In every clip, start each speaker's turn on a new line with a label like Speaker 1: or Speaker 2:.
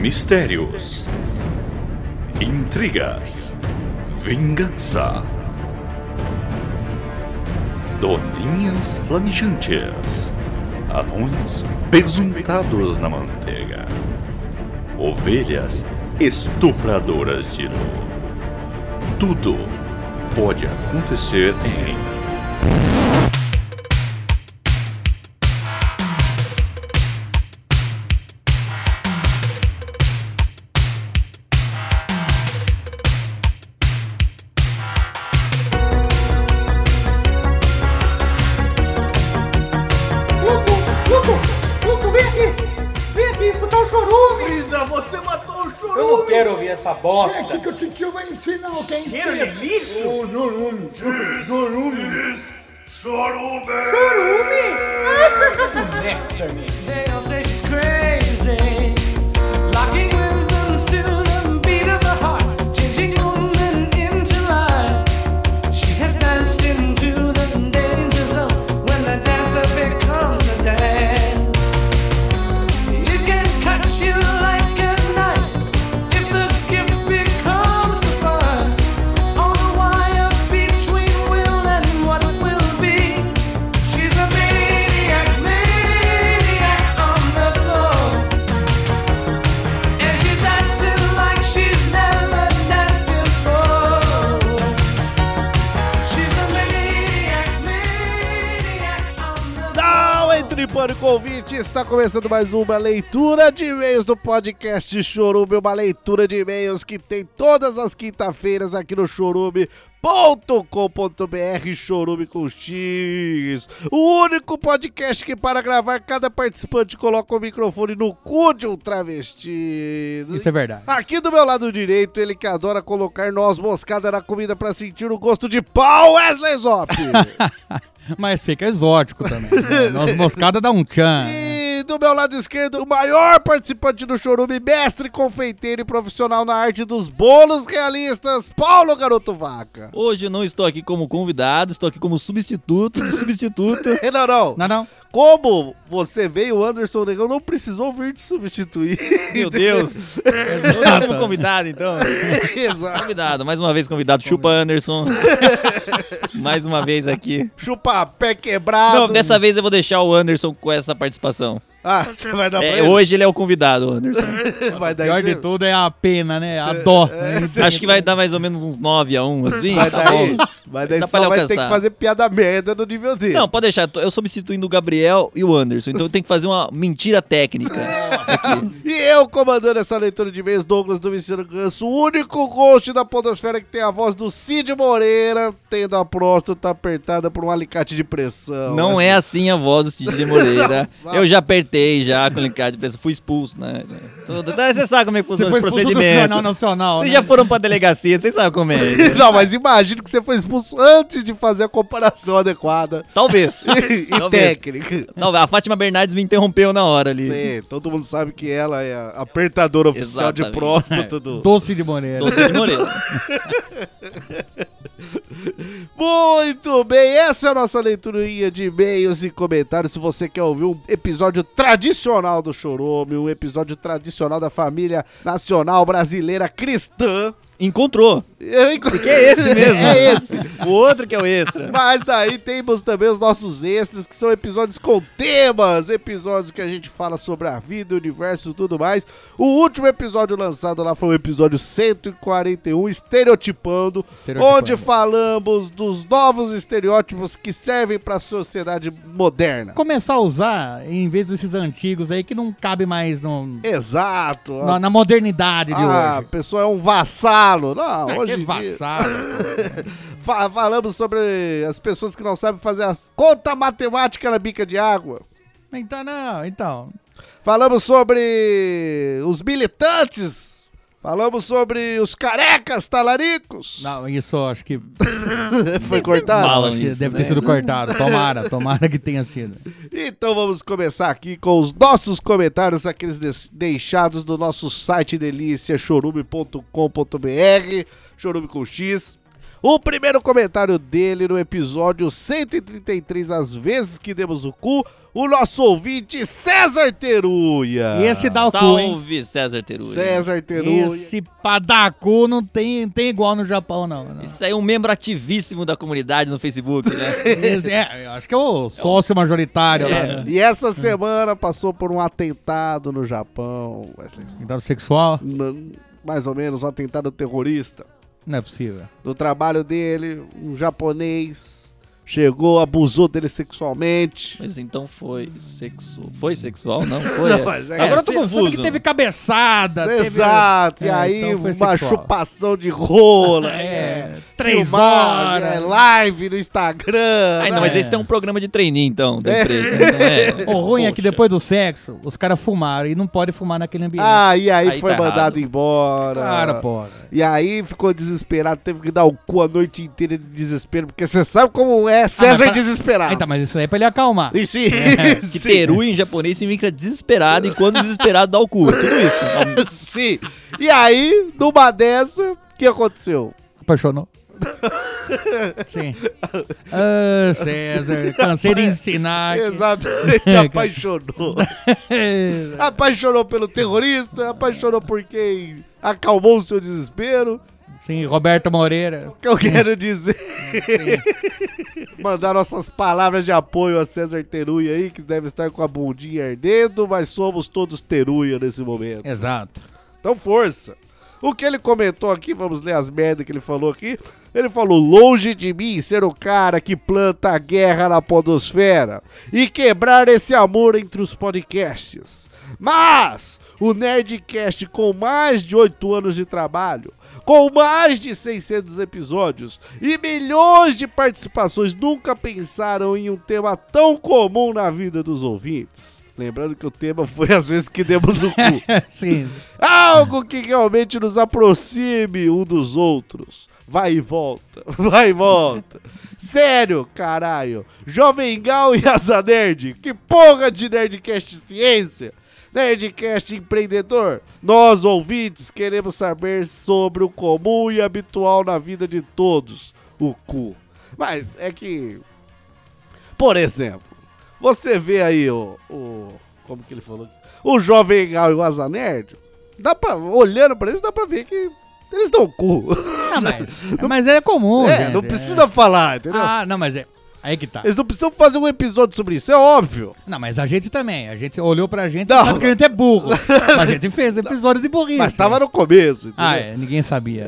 Speaker 1: Mistérios, intrigas, vingança, doninhas flamejantes, anões pesuntados na manteiga, ovelhas estupradoras de luz. Tudo pode acontecer em
Speaker 2: Hugo, Hugo, Hugo, vem aqui! Vem aqui escutar o chorume!
Speaker 3: Luísa, você matou o chorume!
Speaker 4: Eu não quero ouvir essa
Speaker 5: É
Speaker 4: bosta.
Speaker 5: aqui que o titio vai ensinar o que é incesto.
Speaker 2: lixo!
Speaker 3: O chorume! Chorume!
Speaker 2: Chorume!
Speaker 6: She's a maniac, maniac on the floor. And she's dancing like she's never danced before. She's a maniac, maniac on the floor.
Speaker 7: Não entre em pânico, ouvinte! Está começando mais uma leitura de e-mails do podcast Chorume, uma leitura de e-mails que tem todas as quinta-feiras aqui no chorume.com.br, chorume com X. O único podcast que para gravar cada participante coloca o microfone no cu de um travesti.
Speaker 4: Isso é verdade.
Speaker 7: Aqui do meu lado direito, ele que adora colocar noz moscada na comida para sentir o gosto de pau, Wesley Zop.
Speaker 4: Mas fica exótico também. Né? Nós moscada dá um tchan.
Speaker 7: E do meu lado esquerdo, o maior participante do Chorume, mestre, confeiteiro e profissional na arte dos bolos realistas, Paulo Garoto Vaca.
Speaker 8: Hoje eu não estou aqui como convidado, estou aqui como substituto de substituto.
Speaker 7: Ei, não, não.
Speaker 4: Não, não.
Speaker 7: Como você veio, o Anderson Negão não precisou vir te substituir.
Speaker 8: Meu Deus! Eu estou como convidado, então.
Speaker 7: Exato.
Speaker 8: Convidado, mais uma vez convidado. Chupa Anderson. mais uma vez aqui.
Speaker 7: Chupa pé quebrado.
Speaker 8: Não, dessa vez eu vou deixar o Anderson com essa participação.
Speaker 7: Ah, você vai dar
Speaker 8: É,
Speaker 7: pra ele.
Speaker 8: hoje ele é o convidado, Anderson.
Speaker 7: Vai dar
Speaker 4: Pior
Speaker 7: isso.
Speaker 4: de tudo é a pena, né? A dó.
Speaker 7: é,
Speaker 4: né?
Speaker 8: Acho que vai dar mais ou menos uns 9 a 1 assim.
Speaker 7: Vai
Speaker 8: tá
Speaker 7: dar
Speaker 8: bom.
Speaker 7: aí. Vai dar
Speaker 8: Dá
Speaker 7: isso.
Speaker 8: pra ele
Speaker 7: Só vai ter
Speaker 8: alcançar.
Speaker 7: que fazer piada merda no nível dele.
Speaker 8: Não, pode deixar. eu tô- Eu substituindo o Gabriel e o Anderson. Então eu tenho que fazer uma mentira técnica.
Speaker 7: E eu comandando essa leitura de e-mails, Douglas do Vicino Ganso, o único ghost da podosfera que tem a voz do Cid Moreira, tendo a próstata apertada por um alicate de pressão.
Speaker 8: Não é assim a voz do Cid de Moreira. Eu já apertei já com o linkado de pressa. Fui expulso, né? Tudo- Você sabe como é que
Speaker 4: Você
Speaker 8: funciona
Speaker 4: foi
Speaker 8: esse
Speaker 4: expulso do Jornal
Speaker 8: procedimento.
Speaker 4: Nacional,
Speaker 8: Vocês
Speaker 4: né?
Speaker 8: já foram pra delegacia, vocês sabem como é. né?
Speaker 7: Não, mas imagino que você foi expulso antes de fazer a comparação adequada
Speaker 8: Talvez.
Speaker 7: e
Speaker 8: Talvez.
Speaker 7: técnica.
Speaker 8: Talvez. A Fátima Bernardes me interrompeu na hora ali.
Speaker 7: Sim, todo mundo sabe que ela é a apertadora oficial de
Speaker 8: Exatamente.
Speaker 7: próstata do...
Speaker 4: Doce de Moreira.
Speaker 8: Do Cid Moreira.
Speaker 7: Muito bem, essa é a nossa leiturinha de e-mails e comentários. Se você quer ouvir um episódio tradicional do Chorome, um episódio tradicional da família nacional brasileira cristã.
Speaker 8: Encontrou.
Speaker 7: Eu
Speaker 8: Que é esse mesmo.
Speaker 7: É esse.
Speaker 8: O outro que é o extra.
Speaker 7: Mas daí temos também os nossos extras, que são episódios com temas, episódios que a gente fala sobre a vida, o universo e tudo mais. O último episódio lançado lá foi o episódio 141, Estereotipando,
Speaker 4: Estereotipando.
Speaker 7: onde falamos dos novos estereótipos que servem para a sociedade moderna.
Speaker 4: Começar a usar em vez desses antigos aí que não cabe mais no,
Speaker 7: Exato.
Speaker 4: na, na modernidade é de
Speaker 7: Ah, a
Speaker 4: hoje. É, Tá
Speaker 7: pessoa é um vassalo. Não, hoje em
Speaker 4: que
Speaker 7: dia-
Speaker 4: vassalo.
Speaker 7: Fa- falamos sobre as pessoas que não sabem fazer as conta matemática na bica de água.
Speaker 4: Então, não, então.
Speaker 7: Falamos sobre os militantes. Falamos sobre os carecas talaricos.
Speaker 4: Não, é isso eu acho que,
Speaker 7: Foi cortado?
Speaker 8: Falam
Speaker 4: acho que
Speaker 8: isso,
Speaker 4: deve
Speaker 8: né?
Speaker 4: ter sido cortado. Tomara, tomara que tenha sido.
Speaker 7: Então vamos começar aqui com os nossos comentários, aqueles des- deixados do nosso site delícia, chorume.com.br, chorume com X. O primeiro comentário dele no episódio 133, As Vezes Que Demos o Cu, o nosso ouvinte César Teruia.
Speaker 4: E esse dá o cu, hein?
Speaker 8: Salve, César Teruya.
Speaker 7: César Teruia.
Speaker 4: Esse padacu não tem, tem igual no Japão, não. né? não.
Speaker 8: Isso aí é um membro ativíssimo da comunidade no Facebook, né?
Speaker 4: Esse é, eu acho que é o sócio majoritário lá. Né?
Speaker 7: E essa semana passou por um atentado no Japão, Wesley.
Speaker 4: Cuidado sexual?
Speaker 7: N- Mais ou menos um atentado terrorista.
Speaker 4: Não é possível.
Speaker 7: No trabalho dele, um japonês chegou, abusou dele sexualmente.
Speaker 8: Mas então foi sexual. Foi sexual? Não, foi.
Speaker 7: Não,
Speaker 8: é.
Speaker 7: mas é-
Speaker 8: Agora eu tô
Speaker 4: Sendo
Speaker 8: confuso.
Speaker 4: assim, que teve cabeçada, teve-
Speaker 7: Exato, e
Speaker 4: É,
Speaker 7: aí
Speaker 4: então foi
Speaker 7: uma
Speaker 4: sexual.
Speaker 7: chupação de rola.
Speaker 4: É,
Speaker 7: é,
Speaker 4: três
Speaker 7: filmagem,
Speaker 4: horas.
Speaker 7: é, live no Instagram. né?
Speaker 8: Ai, não, mas esse tem um programa de treininho, então, da empresa. Não é.
Speaker 4: O ruim é que
Speaker 8: Poxa.
Speaker 4: depois do sexo, os caras fumaram e não pode fumar naquele ambiente.
Speaker 7: Ah, e aí,
Speaker 8: Aí
Speaker 7: foi
Speaker 8: tá
Speaker 7: mandado
Speaker 8: errado.
Speaker 7: embora.
Speaker 4: cara, porra.
Speaker 7: E aí ficou desesperado, teve que dar o cu a noite inteira de desespero, porque você sabe como
Speaker 8: Ah,
Speaker 7: é César
Speaker 4: pra-
Speaker 7: desesperado.
Speaker 4: Então, mas isso aí é pra ele acalmar.
Speaker 7: E sim,
Speaker 8: É, Que
Speaker 7: sim,
Speaker 8: peru em japonês significa desesperado e quando desesperado dá o cu. é Tudo isso.
Speaker 7: sim. E aí, numa dessa, o que aconteceu?
Speaker 4: Apaixonou. Sim. Ah, César, cansei de ensinar.
Speaker 7: Exatamente, apaixonou.
Speaker 4: Exato.
Speaker 7: apaixonou pelo terrorista, apaixonou por quem acalmou o seu desespero.
Speaker 4: Sim, Roberto Moreira.
Speaker 7: O que eu quero dizer? Mandar nossas palavras de apoio a César Teruia aí, que deve estar com a bundinha ardendo, mas somos todos Teruia nesse momento.
Speaker 4: Exato.
Speaker 7: Então força. O que ele comentou aqui, vamos ler as merdas que ele falou aqui. Ele falou: longe de mim ser o cara que planta a guerra na podosfera e quebrar esse amor entre os podcasts. Mas o Nerdcast, com mais de 8 anos de trabalho, com mais de 600 episódios e milhões de participações, nunca pensaram em um tema tão comum na vida dos ouvintes. Lembrando que o tema foi às vezes que demos o cu.
Speaker 4: Sim.
Speaker 7: Algo que realmente nos aproxime um dos outros. Vai e volta, vai e volta. Sério, caralho. Jovem Gal e Asa Nerd. Que porra de Nerdcast Ciência. Nerdcast Empreendedor. Nós, ouvintes, queremos saber sobre o comum e habitual na vida de todos. O cu. Mas é que... Por exemplo, você vê aí o... o como que ele falou? O Jovem Gal e o Asa Nerd. Dá pra, olhando pra eles, dá pra ver que eles dão cu.
Speaker 4: Ah, mas, mas é comum,
Speaker 7: é,
Speaker 4: gente,
Speaker 7: não precisa falar, entendeu?
Speaker 4: Ah, não, mas é. Aí que tá.
Speaker 7: Eles não precisam fazer um episódio sobre isso, é óbvio.
Speaker 4: Não, mas a gente também. A gente olhou pra gente
Speaker 7: Não.
Speaker 4: e sabe que a gente é burro. Mas a gente fez episódio de burrice.
Speaker 7: Mas tava no começo, entendeu?
Speaker 4: Ah, é. Ninguém sabia.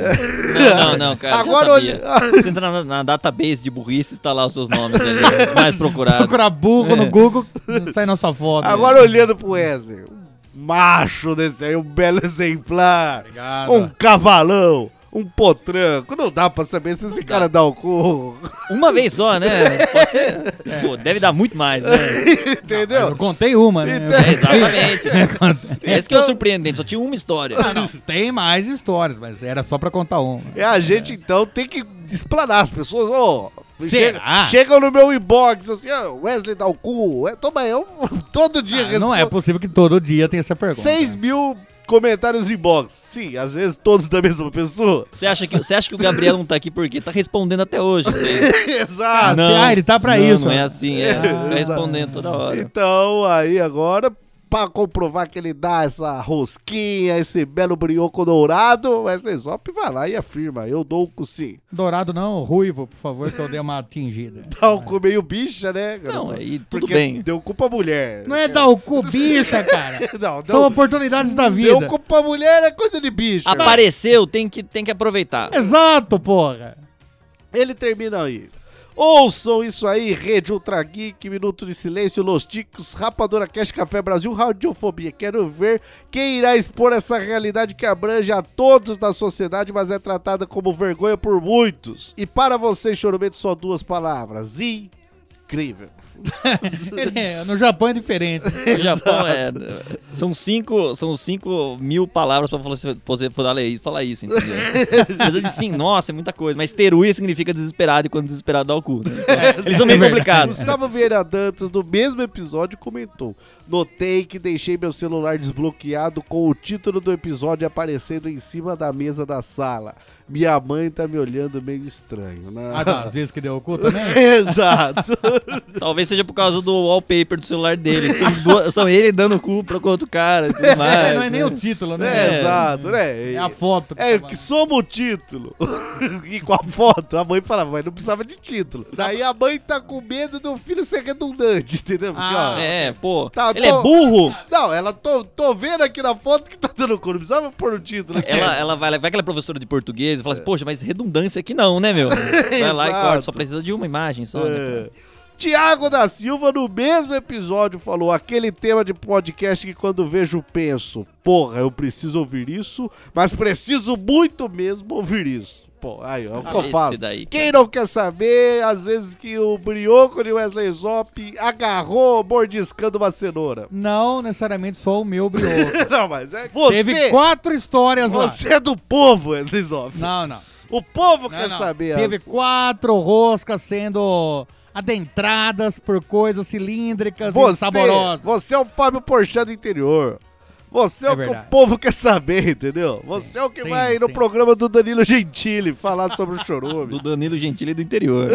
Speaker 8: Não, não, não, cara. eu
Speaker 7: Agora
Speaker 8: sabia.
Speaker 7: olha-
Speaker 8: Você entra na, na database de burrice e tá lá os seus nomes ali, é os mais procurados.
Speaker 4: Procurar burro no Google, Tá É. sai nossa foto.
Speaker 7: Agora olhando pro Wesley. um Macho desse aí, um belo exemplar.
Speaker 4: Obrigado.
Speaker 7: Um cavalão. Um potranco. Não dá pra saber se esse cara dá o cu.
Speaker 8: Uma vez só, né? Pode ser. Pô, deve dar muito mais, né?
Speaker 4: Eu
Speaker 7: entendeu?
Speaker 4: contei uma, né?
Speaker 7: Então-
Speaker 8: É, exatamente. Esse que é o surpreendente, só tinha uma história.
Speaker 4: Ah, não, tem mais histórias, mas era só pra contar uma.
Speaker 7: É a gente, então, tem que explanar as pessoas. Ô, chega-
Speaker 4: Será?
Speaker 7: chegam no meu inbox assim, ó, Wesley dá o cu. É, toma, eu todo dia
Speaker 4: Ah, não é
Speaker 7: respondo.
Speaker 4: possível que todo dia tenha essa pergunta.
Speaker 7: 6 mil comentários inbox. Sim, às vezes todos da mesma pessoa.
Speaker 8: Você acha, que, você acha que o Gabriel não tá aqui porque tá respondendo até hoje? isso aí.
Speaker 7: Exato.
Speaker 4: Não. ah, ele tá pra
Speaker 8: não,
Speaker 4: isso.
Speaker 8: Não é assim, é.
Speaker 4: Ah.
Speaker 8: Tá respondendo toda hora.
Speaker 7: Então, aí agora, pra comprovar que ele dá essa rosquinha, esse belo brioco dourado, Wesley Zop vai lá e afirma: eu dou o cu sim.
Speaker 4: Dourado não, ruivo, por favor, que eu dei uma atingida.
Speaker 7: Dá o Tá um cu meio bicha, né? cara?
Speaker 8: Não, aí tudo
Speaker 7: Porque
Speaker 8: bem.
Speaker 7: Deu culpa à mulher.
Speaker 4: Não é dar o cu, bicha, cara.
Speaker 7: Não,
Speaker 4: São
Speaker 7: deu,
Speaker 4: oportunidades da vida.
Speaker 7: deu culpa à mulher é coisa de bicho.
Speaker 8: Apareceu, tem que, tem que aproveitar.
Speaker 4: Exato, porra.
Speaker 7: Ele termina aí. Ouçam isso aí, Rede Ultra Geek, Minuto de Silêncio, Los Ticos, Rapadora Cash, Café Brasil, Radiofobia. Quero ver quem irá expor essa realidade que abrange a todos da sociedade, mas é tratada como vergonha por muitos. E para vocês, Choromento, só duas palavras. Incrível.
Speaker 4: Ele é- no Japão é diferente.
Speaker 8: No Japão é. São cinco, são cinco mil palavras pra você você falar isso, falar isso, entendeu? Você precisa de sim, nossa, é muita coisa. Mas terui significa desesperado e quando desesperado dá o cu. né?
Speaker 4: É.
Speaker 8: Então, Eles são meio complicados.
Speaker 7: Gustavo Vieira Dantas, no mesmo episódio, comentou: Notei que deixei meu celular desbloqueado com o título do episódio aparecendo em cima da mesa da sala. Minha mãe tá me olhando meio estranho, né?
Speaker 4: Ah, tá, às vezes que deu o cu
Speaker 7: É.
Speaker 4: também.
Speaker 7: Exato.
Speaker 8: Talvez seja por causa do wallpaper do celular dele. que São, duas- são ele dando o cu pra outro cara. e tudo mais,
Speaker 4: É, não é nem
Speaker 8: né?
Speaker 4: o título, né?
Speaker 7: É, exato, né?
Speaker 4: É a foto.
Speaker 7: É,
Speaker 4: tá lá.
Speaker 7: que soma o título. e com a foto, a mãe falava, mas não precisava de título. Daí a mãe tá com medo do filho ser redundante, entendeu? Porque,
Speaker 4: Ah,
Speaker 7: ó,
Speaker 8: É, pô.
Speaker 7: Tá,
Speaker 8: ele
Speaker 7: tô-
Speaker 8: é burro.
Speaker 7: Não, ela tô, tô vendo aqui na foto que tá dando cor, não precisava pôr o título. aqui.
Speaker 8: Ela, ela vai, lá- vai que ela é professora de português e fala assim, poxa, mas redundância aqui não, né, meu? Vai lá e
Speaker 7: Exato.
Speaker 8: corta, só precisa de uma imagem só. né?
Speaker 7: É. Tiago da Silva, no mesmo episódio, falou aquele tema de podcast que quando vejo penso, porra, eu preciso ouvir isso, mas preciso muito mesmo ouvir isso. Pô, aí, é o que
Speaker 8: Ah,
Speaker 7: eu
Speaker 8: esse
Speaker 7: falo.
Speaker 8: daí, cara.
Speaker 7: Quem não quer saber, às vezes que o brioco de Wesley Zop agarrou mordiscando uma cenoura.
Speaker 4: Não necessariamente só o meu brioco.
Speaker 7: Não, mas é você,
Speaker 4: Teve quatro histórias lá.
Speaker 7: você é do povo, Wesley Zop.
Speaker 4: Não, não.
Speaker 7: O povo
Speaker 4: Não,
Speaker 7: quer
Speaker 4: não.
Speaker 7: saber.
Speaker 4: Teve
Speaker 7: as-
Speaker 4: quatro roscas sendo adentradas por coisas cilíndricas e
Speaker 7: Você,
Speaker 4: saborosas.
Speaker 7: você é o Fábio Porchat do interior. Você é,
Speaker 4: É
Speaker 7: o que o
Speaker 4: verdade.
Speaker 7: povo quer saber, entendeu? Você é o que
Speaker 4: sim,
Speaker 7: vai no
Speaker 4: sim.
Speaker 7: programa do Danilo Gentili falar sobre o
Speaker 8: Do
Speaker 7: chorume.
Speaker 8: Danilo Gentili do interior.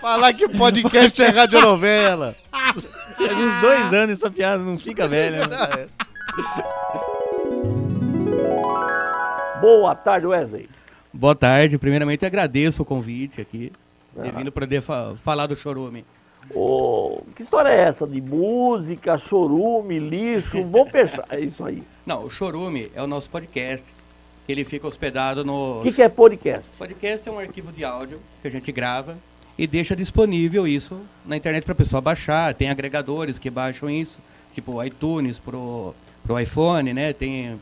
Speaker 7: falar que podcast é radionovela.
Speaker 8: Faz uns dois anos essa piada, não fica velha. né?
Speaker 3: Boa tarde, Wesley.
Speaker 9: Boa tarde. Primeiramente, agradeço o convite aqui. Ter vindo poder fa- falar do
Speaker 3: Ah.
Speaker 9: chorume.
Speaker 3: Ô, que história é essa de música, chorume, lixo? Vamos fechar. É isso aí.
Speaker 9: Não, o chorume é o nosso podcast. que Ele fica hospedado no.
Speaker 3: O que, que é podcast?
Speaker 9: Podcast é um arquivo de áudio que a gente grava e deixa disponível isso na internet para a pessoa baixar. Tem agregadores que baixam isso, tipo iTunes pro, pro iPhone, né? Tem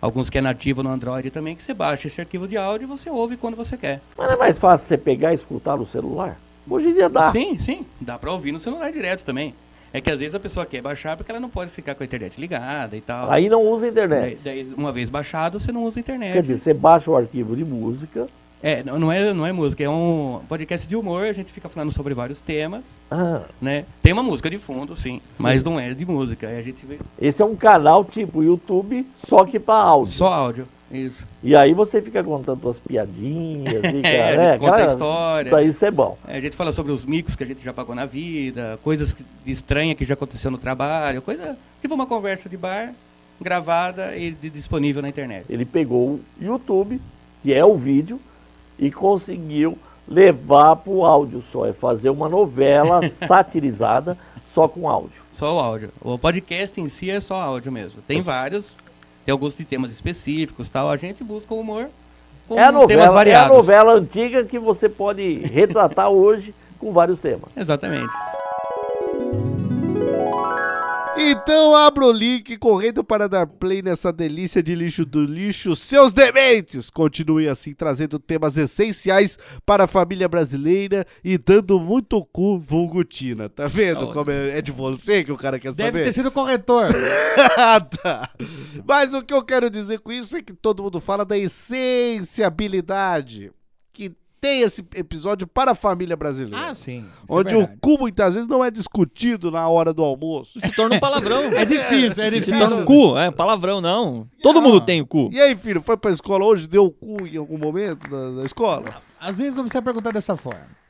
Speaker 9: alguns que é nativo no Android também que você baixa esse arquivo de áudio e você ouve quando você quer.
Speaker 3: Mas não é mais fácil você pegar e escutar no celular? Hoje em dia dá.
Speaker 9: Sim, sim, dá pra ouvir no celular direto também. É que às vezes a pessoa quer baixar porque ela não pode ficar com a internet ligada e tal.
Speaker 3: Aí não usa
Speaker 9: daí,
Speaker 3: internet.
Speaker 9: daí, uma vez baixado, você não usa a internet.
Speaker 3: Quer dizer, você baixa o arquivo de música.
Speaker 9: É, não não é, não é música, é um podcast de humor, a gente fica falando sobre vários temas,
Speaker 3: Ah,
Speaker 9: né? Tem uma música de fundo, sim, mas não é de música, é a gente vê
Speaker 3: esse é um canal tipo YouTube, só que pra áudio.
Speaker 9: só áudio. Isso.
Speaker 3: E aí você fica contando suas piadinhas, fica,
Speaker 9: É, a gente
Speaker 3: né?
Speaker 9: conta a
Speaker 3: cara,
Speaker 9: história.
Speaker 3: Daí isso é bom.
Speaker 9: É, a gente fala sobre os micos que a gente já pagou na vida, coisas que, estranhas que já aconteceu no trabalho, coisa tipo uma conversa de bar gravada e de- disponível na internet.
Speaker 3: Ele pegou o YouTube, que é o vídeo, e conseguiu levar para o áudio só. É fazer uma novela satirizada só com áudio.
Speaker 9: Só o áudio. O podcast em si é só áudio mesmo. Tem vários, tem alguns de temas específicos tal. A gente busca o humor com
Speaker 3: é, a
Speaker 9: temas
Speaker 3: novela, é a
Speaker 9: variados.
Speaker 3: novela antiga que você pode retratar hoje com vários temas.
Speaker 9: Exatamente.
Speaker 7: Então abra o link correndo para dar play nessa delícia de lixo do lixo, seus dementes! Continue assim trazendo temas essenciais para a família brasileira e dando muito cu vulgutina. Tá vendo como é, é de você que o cara quer saber?
Speaker 4: Deve ter sido corretor.
Speaker 7: Ah, tá. Mas o que eu quero dizer com isso é que todo mundo fala da essenciabilidade que tem esse episódio para a família brasileira.
Speaker 4: ah, sim. isso é
Speaker 7: onde o
Speaker 4: verdade.
Speaker 7: cu muitas vezes não é discutido na hora do almoço.
Speaker 8: Se torna um palavrão.
Speaker 4: É
Speaker 7: tá
Speaker 4: difícil, é
Speaker 8: Se
Speaker 4: difícil.
Speaker 8: torna um cu. É, palavrão não. Todo mundo tem o cu.
Speaker 7: E aí, filho, foi pra escola hoje? Deu o cu em algum momento da, da escola?
Speaker 4: Às vezes não precisa perguntar dessa forma.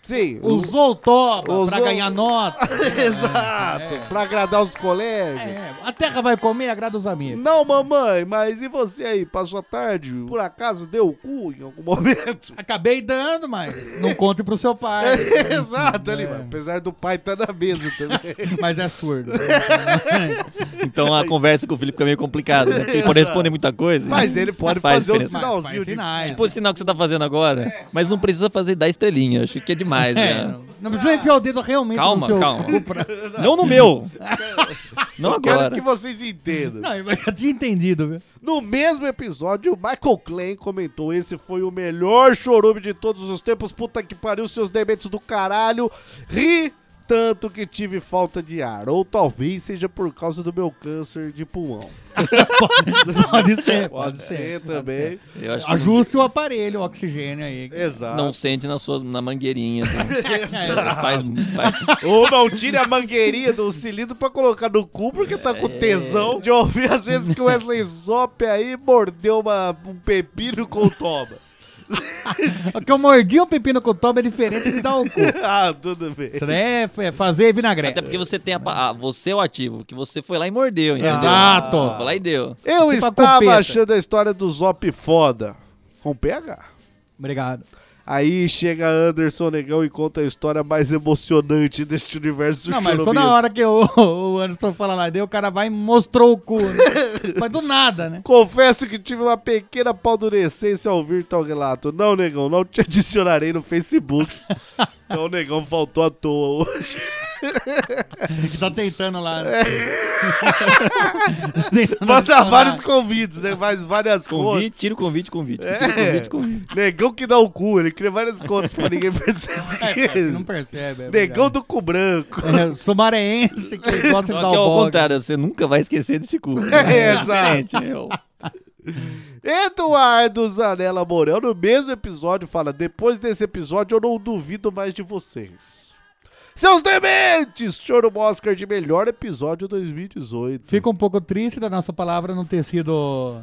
Speaker 7: Sim.
Speaker 4: Usou o toba pra
Speaker 7: Usou-
Speaker 4: ganhar nota.
Speaker 7: Exato. Pra agradar os colegas.
Speaker 4: É, a terra vai comer, agrada os amigos.
Speaker 7: Não, mamãe, mas e você aí? Passou a tarde? Por acaso deu o cu em algum momento?
Speaker 4: Acabei dando, mas não conte pro seu pai.
Speaker 7: Exato, ali, mano. apesar do pai estar na mesa também.
Speaker 4: Mas é surdo.
Speaker 8: Então a conversa com o filho fica meio complicada. Né? Porque Ele pode responder muita coisa.
Speaker 7: Mas ele pode
Speaker 8: Faz
Speaker 7: fazer o
Speaker 8: diferença.
Speaker 7: sinalzinho
Speaker 4: Faz
Speaker 7: de.
Speaker 4: sinais.
Speaker 8: Tipo o sinal que você tá fazendo agora. Mas não precisa fazer dar estrelinha. Acho que é mais,
Speaker 4: É,
Speaker 8: né?
Speaker 4: não, não
Speaker 7: Ah.
Speaker 4: precisa enfiar o dedo realmente no
Speaker 8: Calma,
Speaker 4: seu
Speaker 8: calma.
Speaker 4: cu pra-
Speaker 8: Não no meu. Não
Speaker 7: Eu quero
Speaker 8: agora.
Speaker 7: que vocês entendam.
Speaker 4: Não, eu já tinha entendido, viu?
Speaker 7: No mesmo episódio, o Michael Klein comentou: Esse foi o melhor chorume de todos os tempos. Puta que pariu, seus dementes do caralho. Ri tanto que tive falta de ar. Ou talvez seja por causa do meu câncer de pulmão.
Speaker 4: É, Pode ser,
Speaker 7: Pode ser também.
Speaker 8: Eu acho que
Speaker 4: Ajuste o aparelho, o oxigênio aí.
Speaker 7: Exato.
Speaker 8: não sente nas suas, na mangueirinha. Assim. faz, faz-
Speaker 7: Ou não tire a mangueirinha do cilindro pra colocar no cu, porque tá com tesão de ouvir às vezes que o Wesley Zop aí mordeu uma, um pepino com toba.
Speaker 4: Só que eu mordi o pepino com toma é diferente de dar o cu.
Speaker 7: ah, tudo bem.
Speaker 4: Isso daí é é fazer vinagrete.
Speaker 8: Até porque você tem a, pa- ah, você é o ativo, que você foi lá e mordeu, entendeu?
Speaker 4: Exato.
Speaker 8: Foi lá e deu.
Speaker 7: Eu
Speaker 4: Tipo a
Speaker 7: estava
Speaker 4: copeta.
Speaker 7: achando a história do Zop foda. Com PH.
Speaker 4: Obrigado.
Speaker 7: Aí chega Anderson Negão e conta a história mais emocionante deste universo
Speaker 4: Não, mas só
Speaker 7: churubisco.
Speaker 4: na hora que o, o Anderson fala lá, daí o cara vai e mostrou o cu. né? mas do nada, né?
Speaker 7: Confesso que tive uma pequena paldurecência ao ouvir tal relato. Não, Negão, não te adicionarei no Facebook. Então, Negão, faltou à toa hoje.
Speaker 4: Que tá tentando lá. né? Tentando
Speaker 7: Manda
Speaker 4: adicionar.
Speaker 7: É. vários convites, né? Faz várias contas.
Speaker 8: Convite, tira o convite, convite. Tira o
Speaker 7: É.
Speaker 8: convite, convite.
Speaker 7: Negão que dá o cu, ele cria várias contas pra ninguém
Speaker 4: É,
Speaker 7: perceber.
Speaker 4: não percebe. É
Speaker 7: Negão
Speaker 4: verdade.
Speaker 7: do cu branco.
Speaker 4: É, sumareense que gosta de
Speaker 8: Só
Speaker 4: dar
Speaker 8: que é
Speaker 4: o
Speaker 8: ao
Speaker 4: boga.
Speaker 8: contrário, você nunca vai esquecer desse cu.
Speaker 7: É, exato.
Speaker 8: diferente, né? Eu-
Speaker 7: Eduardo Zanella Morel, no mesmo episódio, fala: Depois desse episódio, eu não duvido mais de vocês. Seus dementes! Choro Oscar de melhor episódio 2018.
Speaker 4: Fico um pouco triste da nossa palavra não ter sido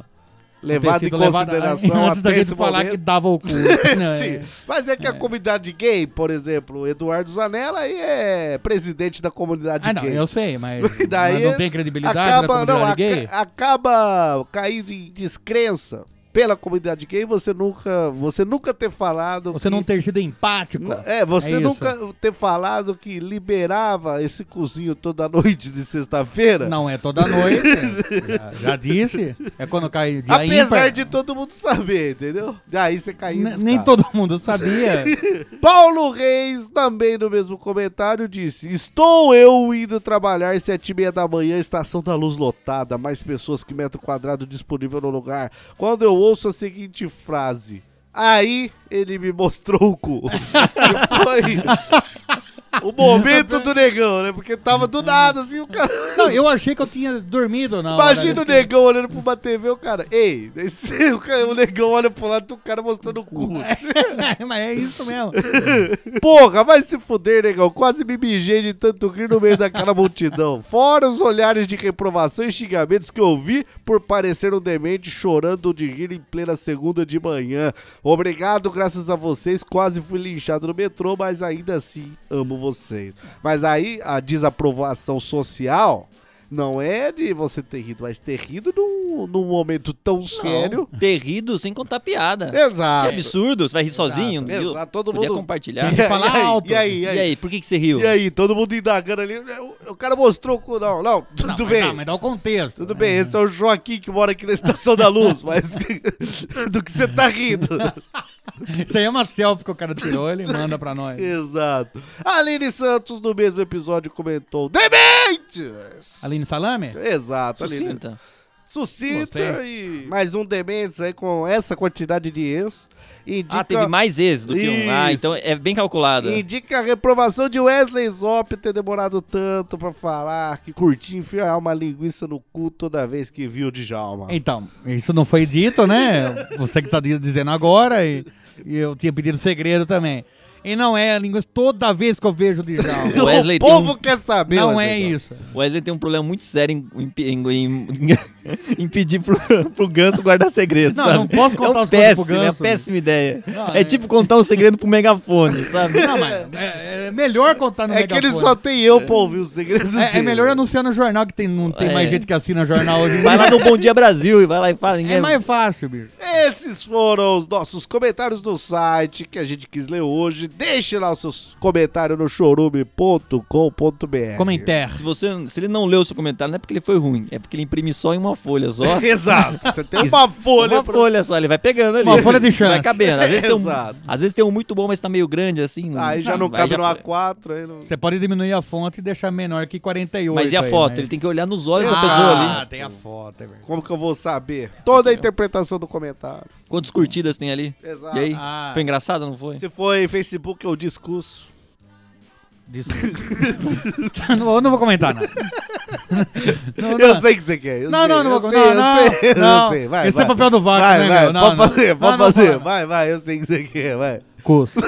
Speaker 7: levado
Speaker 4: ter sido
Speaker 7: em
Speaker 4: levada
Speaker 7: consideração
Speaker 4: antes da
Speaker 7: até
Speaker 4: gente
Speaker 7: esse
Speaker 4: falar
Speaker 7: momento.
Speaker 4: que dava o cu. Não,
Speaker 7: Sim,
Speaker 4: é.
Speaker 7: mas é que a comunidade gay, por exemplo, Eduardo Zanella aí é presidente da comunidade
Speaker 4: Ah, não,
Speaker 7: gay.
Speaker 4: eu sei, mas,
Speaker 7: E daí
Speaker 4: mas não tem credibilidade né, da
Speaker 7: acaba, não,
Speaker 4: comunidade
Speaker 7: aca-
Speaker 4: gay?
Speaker 7: acaba caindo em descrença pela comunidade gay você nunca você nunca ter falado
Speaker 4: Você
Speaker 7: que-
Speaker 4: não ter sido empático?
Speaker 7: N- É, você
Speaker 4: isso.
Speaker 7: nunca ter falado que liberava esse cozinho toda noite de sexta-feira?
Speaker 4: Não é toda noite. já, já disse. É quando cai dia
Speaker 7: Apesar
Speaker 4: ímpar.
Speaker 7: de todo mundo saber, entendeu? Daí você caiu
Speaker 4: N-
Speaker 7: nesse
Speaker 4: Nem
Speaker 7: cara.
Speaker 4: todo mundo sabia.
Speaker 7: Paulo Reis, também no mesmo comentário, disse: Estou eu indo trabalhar sete e meia da manhã, estação da luz lotada, mais pessoas que metro quadrado disponível no lugar. Quando eu ouço a seguinte frase. Aí ele me mostrou o cu. E Foi o momento do negão, né? Porque tava do nada, assim, o cara.
Speaker 4: Não, eu achei que eu tinha dormido né? na hora.
Speaker 7: Imagina o negão olhando pra uma TV, o cara. Ei, esse- o cara- o negão olha pro lado do cara mostrando o cu.
Speaker 4: Mas é isso mesmo.
Speaker 7: Porra, vai se fuder, negão. Quase me mijei de tanto rir no meio daquela multidão. Fora os olhares de reprovação e xingamentos que eu vi por parecer um demente chorando de rir em plena segunda de manhã. Obrigado, graças a vocês. Quase fui linchado no metrô, mas ainda assim amo vocês. Mas aí a desaprovação social. Não é de você ter rido, mas ter rido num, num momento tão sério.
Speaker 8: Não, Ter rido sem contar piada. Que
Speaker 7: Exato.
Speaker 8: absurdo, você vai rir sozinho. viu?
Speaker 7: Exato, todo
Speaker 8: Podia
Speaker 7: mundo.
Speaker 8: compartilhar.
Speaker 4: Tem que falar
Speaker 7: e aí,
Speaker 4: alto.
Speaker 7: E aí,
Speaker 8: E aí, por que, que você riu?
Speaker 7: E aí, todo mundo indagando ali. né, O, o cara mostrou o cu. Não, não, tudo
Speaker 4: Não, mas
Speaker 7: bem.
Speaker 4: dá- mas dá o contexto.
Speaker 7: Tudo
Speaker 4: né?
Speaker 7: bem, esse é o Joaquim que mora aqui na Estação da Luz, mas do que você tá rindo?
Speaker 4: Isso aí é uma selfie que o cara tirou, ele manda pra nós.
Speaker 7: Exato. Aline Santos, no mesmo episódio, comentou: Dementes!
Speaker 4: Aline Salame?
Speaker 7: Exato, Aline.
Speaker 8: Sucinta.
Speaker 7: Sucinta e mais um Dementes aí com essa quantidade de erros. Indica...
Speaker 8: Ah, teve mais vezes do que um. Ah,
Speaker 7: Isso.
Speaker 8: então é bem calculada.
Speaker 7: Indica a reprovação de Wesley Zop ter demorado tanto pra falar que curtia enfiar uma linguiça no cu toda vez que viu o Djalma.
Speaker 4: Então, isso não foi dito, né? Você que tá di- dizendo agora, e, e eu tinha pedido segredo também. E não é a língua, toda vez que eu vejo o Djalma.
Speaker 8: O Wesley
Speaker 7: o
Speaker 8: tem
Speaker 7: povo
Speaker 8: um-
Speaker 7: quer saber.
Speaker 4: não
Speaker 7: Wesley
Speaker 4: é
Speaker 7: Zop.
Speaker 4: isso.
Speaker 8: O Wesley tem um problema muito sério em, em- em- em- em pedir pro, pro Ganso guardar segredo,
Speaker 4: Não,
Speaker 8: sabe?
Speaker 4: não posso contar
Speaker 8: é um
Speaker 4: as coisas pro
Speaker 8: péssimo,
Speaker 4: Ganso.
Speaker 8: É uma péssima ideia.
Speaker 4: Não,
Speaker 8: é,
Speaker 4: é-
Speaker 8: tipo contar um segredo pro megafone, sabe?
Speaker 4: Não, mas é, é melhor contar no
Speaker 7: É que ele
Speaker 4: megafone.
Speaker 7: só tem eu pra ouvir os segredos
Speaker 4: É, é
Speaker 7: dele.
Speaker 4: melhor anunciar no jornal, que tem, não tem
Speaker 8: É.
Speaker 4: mais gente que assina jornal hoje. em
Speaker 8: Vai
Speaker 4: dia.
Speaker 8: lá no Bom Dia Brasil e vai lá e fala. Ninguém...
Speaker 4: É mais fácil, bicho.
Speaker 7: Esses foram os nossos comentários do site que a gente quis ler hoje. Deixe lá os seus comentários no
Speaker 8: É,
Speaker 7: chorume.com.br.
Speaker 4: Comentar.
Speaker 8: Se, você, se ele não leu o seu comentário, não é porque ele foi ruim, é porque ele imprime só em uma folha só.
Speaker 7: Exato. Você tem uma folha.
Speaker 8: uma
Speaker 7: pra-
Speaker 8: folha só, ele vai pegando ali.
Speaker 4: Uma folha de chance.
Speaker 8: Vai cabendo. Às vezes, tem um,
Speaker 7: Exato.
Speaker 8: às vezes tem um muito bom, mas tá meio grande assim.
Speaker 7: Aí já não cabe
Speaker 8: já
Speaker 7: no
Speaker 8: foi.
Speaker 7: A4. Aí não...
Speaker 4: Você pode diminuir a fonte e deixar menor que 48.
Speaker 8: Mas e a
Speaker 4: aí,
Speaker 8: foto?
Speaker 4: né?
Speaker 8: Ele tem que olhar nos olhos da pessoa ali.
Speaker 4: Ah, tem a foto, é verdade.
Speaker 7: Como que eu vou saber? Toda a interpretação do comentário.
Speaker 8: Quantas curtidas tem ali?
Speaker 7: Exato.
Speaker 8: E aí?
Speaker 4: Ah.
Speaker 8: Foi engraçado, não foi?
Speaker 7: Se foi Facebook, eu discurso.
Speaker 4: Não, eu não vou comentar, não. não,
Speaker 7: Eu
Speaker 4: não. é.
Speaker 7: sei que você quer. eu
Speaker 4: Não,
Speaker 7: sei,
Speaker 4: não, não
Speaker 7: eu
Speaker 4: vou
Speaker 7: sei,
Speaker 4: não,
Speaker 7: eu
Speaker 4: não,
Speaker 7: sei, eu
Speaker 4: não.
Speaker 7: sei. Vai,
Speaker 4: Esse
Speaker 7: vai.
Speaker 4: é papel do Vaco,
Speaker 7: vai,
Speaker 4: né,
Speaker 7: vai,
Speaker 4: meu? Não,
Speaker 7: pode
Speaker 4: não.
Speaker 7: fazer,
Speaker 4: Não,
Speaker 7: pode
Speaker 4: não,
Speaker 7: fazer.
Speaker 4: fala, não.
Speaker 7: vai, vai, eu sei que você quer, vai.
Speaker 4: Curso.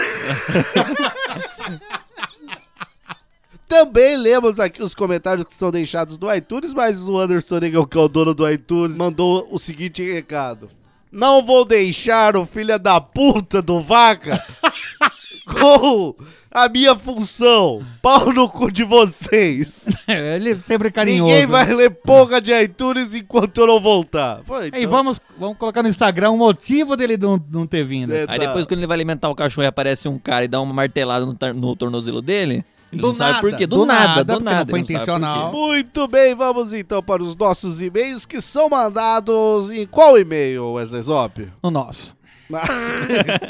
Speaker 7: Também lemos aqui os comentários que são deixados no iTunes, mas o Anderson Negão, que é o dono do iTunes, mandou o seguinte recado. Não vou deixar o filho da puta do vaca com a minha função. Pau no cu de vocês.
Speaker 4: Ele é sempre carinhoso.
Speaker 7: Ninguém vai ler porra de iTunes enquanto eu não voltar. Pô,
Speaker 4: E
Speaker 7: então,
Speaker 4: vamos, vamos colocar no Instagram o motivo dele não, não ter vindo.
Speaker 7: é,
Speaker 8: Aí
Speaker 7: tá.
Speaker 8: depois, quando ele vai alimentar o cachorro e aparece um cara e dá uma martelada no, tar- no tornozelo dele, ele
Speaker 4: Do
Speaker 8: não sabe por
Speaker 4: nada,
Speaker 8: quê. Do,
Speaker 4: do
Speaker 8: nada,
Speaker 4: nada,
Speaker 8: do
Speaker 4: porque não
Speaker 8: nada.
Speaker 4: foi
Speaker 8: ele sabe por quê.
Speaker 4: intencional.
Speaker 7: Muito bem, vamos então para os nossos e-mails que são mandados em qual e-mail, Wesley Zop?
Speaker 4: No nosso.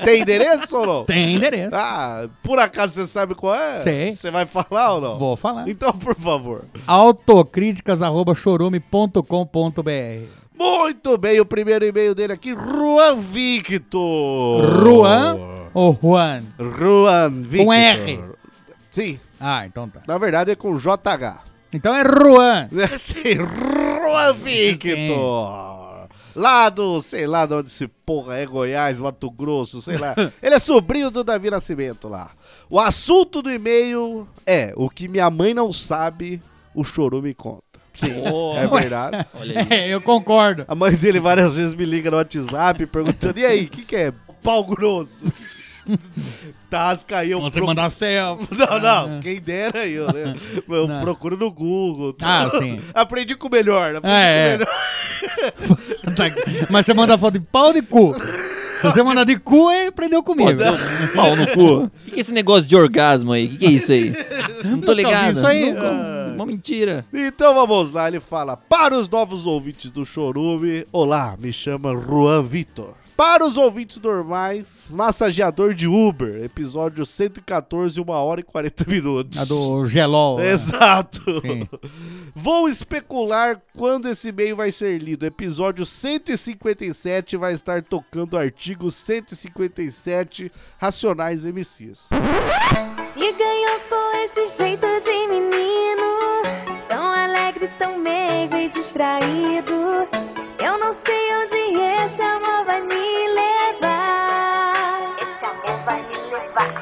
Speaker 7: Tem endereço ou não?
Speaker 4: Tem endereço.
Speaker 7: Ah, por acaso você sabe qual é?
Speaker 4: Sei.
Speaker 7: Você vai falar ou não?
Speaker 4: Vou falar.
Speaker 7: Então, por favor.
Speaker 4: Autocríticas.chorume.com.br
Speaker 7: Muito bem, o primeiro e-mail dele aqui, Juan Victor.
Speaker 4: Ruan ou Juan?
Speaker 7: Juan Victor.
Speaker 4: Com R.
Speaker 7: Sim,
Speaker 4: Ah, então tá.
Speaker 7: na verdade é com JH.
Speaker 4: Então é Ruan.
Speaker 7: Esse Né? Rua Victor. Lá do, sei lá de onde se porra é, Goiás, Mato Grosso, sei lá. Ele é sobrinho do Davi Nascimento lá. O assunto do e-mail é: o que minha mãe não sabe, o Choru me conta.
Speaker 8: Oh,
Speaker 7: É verdade.
Speaker 8: olha aí.
Speaker 4: É, eu concordo.
Speaker 7: A mãe dele várias vezes me liga no WhatsApp perguntando: e aí, o que, que é? Pau grosso. Tasca aí, eu
Speaker 4: Você
Speaker 7: procu-
Speaker 4: mandar selfie.
Speaker 7: Não, não, quem dera eu, né? Eu
Speaker 4: Não.
Speaker 7: procuro no Google.
Speaker 4: Ah, sim.
Speaker 7: Aprendi com o melhor, né? aprendi
Speaker 4: É, é.
Speaker 7: com o melhor.
Speaker 4: Tá- Mas você manda foto de pau de cu. Se você mandar de cu, é aprendeu comigo.
Speaker 8: Pode ser um pau no cu. O que, que é esse negócio de orgasmo aí? O que, que é isso aí? Não tô
Speaker 4: vi
Speaker 8: ligado.
Speaker 4: isso aí. Ah.
Speaker 8: Nunca- uma mentira.
Speaker 7: Então vamos lá, ele fala: Para os novos ouvintes do Chorume, olá, me chama Juan Vitor. Para os ouvintes normais, massageador de Uber, episódio 114, 1 hora e 40 minutos.
Speaker 4: A do Gelol. né?
Speaker 7: Exato.
Speaker 4: Sim.
Speaker 7: Vou especular quando esse e-mail vai ser lido. Episódio 157 vai estar tocando o artigo 157 Racionais MCs.
Speaker 10: E ganhou com esse jeito de menino Tão alegre, tão meigo e distraído Eu não sei onde esse amor vai me levar Esse amor vai me levar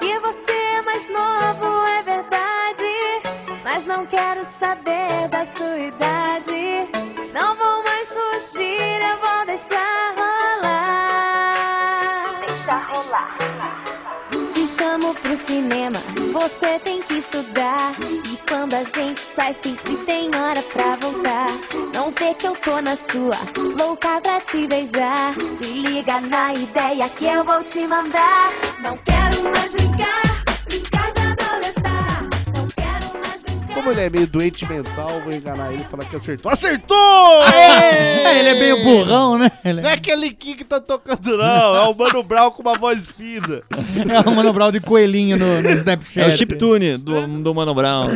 Speaker 10: E você é mais novo, é verdade Mas não quero saber da sua idade Não vou mais fugir, eu vou deixar rolar Deixar rolar te chamo pro cinema, você tem que estudar. E quando a gente sai, sempre tem hora pra voltar. Não vê que eu tô na sua, louca pra te beijar. Se liga na ideia que eu vou te mandar. Não quero mais brincar, brincar de adoletar. Não quero mais brincar.
Speaker 7: Como ele é meio doente mental, vou enganar ele e falar que acertou. Acertou!
Speaker 4: É, ele é meio burrão, né? Ele
Speaker 7: Não é aquele Kim que tá tocando, não. É o Mano Brown com uma voz fina.
Speaker 4: é o Mano Brown de coelhinho no, no Snapchat.
Speaker 8: É o chiptune do, do Mano Brown.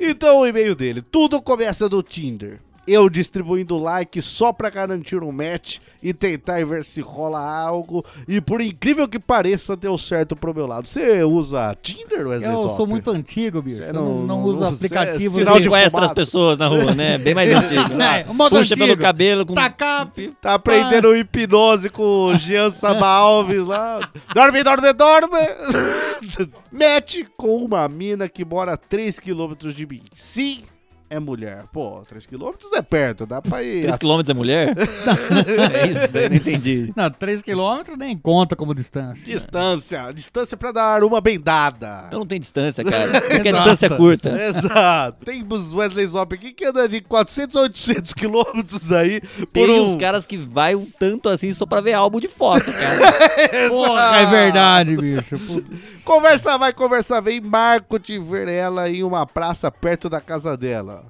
Speaker 7: Então o e-mail dele. Tudo começa do Tinder. Eu distribuindo like só pra garantir um match e tentar ver se rola algo. E por incrível que pareça, deu certo pro meu lado. Você usa Tinder, é Wesley
Speaker 4: Eu sou
Speaker 7: Zop?
Speaker 4: muito antigo, bicho.
Speaker 7: Cê
Speaker 4: Eu não,
Speaker 7: não-
Speaker 4: não,
Speaker 7: não
Speaker 4: uso
Speaker 7: usa-
Speaker 4: aplicativo.
Speaker 7: cê é
Speaker 4: de-
Speaker 7: sinal de
Speaker 8: Sequestra as
Speaker 7: fumaça.
Speaker 8: pessoas na rua, né? Bem mais antigo.
Speaker 4: É, o modo
Speaker 8: Puxa pelo
Speaker 4: antigo.
Speaker 8: cabelo com
Speaker 4: Tacar
Speaker 7: Tá aprendendo
Speaker 8: Ah.
Speaker 7: hipnose com o Jean Saba Alves lá. Dorme, dorme, dorme! Mete com uma mina que mora a 3km de mim. Sim, é mulher. Pô, 3km é perto, dá pra ir.
Speaker 8: 3km é mulher? é isso? Daí eu não entendi.
Speaker 4: Não, 3km nem conta como
Speaker 8: né?
Speaker 4: distância.
Speaker 7: Distância, distância é pra dar uma bendada.
Speaker 8: Então não tem distância, cara. Porque a
Speaker 4: Exato.
Speaker 8: distância é curta.
Speaker 7: Exato. Tem os Wesley Zop aqui que anda de 400 a 800 quilômetros aí por
Speaker 8: Tem
Speaker 7: um...
Speaker 8: uns caras que vai um tanto assim só pra ver álbum de foto, cara.
Speaker 4: Porra, é verdade, bicho. Puta.
Speaker 7: Conversa vai, conversa vem. Marco de ver ela em uma praça perto da casa dela.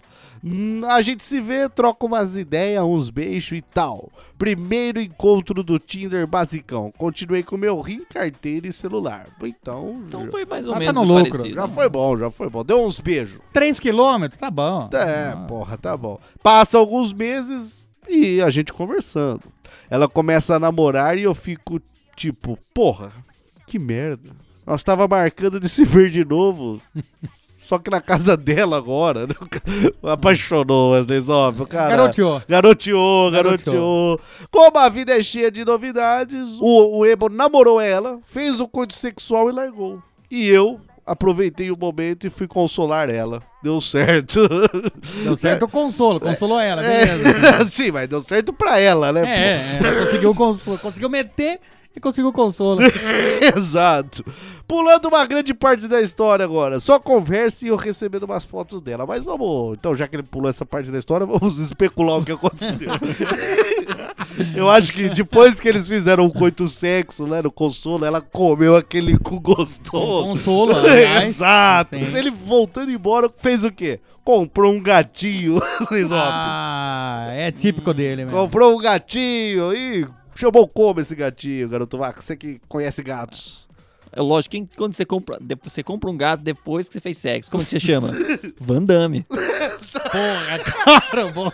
Speaker 7: Hum, A gente se vê, troca umas ideias, uns beijos e tal. Primeiro encontro do Tinder basicão. Continuei com meu rim, carteira e celular. Então,
Speaker 8: Então
Speaker 7: já-
Speaker 8: foi mais ou
Speaker 4: Ah, tá
Speaker 8: menos
Speaker 4: no lucro.
Speaker 8: parecido.
Speaker 7: já foi bom, já foi bom. Deu uns beijos.
Speaker 4: 3km? Tá bom.
Speaker 7: É, porra, tá bom. Passa alguns meses e a gente conversando. Ela começa a namorar e eu fico tipo, porra, que merda. Nós tava marcando de se ver de novo. Só que na casa dela agora. né? Apaixonou, Wesley Zop. o Cara,
Speaker 4: Garoteou.
Speaker 7: Garoteou, garoteou.
Speaker 4: Garoteou.
Speaker 7: Como a vida é cheia de novidades, o, o Ebo namorou ela, fez o coito sexual e largou. E eu aproveitei o momento e fui consolar ela. Deu certo. É,
Speaker 4: Deu certo o consolo, consolou ela, beleza.
Speaker 7: Sim, mas deu certo pra ela, né?
Speaker 4: É, é, ela conseguiu o consolo, conseguiu meter e conseguiu o consolo.
Speaker 7: Exato. Pulando uma grande parte da história agora. Só conversa e eu recebendo umas fotos dela. Mas vamos. Então, já que ele pulou essa parte da história, vamos especular o que aconteceu. eu acho que depois que eles fizeram o coito sexo, né? No consolo, ela comeu aquele cu gostoso.
Speaker 4: Consolo, aliás.
Speaker 7: Exato. é
Speaker 4: Sim.
Speaker 7: Ele voltando embora, fez o quê? Comprou um gatinho. Vocês óbvio.
Speaker 4: Ah, é típico dele mesmo.
Speaker 7: Comprou um gatinho e chamou como esse gatinho, garoto vaca. Você que conhece gatos.
Speaker 8: É lógico, quem- quando você compra, de- você compra um gato depois que você fez sexo, como que você chama? Van Damme.
Speaker 4: Porra, cara, porra.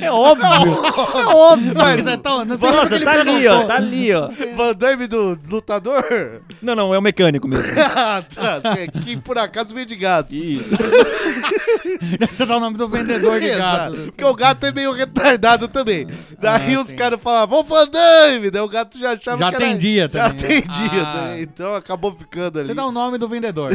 Speaker 8: É óbvio.
Speaker 4: É óbvio, mas é tão- não sei como que
Speaker 8: Nossa,
Speaker 4: ele
Speaker 8: tá ali, ó,
Speaker 4: perguntou.
Speaker 8: tá ali, ó.
Speaker 7: Van Damme do lutador?
Speaker 8: Não, não, é o mecânico mesmo.
Speaker 7: Ah, tá, cê- que por acaso vem de gatos.
Speaker 8: Isso.
Speaker 4: Você tá o nome do vendedor de
Speaker 7: Exato,
Speaker 4: gado.
Speaker 7: Porque o gato é meio retardado também. Daí
Speaker 4: Ah,
Speaker 7: os
Speaker 4: sim.
Speaker 7: caras falavam, vamos Van Damme! Daí o gato já achava
Speaker 4: Já
Speaker 7: que era...
Speaker 4: atendia
Speaker 7: já
Speaker 4: também, né?
Speaker 7: atendia
Speaker 4: Ah.
Speaker 7: também. Então acabou ficando ali.
Speaker 4: Você dá um o nome do vendedor.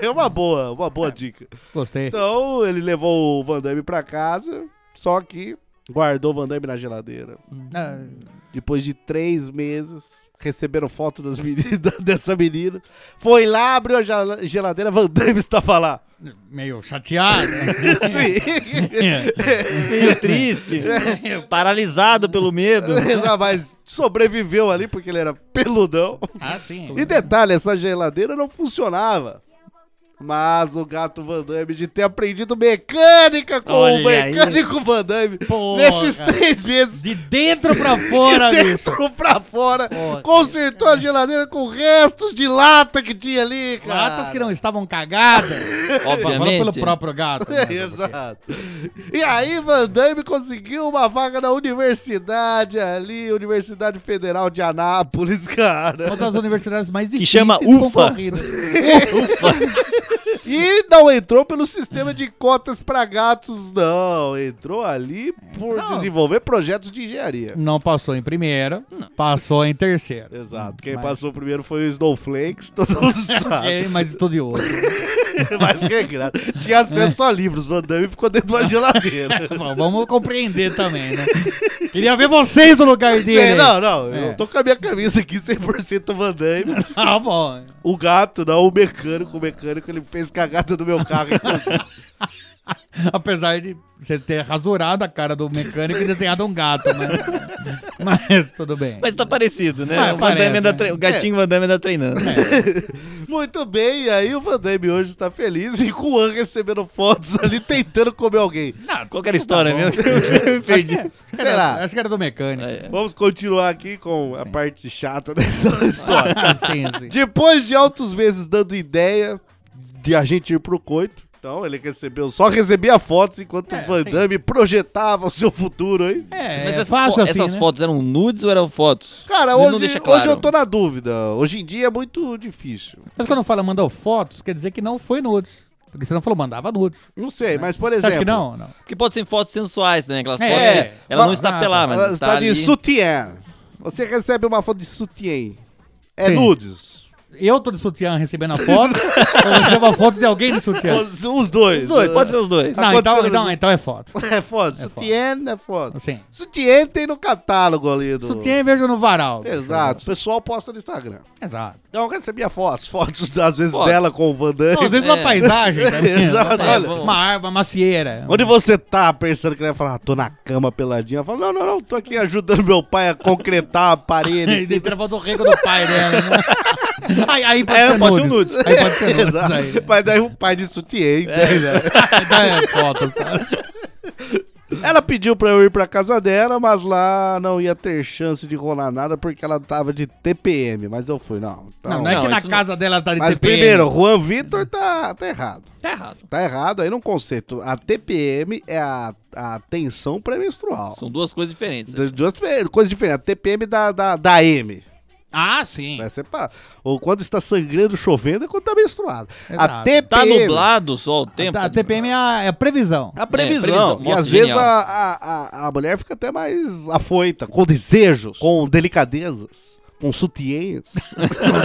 Speaker 7: É uma boa, uma boa dica.
Speaker 4: Gostei.
Speaker 7: Então ele levou o Van Damme pra casa, só que guardou o Van Damme na geladeira.
Speaker 4: Ah,
Speaker 7: Depois de três meses, receberam foto das meninas, dessa menina. Foi lá, abriu a gela- geladeira, Van Damme estava lá.
Speaker 4: meio chateado.
Speaker 7: Sim.
Speaker 8: Meio triste, paralisado pelo medo.
Speaker 7: Ah, Mas sobreviveu ali porque ele era peludão.
Speaker 4: Ah, sim.
Speaker 7: E detalhe, essa geladeira não funcionava. Mas o gato Van Damme de ter aprendido mecânica com o
Speaker 8: Olha aí.
Speaker 7: mecânico Van Damme
Speaker 4: Porra.
Speaker 7: nesses três meses.
Speaker 4: De dentro pra fora,
Speaker 7: de
Speaker 4: bicho.
Speaker 7: dentro pra fora, consertou a geladeira com restos de lata que tinha ali, cara.
Speaker 4: Latas que não estavam cagadas. Falando É. pelo
Speaker 8: Obviamente.
Speaker 4: próprio gato. né?
Speaker 7: Exato. E aí, Van Damme conseguiu uma vaga na universidade ali, Universidade Federal de Anápolis, cara.
Speaker 4: Uma das universidades mais difíceis
Speaker 8: chama UFA.
Speaker 4: concorridas.
Speaker 7: E não entrou pelo sistema de cotas pra gatos, não. Entrou ali por
Speaker 4: Não.
Speaker 7: desenvolver projetos de engenharia.
Speaker 4: Não passou em primeiro, passou em terceiro.
Speaker 7: Exato. Quem
Speaker 4: Mas-
Speaker 7: passou primeiro foi o Snowflakes, todo mundo sabe.
Speaker 4: Quem mais estudioso.
Speaker 7: Mas regrado. Tinha acesso a livros, Van Damme ficou dentro de uma geladeira.
Speaker 4: Bom, Vamos compreender também, né? Queria ver vocês no lugar dele.
Speaker 7: É, não, não,
Speaker 4: É.
Speaker 7: eu tô com a minha camisa aqui 100% Van Damme.
Speaker 4: Tá bom.
Speaker 7: O gato, não, o mecânico. O mecânico, ele fez cagada no meu carro. inclusive.
Speaker 4: Apesar de você ter rasurado a cara do mecânico e desenhado um gato, né? Mas tudo bem.
Speaker 8: Mas tá parecido, né?
Speaker 4: Ah,
Speaker 8: o, Van
Speaker 4: parece,
Speaker 8: Damme ainda
Speaker 4: né?
Speaker 8: tre- o gatinho Van Damme ainda treinando.
Speaker 7: Muito bem, e aí o Van Damme hoje está feliz e com o Juan recebendo fotos ali tentando comer alguém.
Speaker 8: Qual que era a história,
Speaker 4: bom.
Speaker 8: meu?
Speaker 4: perdi.
Speaker 7: Será?
Speaker 4: Acho que era do mecânico.
Speaker 8: É.
Speaker 7: Vamos continuar aqui com a parte chata dessa história.
Speaker 4: Assim, assim.
Speaker 7: Depois É. de altos meses dando ideia de a gente ir pro coito, então ele recebeu, só recebia fotos enquanto
Speaker 8: É,
Speaker 7: o Van Damme projetava o seu futuro, hein?
Speaker 4: É,
Speaker 8: Mas
Speaker 4: é
Speaker 8: essas,
Speaker 4: fácil
Speaker 8: fo-
Speaker 4: assim,
Speaker 8: essas
Speaker 4: né?
Speaker 8: fotos eram nudes ou eram fotos?
Speaker 7: Cara,
Speaker 8: Ele não
Speaker 7: hoje,
Speaker 8: deixa claro.
Speaker 7: hoje eu tô na dúvida. Hoje em dia é muito difícil.
Speaker 4: Mas quando fala mandou fotos, quer dizer que não foi nudes. Porque você não falou mandava nudes.
Speaker 7: Não sei, mas por
Speaker 4: Você
Speaker 7: exemplo.
Speaker 4: acha que não? Não.
Speaker 8: Porque pode ser fotos sensuais, né? Aquelas
Speaker 4: É,
Speaker 8: fotos que
Speaker 7: mas-
Speaker 8: ela não está pelada, Ah, mas
Speaker 7: Ela tá
Speaker 8: está
Speaker 7: está
Speaker 8: ali.
Speaker 7: de sutiã. Você recebe uma foto de sutiã. É
Speaker 4: Sim.
Speaker 7: nudes.
Speaker 4: eu tô de sutiã recebendo a foto, ou recebo a foto de alguém de sutiã?
Speaker 7: Os, os dois.
Speaker 8: Os dois, pode ser os dois.
Speaker 4: Não, então,
Speaker 7: aconteceu
Speaker 4: então,
Speaker 7: no-
Speaker 4: então é foto.
Speaker 7: É foda. Sutiã é foda.
Speaker 4: Assim,
Speaker 7: Sutiã tem no catálogo ali do.
Speaker 4: sutiã é eu vejo no varal.
Speaker 7: Exato. O pessoal posta no Instagram.
Speaker 4: Exato.
Speaker 7: Então eu recebia fotos. Fotos, às vezes,
Speaker 8: Fotos.
Speaker 7: dela com o Van Damme.
Speaker 4: Não, às vezes uma paisagem. né?
Speaker 7: Exato,
Speaker 4: Uma-
Speaker 7: olha.
Speaker 4: Uma arma, uma macieira.
Speaker 7: Onde você tá pensando que ele vai falar, ah, tô na cama peladinha? Eu falo, não, não, não, tô aqui ajudando meu pai a concretar a
Speaker 4: E
Speaker 7: parede.
Speaker 4: daí travou do rego do pai dela. né? Aí, aí pode
Speaker 7: É,
Speaker 4: ser
Speaker 7: pode ser um
Speaker 4: nudes.
Speaker 7: nudes.
Speaker 4: Aí pode ser nudes,
Speaker 7: Exato.
Speaker 4: aí. né? É.
Speaker 7: Mas daí o pai de sutiã, entende?
Speaker 4: Então é foto, sabe?
Speaker 7: Ela pediu pra eu ir pra casa dela, mas lá não ia ter chance de rolar nada porque ela tava de TPM. Mas eu fui, não. então-
Speaker 4: Não, não é
Speaker 8: não,
Speaker 4: que na
Speaker 8: isso
Speaker 4: casa dela tá de
Speaker 7: Mas
Speaker 4: TPM.
Speaker 7: primeiro, Juan Vitor tá, tá errado.
Speaker 8: Tá errado.
Speaker 7: Tá errado aí no conceito. A TPM é a, a tensão pré-menstrual.
Speaker 8: São duas coisas diferentes.
Speaker 7: Duas, duas fe- coisas diferentes. A TPM da, da, da M.
Speaker 4: Ah, sim.
Speaker 7: Vai separar. Ou quando está sangrando, chovendo, é quando está menstruado. A
Speaker 4: Exato.
Speaker 7: TPM.
Speaker 8: Tá nublado só o tempo.
Speaker 4: A TPM é a, é a previsão.
Speaker 8: Ah,
Speaker 7: A previsão.
Speaker 8: É, previsão.
Speaker 7: e
Speaker 8: Nossa,
Speaker 7: às vezes
Speaker 8: genial.
Speaker 7: a, a, a, a mulher fica até mais afoita, com desejos, com delicadezas, com sutiãs.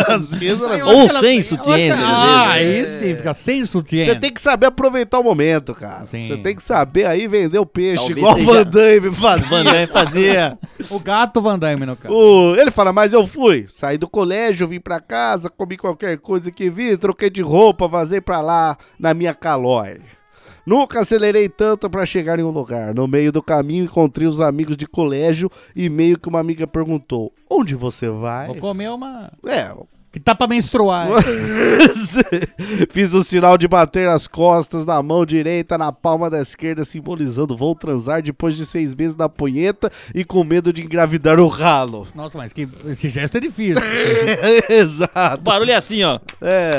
Speaker 7: às vezes ela...
Speaker 8: Ou
Speaker 4: tá
Speaker 8: sem sutiã.
Speaker 4: Ah,
Speaker 8: às vezes.
Speaker 4: aí sim, fica sem sutiã.
Speaker 7: Você tem que saber aproveitar o momento, cara.
Speaker 4: Sim.
Speaker 7: Você tem que saber aí vender o peixe,
Speaker 8: Talvez
Speaker 7: igual o
Speaker 8: seja-
Speaker 7: Van Damme fazia.
Speaker 8: Van Damme
Speaker 7: fazia.
Speaker 4: O gato Van Damme, no caso.
Speaker 7: O- ele fala, mas eu fui. Saí do colégio, vim pra casa, comi qualquer coisa que vi, troquei de roupa, vazei pra lá na minha calói. Nunca acelerei tanto pra chegar em um lugar. No meio do caminho encontrei os amigos de colégio e meio que uma amiga perguntou: Onde você vai?
Speaker 4: Vou comer uma...
Speaker 7: É,
Speaker 4: Que tá pra menstruar.
Speaker 7: fiz o sinal de bater as costas na mão direita, na palma da esquerda, simbolizando vou transar depois de seis meses na punheta e com medo de engravidar o ralo.
Speaker 4: Nossa, mas que, esse gesto é difícil.
Speaker 8: O
Speaker 7: Exato.
Speaker 8: barulho é assim, ó.
Speaker 7: É.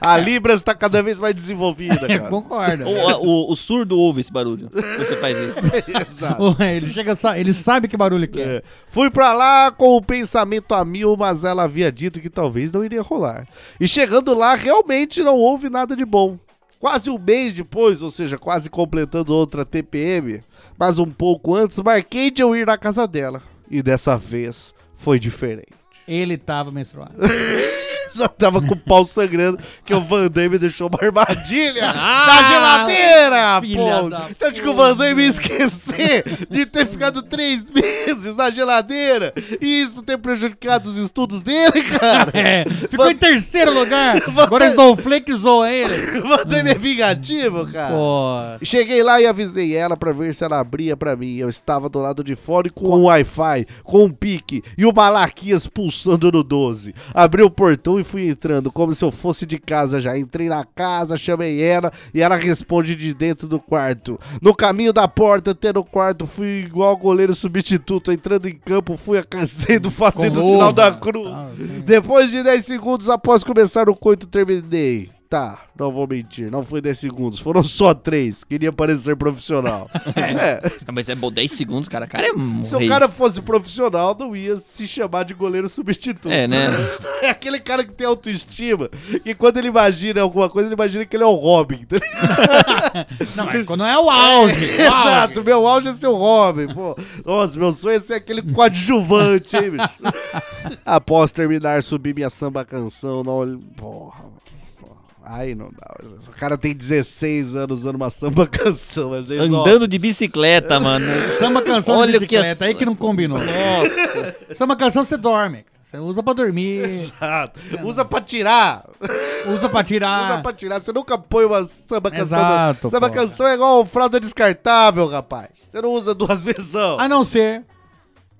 Speaker 7: A Libra está cada vez mais desenvolvida,
Speaker 4: É,
Speaker 7: cara.
Speaker 4: Concordo.
Speaker 8: O, o- o surdo ouve esse barulho quando você faz isso.
Speaker 7: Exato.
Speaker 4: Ou é, ele, chega, sa- ele sabe que barulho que é.
Speaker 7: É. Fui pra lá com o pensamento a mil, mas ela havia dito que talvez não iria rolar. E chegando lá, realmente não houve nada de bom. Quase um mês depois, ou seja, quase completando outra TPM, mas um pouco antes, marquei de eu ir na casa dela. E dessa vez foi diferente.
Speaker 4: Ele tava menstruado.
Speaker 7: Só tava com o pau sangrando que o Van Damme deixou uma armadilha na geladeira,
Speaker 4: Ah, filha
Speaker 7: pô.
Speaker 4: da
Speaker 7: Você acha que o Van Damme ia esquecer de ter ficado três meses na geladeira e isso ter prejudicado os estudos dele, cara?
Speaker 4: É, ficou em terceiro lugar. Agora Snowflake zoa ele.
Speaker 7: O Van Damme é vingativo, cara.
Speaker 4: Pô,
Speaker 7: Cheguei lá e avisei ela pra ver se ela abria pra mim. Eu estava do lado de fora e com o Wi-Fi, com um pique e o Malaquias pulsando no 12. Abri o portão e fui entrando, como se eu fosse de casa já. Entrei na casa, chamei ela e ela responde de dentro do quarto. No caminho da porta até no quarto, fui igual goleiro substituto. Entrando em campo, fui aquecendo, fazendo o
Speaker 4: luva.
Speaker 7: sinal da cruz.
Speaker 4: Ah,
Speaker 7: tá, Depois de 10 segundos após começar o coito, terminei. Tá, não vou mentir, não foi 10 segundos, foram só 3. Queria parecer profissional. É,
Speaker 8: Ah, Mas é bom, 10 segundos, cara. O cara é um
Speaker 7: se o
Speaker 8: rei.
Speaker 7: cara fosse profissional, não ia se chamar de goleiro substituto.
Speaker 8: É, né?
Speaker 7: É aquele cara que tem autoestima, que quando ele imagina alguma coisa, ele imagina que ele é o Robin. tá ligado?
Speaker 4: não, mas quando é o auge. o auge.
Speaker 7: Exato, meu auge é ser o Robin. Pô. Nossa, meu sonho é ser aquele coadjuvante, hein, bicho? Após terminar, subir minha samba canção, não olho. Porra. porra. Aí não dá. O cara tem 16 anos usando uma samba canção, mas eles ó,
Speaker 8: Andando de bicicleta, mano.
Speaker 4: Samba canção
Speaker 8: Olha
Speaker 4: de
Speaker 8: o que
Speaker 4: bicicleta,
Speaker 8: as-
Speaker 4: aí que não combinou.
Speaker 8: Nossa.
Speaker 4: Samba canção você dorme. cara. Você usa pra dormir,
Speaker 7: Exato. Usa pra tirar.
Speaker 4: usa pra
Speaker 7: Usa
Speaker 4: tirar.
Speaker 7: pra tirar. Você nunca põe uma samba canção.
Speaker 4: Exato,
Speaker 7: samba
Speaker 4: pô.
Speaker 7: canção é igual fralda descartável, rapaz. Você não usa duas vezes, não.
Speaker 4: A não ser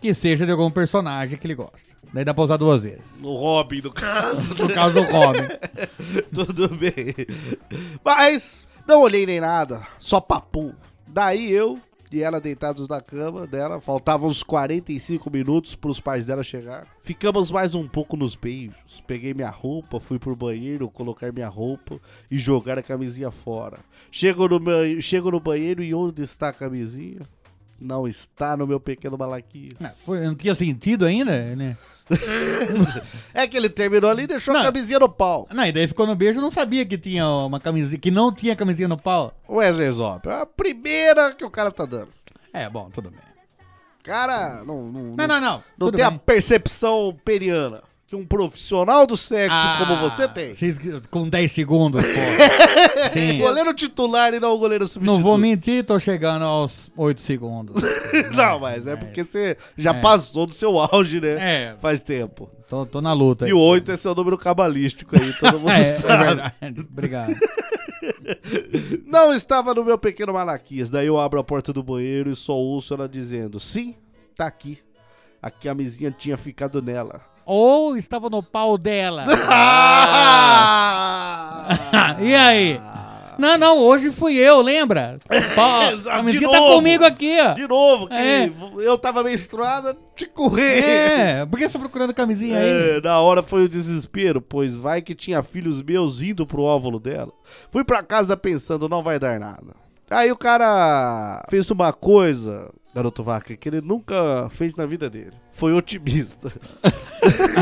Speaker 4: que seja de algum personagem que ele gosta. Daí dá pra usar duas vezes.
Speaker 7: No Robin, no caso.
Speaker 4: No caso do Robin.
Speaker 7: Tudo bem. Mas não olhei nem nada, só papo. Daí eu e ela deitados na cama dela, faltavam uns 45 minutos pros pais dela chegar. Ficamos mais um pouco nos beijos. Peguei minha roupa, fui pro banheiro colocar minha roupa e jogar a camisinha fora. Chego no, ban- chego no banheiro e onde está a camisinha? Não está no meu pequeno malaquias.
Speaker 4: Não, pô, não tinha sentido ainda, né?
Speaker 7: É que ele terminou ali e deixou a
Speaker 4: Não.
Speaker 7: camisinha no pau.
Speaker 4: Não, e daí ficou no beijo, eu não sabia que tinha uma camisinha, que não tinha camisinha no pau.
Speaker 7: Wesley Zop, é a primeira que o cara tá dando.
Speaker 4: É, bom, tudo bem.
Speaker 7: cara não, não, não,
Speaker 4: Não, não, não.
Speaker 7: não
Speaker 4: tudo
Speaker 7: tem a
Speaker 4: bem.
Speaker 7: percepção periana. que um profissional do sexo como
Speaker 4: Ah,
Speaker 7: você tem. É,
Speaker 4: se- com 10 segundos, pô. Sim.
Speaker 7: Goleiro titular e não goleiro substituto.
Speaker 4: Não vou mentir, tô chegando aos 8 segundos.
Speaker 7: Não, mas é porque você já passou do seu auge, né?
Speaker 4: É.
Speaker 7: Faz tempo.
Speaker 4: Tô, tô na luta. aí.
Speaker 7: E oito é seu número cabalístico aí, todo mundo
Speaker 4: É, é
Speaker 7: sabe.
Speaker 4: verdade. Obrigado.
Speaker 7: Não estava no meu pequeno Malaquias. Daí eu abro a porta do banheiro e só ouço ela dizendo: Sim, tá aqui. A camisinha tinha ficado nela.
Speaker 4: Ou estava no pau dela.
Speaker 7: Ah!
Speaker 4: e aí? Não, não, hoje fui eu, lembra? Pau,
Speaker 7: Exato,
Speaker 4: a
Speaker 7: de
Speaker 4: camisinha tá
Speaker 7: novo.
Speaker 4: comigo aqui, ó.
Speaker 7: De novo, que
Speaker 4: É.
Speaker 7: eu tava menstruada, te correr.
Speaker 4: É, por que você tá procurando camisinha aí?
Speaker 7: É, na hora foi o desespero, pois vai que tinha filhos meus indo pro óvulo dela. Fui pra casa pensando, não vai dar nada. Aí o cara fez uma coisa, garoto vaca, que ele nunca fez na vida dele. Foi otimista.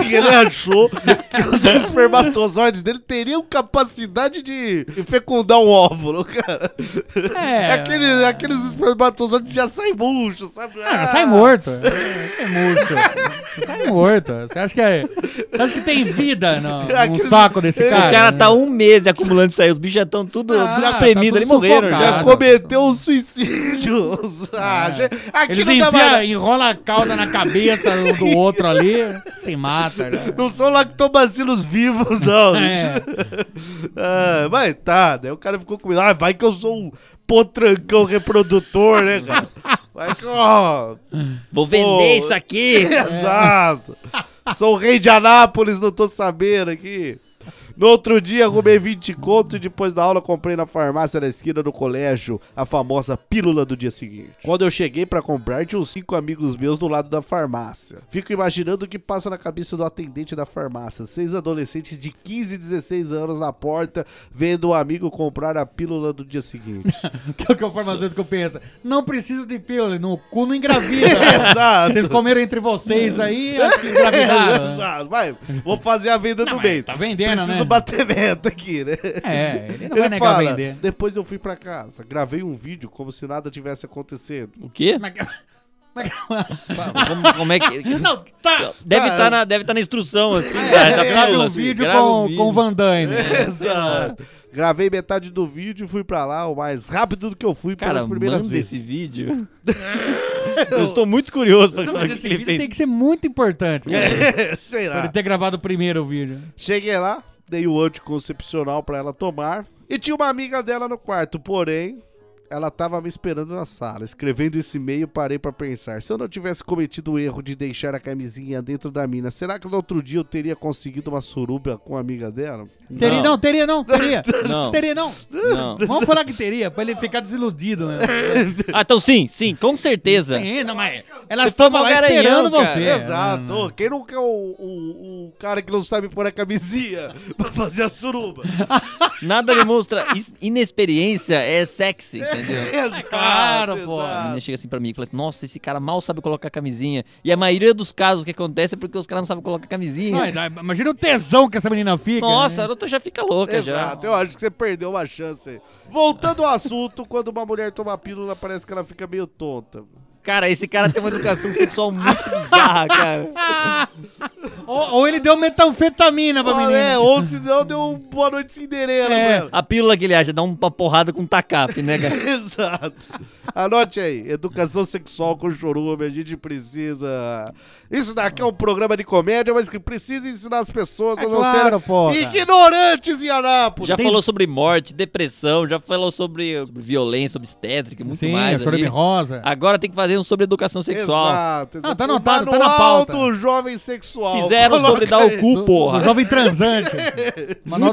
Speaker 7: E ele achou que os espermatozoides dele teriam capacidade de fecundar um óvulo, cara.
Speaker 4: É.
Speaker 7: Aqueles, aqueles espermatozoides já saem murcho, sabe?
Speaker 4: Ah, sai morto. É, é murcho. Sai morto. Você acha que, é, você acha que tem vida no, no
Speaker 7: Aquele-
Speaker 4: saco desse
Speaker 7: O
Speaker 4: cara?
Speaker 8: o cara tá um mês acumulando isso aí. Os bichos já estão tudo,
Speaker 4: Ah,
Speaker 8: tudo
Speaker 4: tá
Speaker 8: espremido
Speaker 4: tudo
Speaker 8: ali, morreram
Speaker 4: sufocado.
Speaker 8: já.
Speaker 7: Já cometeu um suicídio. Ah, já- aqui
Speaker 4: É. Eles
Speaker 7: não dá mais
Speaker 4: enfiam,
Speaker 7: nada.
Speaker 4: enrola a cauda na cabeça do, do outro ali, se mata. né?
Speaker 7: Não são lactobacilos vivos, não.
Speaker 4: É.
Speaker 7: Ah, mas tá, né? O cara ficou comigo. Ah, vai que eu sou um potrancão reprodutor, né, cara? Vai que, ó.
Speaker 8: Vou vender
Speaker 7: Pô.
Speaker 8: isso aqui.
Speaker 7: Exato. Sou o rei de Anápolis, não tô sabendo aqui. No outro dia, arrumei 20 conto e depois da aula comprei na farmácia da esquina do colégio a famosa pílula do dia seguinte. Quando eu cheguei pra comprar, tinha uns cinco amigos meus do lado da farmácia. Fico imaginando o que passa na cabeça do atendente da farmácia. Seis adolescentes de 15 e 16 anos na porta, vendo um amigo comprar a pílula do dia seguinte.
Speaker 4: Que é o que o farmacêutico pensa. Não precisa de pílula, no cu não engravida.
Speaker 7: Exato.
Speaker 4: Vocês comeram entre vocês aí, acho que engravidaram.
Speaker 7: Exato. Vai, vou fazer a venda do mês.
Speaker 4: tá vendendo,
Speaker 7: Preciso
Speaker 4: né?
Speaker 7: bater meta aqui, né?
Speaker 4: É, ele não vai
Speaker 7: Ele
Speaker 4: negar
Speaker 7: fala,
Speaker 4: vender.
Speaker 7: depois eu fui pra casa, gravei um vídeo como se nada tivesse acontecido.
Speaker 8: O quê? Como, como é que.
Speaker 4: Não, tá.
Speaker 8: Deve estar na, deve tá na instrução, assim.
Speaker 7: É,
Speaker 8: cara, tá
Speaker 4: Grave
Speaker 8: pílula,
Speaker 4: um
Speaker 8: assim,
Speaker 4: vídeo
Speaker 8: grava um
Speaker 4: com,
Speaker 8: vídeo.
Speaker 4: com Van Damme.
Speaker 7: Exato. Gravei metade do vídeo e fui pra lá o mais rápido do que eu fui
Speaker 8: Cara,
Speaker 7: pelas primeiras
Speaker 8: manda
Speaker 7: vezes.
Speaker 8: esse vídeo. Eu estou muito curioso pra
Speaker 4: Não,
Speaker 8: saber
Speaker 4: mas
Speaker 8: o que É.
Speaker 4: esse
Speaker 8: ele
Speaker 4: vídeo
Speaker 8: fez.
Speaker 4: tem que ser muito importante. né?
Speaker 7: Sei
Speaker 4: Pra ele
Speaker 7: lá.
Speaker 4: ter gravado primeiro o vídeo.
Speaker 7: Cheguei lá, dei o anticoncepcional pra ela tomar e tinha uma amiga dela no quarto, porém ela tava me esperando na sala. Escrevendo esse e-mail, parei pra pensar. Se eu não tivesse cometido o erro de deixar a camisinha dentro da mina, será que no outro dia eu teria conseguido uma suruba com a amiga dela?
Speaker 4: Teria não, teria não, teria.
Speaker 8: Não.
Speaker 4: Teria não.
Speaker 8: Não.
Speaker 4: Vamos falar que teria, pra ele ficar desiludido, né?
Speaker 8: Ah, então sim, sim, com certeza.
Speaker 4: Tem, não, mas elas
Speaker 8: Você
Speaker 4: estavam
Speaker 8: foi
Speaker 4: lá
Speaker 8: pro Garanhão,
Speaker 4: esperando
Speaker 8: cara.
Speaker 4: você.
Speaker 7: Exato. Ô, Quem nunca é o, o- o cara que não sabe pôr a camisinha pra fazer a suruba?
Speaker 8: Nada demonstra is- inexperiência, é sexy, entendeu?
Speaker 7: Exato,
Speaker 4: claro, pô.
Speaker 8: A
Speaker 7: exato.
Speaker 8: menina chega assim pra mim e fala assim, nossa, esse cara mal sabe colocar camisinha. E a maioria dos casos que acontece é porque os caras não sabem colocar camisinha.
Speaker 4: Não, ainda- imagina o tesão que essa menina fica.
Speaker 8: nossa, a
Speaker 4: né?
Speaker 8: garota já fica louca já.
Speaker 7: Exato, eu acho que você perdeu uma chance aí. Voltando ao assunto, quando uma mulher toma pílula, parece que ela fica meio tonta.
Speaker 8: Cara, esse cara tem uma educação sexual muito bizarra, cara.
Speaker 4: Ah! Ou, ou ele deu metanfetamina pra
Speaker 7: Ah,
Speaker 4: menina.
Speaker 7: é, ou se não, deu um boa noite cinderela
Speaker 4: É.
Speaker 7: pra ela.
Speaker 8: A pílula que ele acha, dá uma porrada com tacape, né, cara?
Speaker 7: Exato. Anote aí, educação sexual com chorume, a gente precisa... Isso daqui é um programa de comédia, mas que precisa ensinar as pessoas a não
Speaker 4: É claro,
Speaker 7: serem
Speaker 4: pô, cara.
Speaker 7: ignorantes em Anápolis.
Speaker 8: Já
Speaker 4: Tem-
Speaker 8: falou sobre morte, depressão, já falou sobre, sobre violência obstétrica, e muito
Speaker 4: Sim,
Speaker 8: mais.
Speaker 4: a chorame
Speaker 8: ali.
Speaker 4: rosa.
Speaker 8: Agora tem que fazer um sobre educação sexual.
Speaker 7: Exato, exato.
Speaker 4: Não, tá
Speaker 7: O
Speaker 4: anotado, tá na
Speaker 7: Manual
Speaker 4: pauta.
Speaker 7: do jovem sexual.
Speaker 8: Fizeram
Speaker 7: Coloca
Speaker 8: sobre dar o
Speaker 7: aí.
Speaker 8: cu,
Speaker 4: O
Speaker 8: porra.
Speaker 4: jovem transante. Manual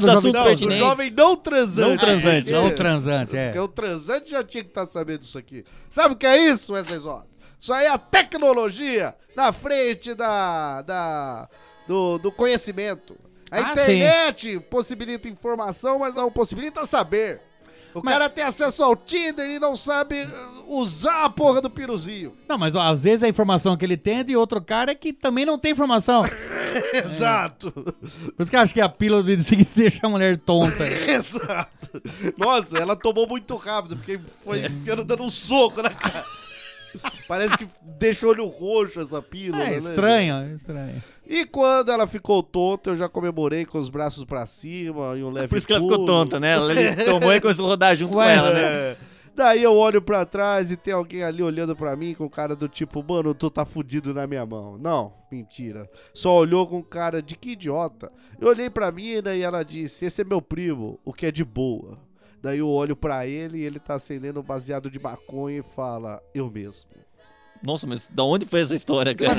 Speaker 8: Muitos
Speaker 4: do jovem
Speaker 8: assuntos
Speaker 7: Não,
Speaker 8: pertinentes.
Speaker 7: do jovem não transante.
Speaker 8: Não transante, né?
Speaker 7: É,
Speaker 4: Não transante, é.
Speaker 7: Porque o transante já tinha que estar sabendo disso aqui. Sabe o que é isso, Wesley Zop? Isso aí é a tecnologia na frente da, da, do, do conhecimento. A
Speaker 4: Ah,
Speaker 7: internet possibilita informação, mas não possibilita saber. O
Speaker 4: Mas-
Speaker 7: cara tem acesso ao Tinder e não sabe uh, usar a porra do piruzinho.
Speaker 4: Não, mas ó, às vezes a informação que ele tem é de outro cara que também não tem informação. É.
Speaker 7: Exato.
Speaker 4: Por isso que eu acho que a pílula do dia seguinte deixa a mulher tonta.
Speaker 7: É,
Speaker 4: É.
Speaker 7: Exato. Nossa, ela tomou muito rápido, porque foi enfiando dando um soco na cara. Parece que deixou o olho roxo essa pílula.
Speaker 4: É
Speaker 7: né,
Speaker 4: estranho, é estranho.
Speaker 7: E quando ela ficou tonta, eu já comemorei com os braços pra cima e um leve
Speaker 8: É Por isso que ela ficou
Speaker 7: pulo.
Speaker 8: tonta, né? Ela ele tomou e começou a rodar junto
Speaker 4: Ué,
Speaker 8: com ela, né?
Speaker 7: É. Daí eu olho pra trás e tem alguém ali olhando pra mim com cara do tipo, mano, tu tá fudido na minha mão. Não, mentira. Só olhou com cara de que idiota. Eu olhei pra mina e ela disse, esse é meu primo, o que é de boa. Daí eu olho pra ele e ele tá acendendo um baseado de maconha e fala, eu mesmo.
Speaker 8: Nossa, mas da onde foi essa história, cara?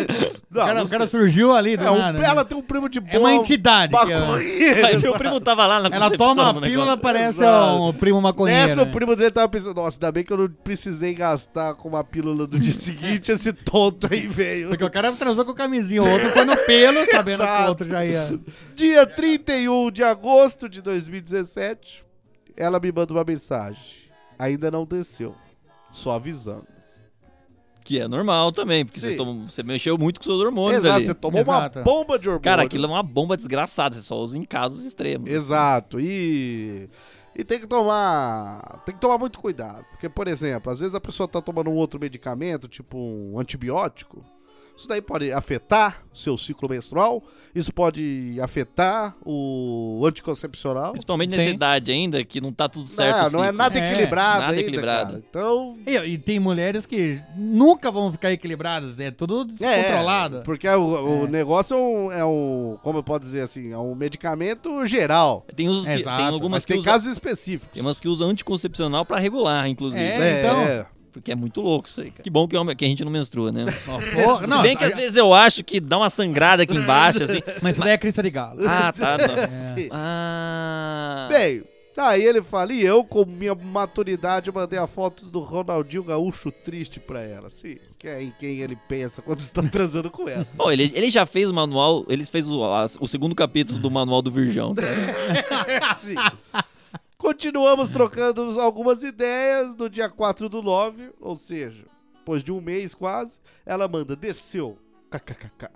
Speaker 7: Não,
Speaker 4: o, cara,
Speaker 7: não
Speaker 4: o cara
Speaker 7: sei.
Speaker 4: surgiu ali do
Speaker 7: É, um-
Speaker 4: nada. né?
Speaker 7: ela tem um primo de boa.
Speaker 4: É uma entidade. que ela-
Speaker 7: Maconheiro.
Speaker 8: Aí meu primo tava lá na
Speaker 4: ela
Speaker 8: concepção
Speaker 4: toma a
Speaker 8: do
Speaker 4: pílula,
Speaker 8: negócio.
Speaker 4: parece
Speaker 7: Exato.
Speaker 4: um primo maconheiro.
Speaker 7: Nessa, o
Speaker 4: né?
Speaker 7: primo dele tava pensando, nossa, ainda bem que eu não precisei gastar com uma pílula do dia seguinte, esse tonto aí veio.
Speaker 4: Porque o cara transou com camisinha, o outro foi no pelo, sabendo que
Speaker 7: Exato.
Speaker 4: o outro já ia.
Speaker 7: Dia 31 de agosto de 2017, ela me manda uma mensagem. Ainda não desceu. Só avisando.
Speaker 8: Que é normal também, porque você,
Speaker 7: Sim.
Speaker 8: toma- você mexeu muito com seus hormônios
Speaker 7: Exato,
Speaker 8: ali.
Speaker 7: você tomou
Speaker 4: Exato.
Speaker 7: uma bomba de hormônio.
Speaker 8: Cara, aquilo é uma bomba desgraçada, você só usa em casos extremos.
Speaker 7: Exato. E e tem que tomar, tem que tomar muito cuidado, porque por exemplo, às vezes a pessoa tá tomando um outro medicamento, tipo um antibiótico. Isso daí pode afetar o seu ciclo menstrual, isso pode afetar o anticoncepcional.
Speaker 8: Principalmente nessa
Speaker 4: Sim.
Speaker 8: idade ainda, que não tá tudo certo.
Speaker 7: Tá não, não é
Speaker 8: assim.
Speaker 7: nada
Speaker 4: É,
Speaker 7: equilibrado
Speaker 8: nada
Speaker 7: ainda,
Speaker 8: equilibrado.
Speaker 7: cara. Então,
Speaker 4: E, e tem mulheres que nunca vão ficar equilibradas, é tudo descontrolado.
Speaker 7: É, porque o, o negócio é um, é um, como eu posso dizer assim, é um medicamento geral.
Speaker 8: Tem, usos que, tem
Speaker 4: Exato,
Speaker 7: Mas
Speaker 8: algumas que
Speaker 7: tem
Speaker 8: usam.
Speaker 7: casos específicos.
Speaker 8: Tem umas que usam anticoncepcional pra regular, inclusive.
Speaker 4: É, então.
Speaker 8: Porque é muito louco isso aí, cara. Que bom que, homem- que a gente não menstrua, né?
Speaker 4: Ó, porra,
Speaker 8: Se
Speaker 4: não,
Speaker 7: tá
Speaker 8: bem que às vezes eu acho que dá uma sangrada aqui embaixo, assim.
Speaker 4: Mas isso daí é crista de galo.
Speaker 8: Ah, tá. não.
Speaker 4: É.
Speaker 7: Sim.
Speaker 8: Ah.
Speaker 7: É. Bem, aí ele fala, e eu, com minha maturidade, mandei a foto do Ronaldinho Gaúcho triste pra ela. Sim, que é em quem ele pensa quando está transando com ela.
Speaker 8: Bom, ele, ele já fez o manual, ele fez o, a- o segundo capítulo do manual do Virgão. cara.
Speaker 7: Sim. Continuamos trocando algumas ideias no dia 4 do 9, ou seja, depois de um mês quase, ela manda, desceu, kkkk.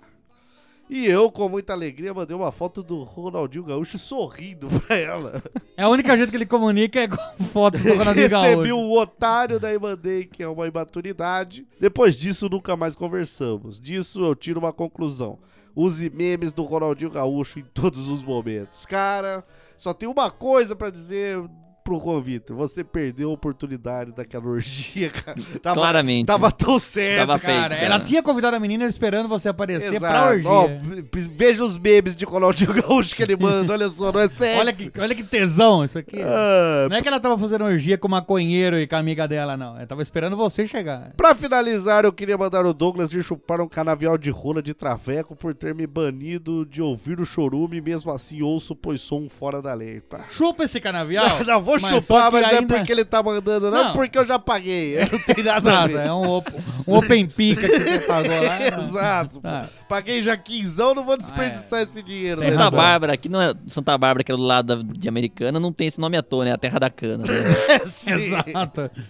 Speaker 7: E eu, com muita alegria, mandei uma foto do Ronaldinho Gaúcho sorrindo pra ela.
Speaker 4: É a única jeito que ele comunica é com foto do Ronaldinho
Speaker 7: Recebi
Speaker 4: Gaúcho.
Speaker 7: um otário, daí mandei que é uma imaturidade. Depois disso, nunca mais conversamos. Disso, eu tiro uma conclusão. Use memes do Ronaldinho Gaúcho em todos os momentos. Cara, só tem uma coisa pra dizer pro convite. Você perdeu a oportunidade daquela orgia, cara. Tava,
Speaker 8: Claramente.
Speaker 7: Tava tão certo.
Speaker 8: Tava feito.
Speaker 4: Cara, ela tinha convidado a menina esperando você aparecer pra
Speaker 7: É. Exato.
Speaker 4: orgia.
Speaker 7: Ó, v- veja os memes de Ronaldinho Gaúcho que ele manda. Olha só, não é sexo.
Speaker 4: olha, que, olha que tesão isso aqui.
Speaker 7: Ah,
Speaker 4: Não é que ela tava fazendo orgia com maconheiro e com a amiga dela, não. Ela tava esperando você chegar.
Speaker 7: Pra finalizar, eu queria mandar o Douglas ir chupar um canavial de rola de traveco por ter me banido de ouvir o chorume, mesmo assim ouço, pois sou um fora da lei. Tá?
Speaker 4: Chupa esse canavial.
Speaker 7: Não vou
Speaker 4: mas só
Speaker 7: chupar,
Speaker 4: que
Speaker 7: mas não é
Speaker 4: ainda-
Speaker 7: porque ele tá mandando, não,
Speaker 4: Não.
Speaker 7: porque eu já paguei. Não tem nada, a
Speaker 4: Exato,
Speaker 7: ver.
Speaker 4: é um, op- um open pica que você pagou lá. né? não.
Speaker 7: Exato.
Speaker 4: Ah. é.
Speaker 7: Paguei já quinzão, não vou desperdiçar esse dinheiro. né?
Speaker 8: Santa Bárbara, aqui não é Santa Bárbara, que é do lado da- de Americana, não tem esse nome à toa, né? É a terra da cana. né?
Speaker 7: Sim.
Speaker 4: Exato.
Speaker 7: assim.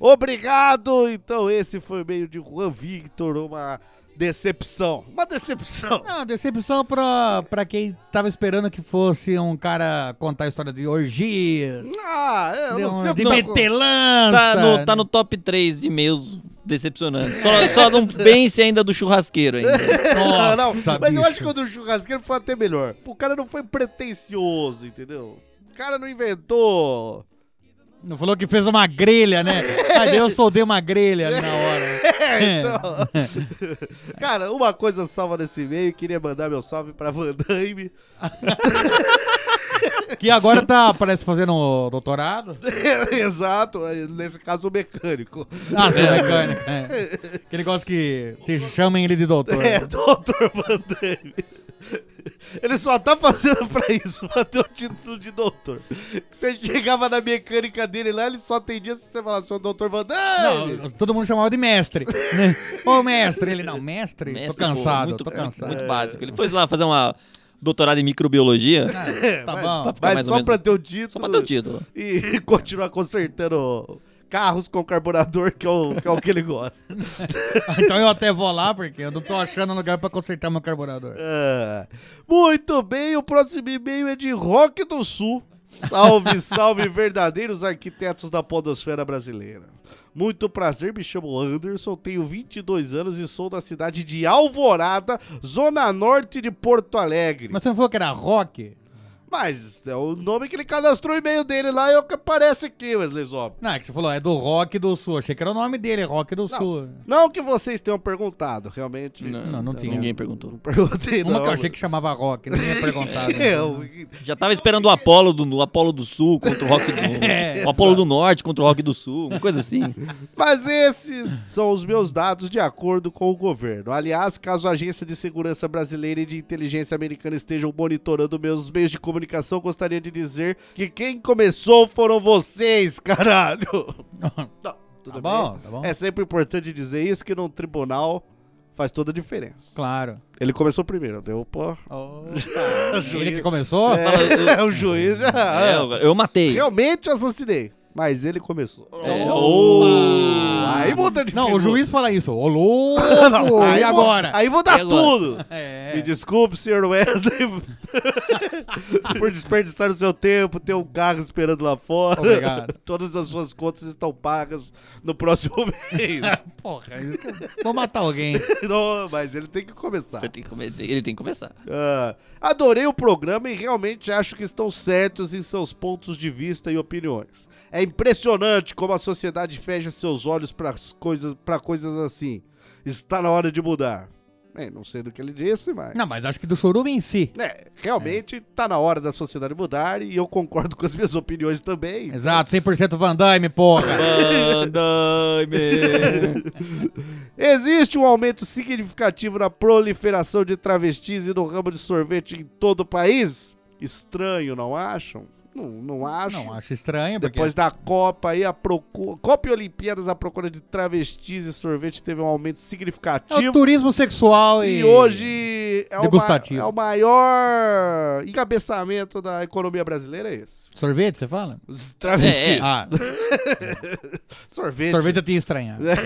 Speaker 7: Obrigado. Então, esse foi o meio de Juan Victor, uma decepção. Uma decepção.
Speaker 4: Não, decepção pra, pra quem tava esperando que fosse um cara contar a história de orgias,
Speaker 7: Ah, eu
Speaker 4: de,
Speaker 7: não
Speaker 4: um,
Speaker 7: sei o
Speaker 4: de
Speaker 7: que-
Speaker 4: metelança.
Speaker 8: Tá no, tá no
Speaker 4: né?
Speaker 8: top 3 de e-mails decepcionantes. Só, só não pense ainda do churrasqueiro ainda.
Speaker 4: Nossa,
Speaker 7: não, não. Mas eu
Speaker 4: bicho.
Speaker 7: acho que o do churrasqueiro foi até melhor. O cara não foi pretencioso, entendeu? O cara não inventou.
Speaker 4: Não falou que fez uma grelha, né? Cadê eu soldei uma grelha ali na hora?
Speaker 7: É, então. cara, uma coisa salva nesse meio. Queria mandar meu salve pra Van Damme.
Speaker 4: Que agora tá, parece, fazendo um doutorado.
Speaker 7: Exato. Nesse caso, o mecânico.
Speaker 4: Ah, seu mecânico. É. Aquele negócio que vocês chamem ele de doutor.
Speaker 7: É, doutor Van Damme. Ele só tá fazendo pra isso, pra ter o título de doutor. Você chegava na mecânica dele lá, ele só atendia se você falasse, ô doutor Van Damme.
Speaker 4: Não, todo mundo chamava de mestre. Né? Ô, mestre, ele não, mestre,
Speaker 8: Mestre,
Speaker 4: tô cansado,
Speaker 8: pô, é muito-
Speaker 4: tô cansado.
Speaker 8: Muito básico. Ele foi lá fazer uma doutorada em microbiologia,
Speaker 4: tá
Speaker 7: mas-
Speaker 4: bom.
Speaker 8: ficar
Speaker 7: Mas
Speaker 8: mais ou
Speaker 7: só
Speaker 8: menos-
Speaker 7: pra ter o título.
Speaker 8: só pra ter o título.
Speaker 7: E continuar consertando carros com carburador, que é o que, é o que ele gosta.
Speaker 4: Então eu até vou lá, porque eu não tô achando lugar pra consertar meu carburador.
Speaker 7: Ah, muito bem, o próximo e-mail é de é Rock do Sul. Salve, salve, verdadeiros arquitetos da podosfera brasileira. Muito prazer, me chamo Anderson, tenho 22 anos e sou da cidade de Alvorada, zona norte de Porto Alegre.
Speaker 4: Mas você não falou que era rock?
Speaker 7: Mas é o nome que ele cadastrou o e-mail dele lá é o que aparece aqui, Wesley Zop.
Speaker 4: Não, é que você falou, é do Rock do Sul. Achei que era o nome dele, Rock do Sul.
Speaker 7: Não que vocês tenham perguntado, realmente.
Speaker 4: Não, não tinha.
Speaker 8: Ninguém perguntou.
Speaker 7: Não perguntei,
Speaker 4: Uma
Speaker 7: não.
Speaker 4: que eu achei que chamava Rock, não ia perguntar.
Speaker 7: É,
Speaker 4: né?
Speaker 7: Eu-
Speaker 8: Já tava esperando o Apolo do, o Apolo do Sul contra o Rock do
Speaker 4: É,
Speaker 8: O Apolo do Norte contra o Rock do Sul, uma coisa assim.
Speaker 7: Mas esses são os meus dados de acordo com o governo. Aliás, caso a Agência de Segurança Brasileira e de Inteligência Americana estejam monitorando meus meios de comunicação, gostaria de dizer que quem começou foram vocês, caralho! Não,
Speaker 4: Tá
Speaker 7: tudo
Speaker 4: bom,
Speaker 7: bem?
Speaker 4: tá bom.
Speaker 7: É sempre importante dizer isso, que num tribunal faz toda a diferença.
Speaker 4: Claro.
Speaker 7: Ele começou primeiro, deu pô.
Speaker 4: Ele que começou?
Speaker 7: É, o juiz.
Speaker 8: É,
Speaker 7: ah,
Speaker 8: eu, eu matei.
Speaker 7: Realmente assassinei, mas ele começou.
Speaker 8: É,
Speaker 7: Aí muda de
Speaker 4: Não, o
Speaker 7: figura.
Speaker 4: juiz fala isso. Ô, louco!
Speaker 7: Aí
Speaker 4: e
Speaker 7: mu-
Speaker 4: agora?
Speaker 7: Aí vou dar
Speaker 8: E agora?
Speaker 7: tudo.
Speaker 4: É,
Speaker 7: Me desculpe, senhor Wesley, por desperdiçar o seu tempo, ter um carro esperando lá fora.
Speaker 4: Obrigado.
Speaker 7: Todas as suas contas estão pagas no próximo mês.
Speaker 4: porra, isso que eu- vou matar alguém.
Speaker 7: Não, mas ele tem que começar.
Speaker 8: Você tem que come- ele tem que começar.
Speaker 7: Ah, adorei o programa e realmente acho que estão certos em seus pontos de vista e opiniões. É impressionante como a sociedade fecha seus olhos para coisas, pra coisas assim. Está na hora de mudar. Bem, não sei do que ele disse, mas.
Speaker 4: Não, mas acho que do chorume em si.
Speaker 7: É, realmente está na hora da sociedade mudar e eu concordo com as minhas opiniões também.
Speaker 4: Exato, 100% Van Damme, porra.
Speaker 8: Bandai-me.
Speaker 7: Existe um aumento significativo na proliferação de travestis e no ramo de sorvete em todo o país? Estranho, não acham? Não, não acho.
Speaker 4: Não, acho estranho, porque...
Speaker 7: Depois da Copa aí, a procura. Copa e Olimpíadas, a procura de travestis e sorvete teve um aumento
Speaker 4: É o
Speaker 7: significativo.
Speaker 4: turismo sexual e...
Speaker 7: e hoje é o, ma-
Speaker 4: Degustativo.
Speaker 7: é o maior encabeçamento da economia brasileira, é esse.
Speaker 4: Sorvete, você fala?
Speaker 7: Os travestis.
Speaker 8: É, é.
Speaker 4: Ah,
Speaker 7: Sorvete.
Speaker 4: sorvete É. eu tinha estranhado.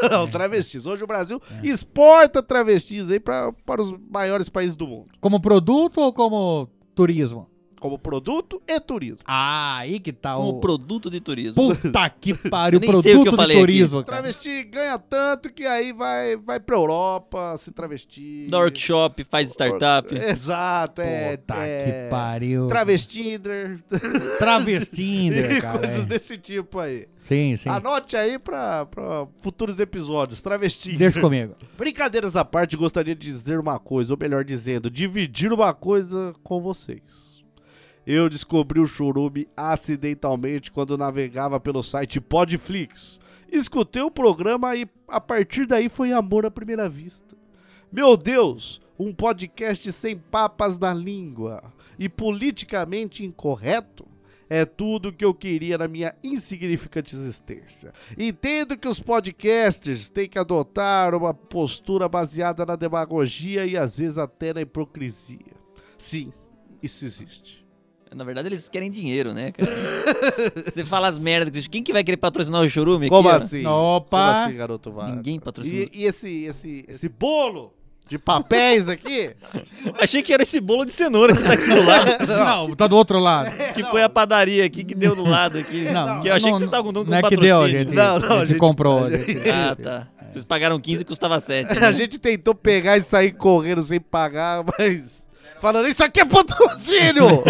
Speaker 7: É. Não, travestis. Hoje o Brasil
Speaker 4: É.
Speaker 7: exporta travestis aí pra, para os maiores países do mundo.
Speaker 4: Como produto ou como turismo?
Speaker 7: Como produto e turismo.
Speaker 4: Ah, aí que tá
Speaker 8: Um
Speaker 4: o...
Speaker 8: produto de turismo.
Speaker 4: Puta que
Speaker 8: Eu
Speaker 4: pariu,
Speaker 8: nem sei o
Speaker 4: produto
Speaker 8: que eu
Speaker 4: de
Speaker 8: falei aqui.
Speaker 4: turismo, cara.
Speaker 7: Travesti ganha tanto que aí vai, vai pra Europa se travestir.
Speaker 8: Dá workshop, faz startup.
Speaker 7: Exato, é.
Speaker 4: Puta
Speaker 7: é,
Speaker 4: que pariu.
Speaker 7: Travestinder,
Speaker 4: Travestinder, cara.
Speaker 7: coisas
Speaker 4: é.
Speaker 7: desse tipo aí.
Speaker 4: Sim, sim.
Speaker 7: Anote aí pra, pra futuros episódios. Travestinder.
Speaker 4: Deixa comigo.
Speaker 7: Brincadeiras à parte, gostaria de dizer uma coisa, ou melhor dizendo, dividir uma coisa com vocês. Eu descobri o churume acidentalmente quando navegava pelo site Podflix. Escutei o programa e a partir daí foi amor à primeira vista. Meu Deus, um podcast sem papas na língua e politicamente incorreto. É tudo que eu queria na minha insignificante existência. Entendo que os podcasters têm que adotar uma postura baseada na demagogia e às vezes até na hipocrisia. Sim, isso existe.
Speaker 8: Na verdade, eles querem dinheiro, né, cara? Você fala as merdas. Quem que vai querer patrocinar o churume
Speaker 7: Como
Speaker 8: aqui? ó?
Speaker 7: assim? Como
Speaker 4: Opa!
Speaker 7: assim, garoto Vara?
Speaker 8: Ninguém patrocina.
Speaker 7: E, e esse, esse, esse bolo de papéis aqui?
Speaker 8: Achei que era esse bolo de cenoura que tá aqui do lado.
Speaker 4: Não, tá do outro lado.
Speaker 8: Que foi a padaria aqui que deu do lado aqui.
Speaker 4: Não,
Speaker 8: que eu achei
Speaker 4: não,
Speaker 8: que vocês estavam contando com um
Speaker 4: não é que
Speaker 8: patrocínio.
Speaker 4: deu, gente.
Speaker 7: Não, não,
Speaker 4: a gente,
Speaker 7: a gente-
Speaker 4: comprou. gente.
Speaker 8: Ah, tá. Vocês pagaram 15 e custava né? 7.
Speaker 7: A gente tentou pegar e sair correndo sem pagar, mas. Falando, isso aqui é patrocínio!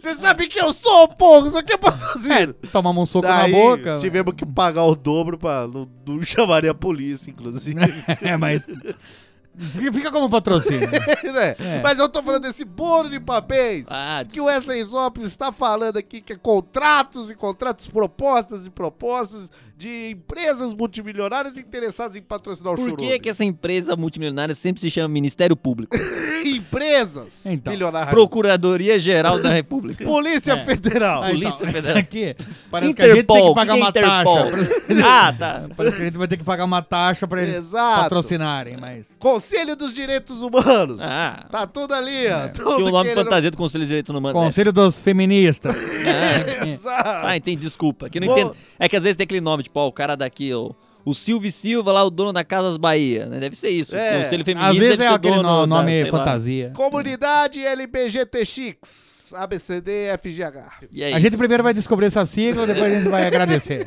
Speaker 7: Você sabe que eu sou, porra, isso aqui é patrocínio!
Speaker 4: Tomamos um soco
Speaker 7: Daí,
Speaker 4: na boca.
Speaker 7: tivemos que pagar o dobro pra. Não, não chamaria a polícia, inclusive.
Speaker 4: É, mas. Fica fica como patrocínio.
Speaker 7: né?
Speaker 4: É.
Speaker 7: Mas eu tô falando desse bolo de papéis.
Speaker 8: Ah,
Speaker 7: Que o Wesley Zop está falando aqui que é contratos e contratos, propostas e propostas de empresas multimilionárias interessadas em patrocinar o
Speaker 8: por
Speaker 7: churume.
Speaker 8: que, que essa empresa multimilionária sempre se chama Ministério Público?
Speaker 7: Empresas
Speaker 4: Então,
Speaker 7: milionárias.
Speaker 8: Procuradoria Geral da República.
Speaker 7: Polícia
Speaker 8: É.
Speaker 7: Federal.
Speaker 4: Ah, então,
Speaker 8: Polícia
Speaker 4: isso
Speaker 8: Federal.
Speaker 4: Aqui, parece que a gente tem que
Speaker 8: Interpol.
Speaker 4: pagar
Speaker 8: que
Speaker 4: uma
Speaker 8: que é Interpol?
Speaker 4: taxa.
Speaker 8: Ah, tá.
Speaker 4: Parece que a gente vai ter que pagar uma taxa pra eles
Speaker 7: Exato.
Speaker 4: patrocinarem, mas.
Speaker 7: Conselho dos Direitos Humanos.
Speaker 8: Ah.
Speaker 7: Tá tudo ali, ó. tudo
Speaker 8: Que o nome
Speaker 7: querendo-
Speaker 8: fantasia do Conselho de Direito Humano. é.
Speaker 4: Conselho dos feministas. É,
Speaker 7: Exato.
Speaker 8: Ah, entendi, desculpa. Que eu não
Speaker 7: Vou-
Speaker 8: entendo. É que às vezes tem aquele nome, tipo, ó, o cara daqui, ó, o Silvio Silva lá, o dono da Casas Bahia, né? Deve ser isso.
Speaker 7: É.
Speaker 8: O Conselho Feminista né,
Speaker 4: Às vezes
Speaker 8: deve
Speaker 4: é
Speaker 8: ser o
Speaker 4: aquele
Speaker 8: dono
Speaker 4: no-
Speaker 8: da-
Speaker 4: nome
Speaker 8: sei lá.
Speaker 4: fantasia.
Speaker 7: Comunidade LBGTX. siglas ABCDFGH.
Speaker 8: E aí?
Speaker 4: A gente primeiro vai descobrir essa sigla, depois a gente vai agradecer.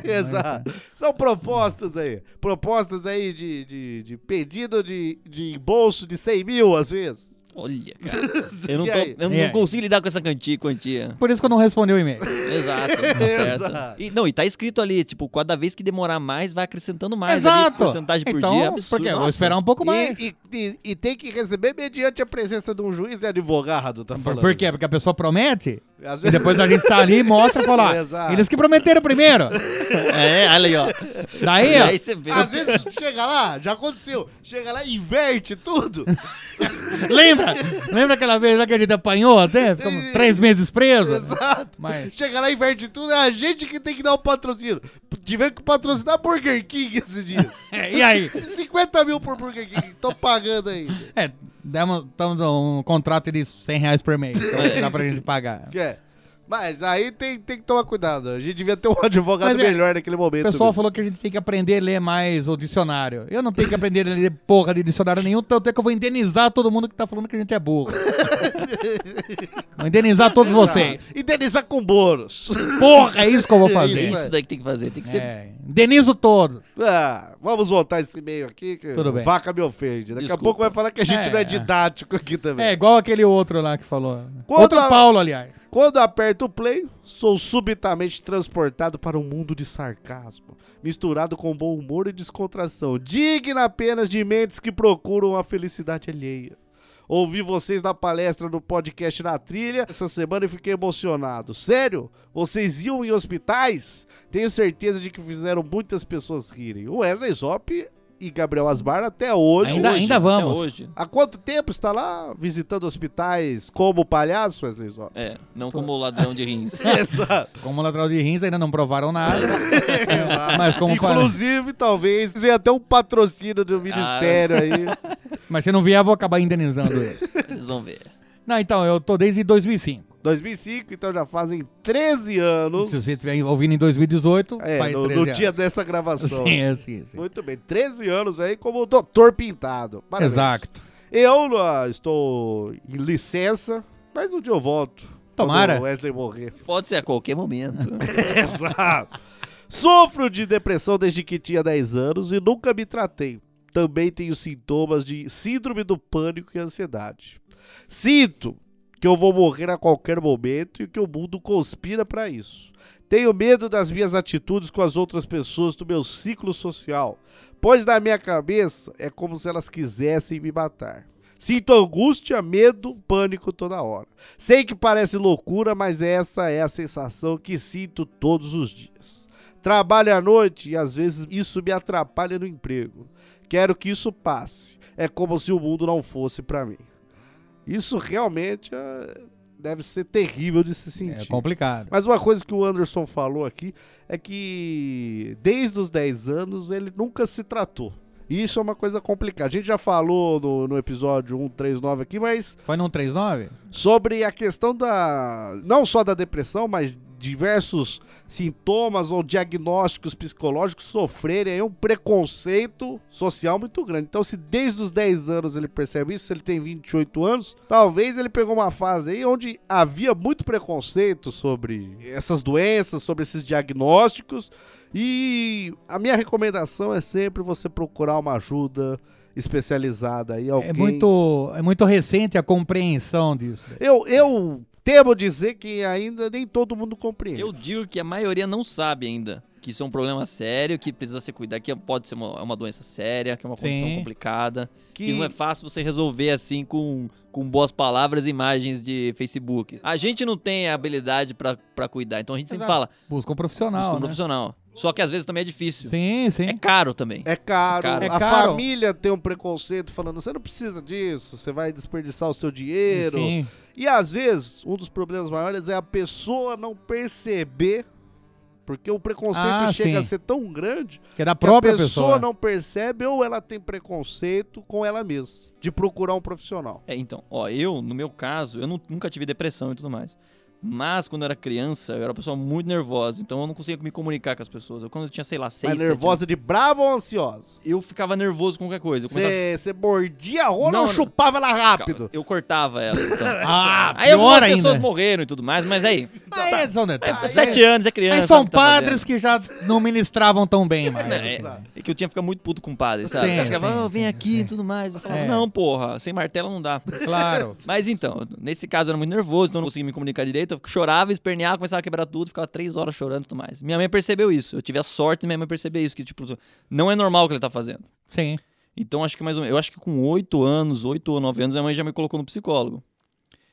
Speaker 7: Exato. São propostas aí. Propostas aí de, de, de pedido de, de embolso de 100 mil, às vezes.
Speaker 8: Olha, cara. Eu não,
Speaker 7: E
Speaker 8: tô-
Speaker 7: aí?
Speaker 8: eu
Speaker 4: E
Speaker 8: não
Speaker 4: aí?
Speaker 8: consigo lidar com essa quantia. quantia.
Speaker 4: Por isso que eu não respondi o e-mail.
Speaker 8: Exato, tá certo.
Speaker 7: Exato.
Speaker 8: E, não, e tá escrito ali, tipo, cada vez que demorar mais, vai acrescentando mais. Ali,
Speaker 4: Exato.
Speaker 8: porcentagem por
Speaker 4: então,
Speaker 8: dia. é
Speaker 4: por
Speaker 8: Absurdo.
Speaker 4: quê? Eu Vou
Speaker 8: Nossa.
Speaker 4: esperar um pouco mais.
Speaker 7: E, e- e- e tem que receber mediante a presença de um juiz e advogado, tá
Speaker 4: Por,
Speaker 7: falando.
Speaker 4: por quê? Porque a pessoa promete,
Speaker 7: Às
Speaker 4: e
Speaker 7: vezes...
Speaker 4: depois a gente tá ali e mostra e fala,
Speaker 7: Exato.
Speaker 4: "Ah, eles que prometeram primeiro.
Speaker 8: É, olha aí, ó.
Speaker 4: Daí,
Speaker 8: E
Speaker 4: ó,
Speaker 8: aí você vê.
Speaker 7: Às vezes chega lá, já aconteceu, chega lá e inverte tudo.
Speaker 4: lembra? Lembra aquela vez lá que a gente apanhou até? Ficamos três meses preso?
Speaker 7: Exato.
Speaker 4: Mas-
Speaker 7: Chega lá e inverte tudo, é a gente que tem que dar o patrocínio. Tivemos que patrocinar Burger King esses dias.
Speaker 4: É, e aí?
Speaker 7: 50 mil por Burger King, tô pagando aí.
Speaker 4: É, demos tamo um contrato de 100 reais por mês, então dá pra gente pagar.
Speaker 7: É. Mas aí tem, tem que tomar cuidado. A gente devia ter um advogado
Speaker 4: Mas é,
Speaker 7: melhor naquele
Speaker 4: O
Speaker 7: momento.
Speaker 4: pessoal
Speaker 7: mesmo.
Speaker 4: falou que a gente tem que aprender a ler mais o dicionário. Eu não tenho que aprender a ler porra de dicionário nenhum, tanto é que eu vou indenizar todo mundo que tá falando que a gente é burro. vou indenizar todos vocês.
Speaker 7: Indenizar com boros.
Speaker 4: Porra, é isso que eu vou
Speaker 8: É
Speaker 4: fazer.
Speaker 8: isso daí que tem que fazer. Tem que ser.
Speaker 4: É, indenizo todos.
Speaker 7: Ah, vamos voltar esse e-mail aqui. Que
Speaker 4: Tudo bem.
Speaker 7: Vaca me ofende. Daqui a
Speaker 8: Desculpa.
Speaker 7: pouco vai falar que a gente
Speaker 4: É.
Speaker 7: não é didático aqui também.
Speaker 4: É, igual aquele outro lá que falou.
Speaker 7: Quando
Speaker 4: outro
Speaker 7: a-
Speaker 4: Paulo, aliás.
Speaker 7: Quando aperto o play, sou subitamente transportado para um mundo de sarcasmo, misturado com bom humor e descontração, digna apenas de mentes que procuram a felicidade alheia. Ouvi vocês na palestra do podcast na trilha essa semana e fiquei emocionado. Sério? Vocês iam em hospitais? Tenho certeza de que fizeram muitas pessoas rirem. O Wesley Zop e Gabriel Asbar até hoje.
Speaker 4: Ainda-
Speaker 7: hoje.
Speaker 4: ainda vamos.
Speaker 8: É hoje.
Speaker 7: Há quanto tempo está lá visitando hospitais como palhaço, Wesley Zop?
Speaker 8: É, não como ladrão de rins.
Speaker 7: Exato.
Speaker 4: Como lateral de rins ainda não provaram nada. mas como fala-
Speaker 7: Inclusive, talvez, venha até um patrocínio do
Speaker 4: Ah.
Speaker 7: ministério aí.
Speaker 4: Mas se não vier, eu vou acabar indenizando ele.
Speaker 8: Vocês vão ver.
Speaker 4: Não, então, eu tô desde 2005.
Speaker 7: 2005, então já fazem 13 anos.
Speaker 4: Se você estiver ouvindo em 2018,
Speaker 7: É,
Speaker 4: faz
Speaker 7: no,
Speaker 4: 13
Speaker 7: no dia
Speaker 4: anos.
Speaker 7: dessa gravação.
Speaker 4: Sim, é, sim, sim.
Speaker 7: Muito bem, 13 anos aí como o Doutor Pintado. Parabéns.
Speaker 4: Exato.
Speaker 7: Eu ah, estou em licença, mas um dia eu volto.
Speaker 8: Tá
Speaker 7: quando
Speaker 8: é
Speaker 4: Tomara.
Speaker 7: O Wesley morrer.
Speaker 8: Pode ser a qualquer momento.
Speaker 7: Exato. Sofro de depressão desde que tinha 10 anos e nunca me tratei. Também tenho sintomas de síndrome do pânico e ansiedade. Sinto que eu vou morrer a qualquer momento e que o mundo conspira para isso. Tenho medo das minhas atitudes com as outras pessoas do meu ciclo social, pois na minha cabeça é como se elas quisessem me matar. Sinto angústia, medo, pânico toda hora. Sei que parece loucura, mas essa é a sensação que sinto todos os dias. Trabalho à noite e às vezes isso me atrapalha no emprego. Quero que isso passe. É como se o mundo não fosse pra mim. Isso realmente é, deve ser terrível de se
Speaker 4: É
Speaker 7: sentir.
Speaker 4: complicado.
Speaker 7: Mas uma coisa que o Anderson falou aqui é que desde os 10 anos ele nunca se tratou. E isso é uma coisa complicada. A gente já falou no, no episódio 139 aqui, mas
Speaker 4: Foi num 39?
Speaker 7: sobre a questão da. não só da depressão, mas diversos sintomas ou diagnósticos psicológicos sofrerem aí um preconceito social muito grande. Então, se desde os 10 anos ele percebe isso, se ele tem 28 anos, talvez ele pegou uma fase aí onde havia muito preconceito sobre essas doenças, sobre esses diagnósticos. E a minha recomendação é sempre você procurar uma ajuda especializada aí, alguém
Speaker 4: É muito, é muito recente a compreensão disso.
Speaker 7: eu, eu temo dizer que ainda nem todo mundo compreende.
Speaker 8: Eu digo que a maioria não sabe ainda que isso é um problema sério, que precisa ser cuidado, que pode ser uma, é uma doença séria, que é uma condição
Speaker 4: Sim.
Speaker 8: complicada.
Speaker 7: que
Speaker 8: E não é fácil você resolver assim com, com boas palavras e imagens de Facebook. A gente não tem a habilidade pra pra cuidar, então a gente sempre
Speaker 4: Exato.
Speaker 8: fala,
Speaker 4: Busca um
Speaker 8: busca um
Speaker 4: profissional. né?
Speaker 8: profissional. Só que às vezes também é difícil.
Speaker 4: Sim,
Speaker 8: É
Speaker 4: sim.
Speaker 8: caro também.
Speaker 7: é caro.
Speaker 8: É caro.
Speaker 7: A
Speaker 4: É caro.
Speaker 7: família tem um preconceito falando: você não precisa disso, você vai desperdiçar o seu
Speaker 8: É
Speaker 7: dinheiro.
Speaker 4: Sim.
Speaker 7: E às vezes, um dos problemas maiores é a pessoa não perceber. Porque o preconceito
Speaker 4: Ah,
Speaker 7: chega
Speaker 4: sim.
Speaker 7: a ser tão grande
Speaker 4: Que é da
Speaker 7: que a
Speaker 4: própria
Speaker 7: pessoa,
Speaker 4: pessoa.
Speaker 7: não percebe ou ela tem preconceito com ela mesma, de procurar um profissional.
Speaker 8: É, então, ó, eu, no meu caso, eu nu- nunca tive depressão e tudo mais. Mas quando eu era criança, eu era uma pessoa muito nervosa, então eu não conseguia me comunicar com as pessoas. Eu, quando eu tinha, sei lá, seis,
Speaker 7: Mas
Speaker 8: sete
Speaker 7: nervosa de brava ou ansiosa?
Speaker 8: anos, eu ficava nervoso com qualquer coisa. Eu começava-
Speaker 7: Você você mordia a rola
Speaker 8: Não,
Speaker 7: ou
Speaker 8: não.
Speaker 7: chupava ela é rápido?
Speaker 8: Eu cortava ela. Então.
Speaker 4: Ah,
Speaker 8: aí algumas
Speaker 4: pior
Speaker 8: pessoas
Speaker 4: ainda.
Speaker 8: morreram e tudo mais, mas Tá, aí,
Speaker 4: Aí são detalhes.
Speaker 8: sete anos é criança.
Speaker 4: Aí são
Speaker 8: sabe o que tá
Speaker 4: padres
Speaker 8: fazendo.
Speaker 4: que já não ministravam tão bem, Assim. mas.
Speaker 8: É, é que eu tinha que ficar muito puto com o padre, sabe?
Speaker 4: Sim,
Speaker 8: eu chegava,
Speaker 4: sim,
Speaker 8: "Ah, vem aqui e tudo mais. Eu falava,
Speaker 4: É.
Speaker 8: não, porra, sem martelo não dá.
Speaker 4: Claro.
Speaker 8: Mas então, nesse caso eu era muito nervoso, então eu não conseguia me comunicar direito. Eu chorava, esperneava, começava a quebrar tudo, ficava três horas chorando e tudo mais. Minha mãe percebeu isso. Eu tive a sorte de minha mãe perceber isso, que tipo, não é normal o que ele tá fazendo.
Speaker 4: Sim.
Speaker 8: Então acho que mais ou menos, eu acho que com oito anos, oito ou nove anos, minha mãe já me colocou no psicólogo.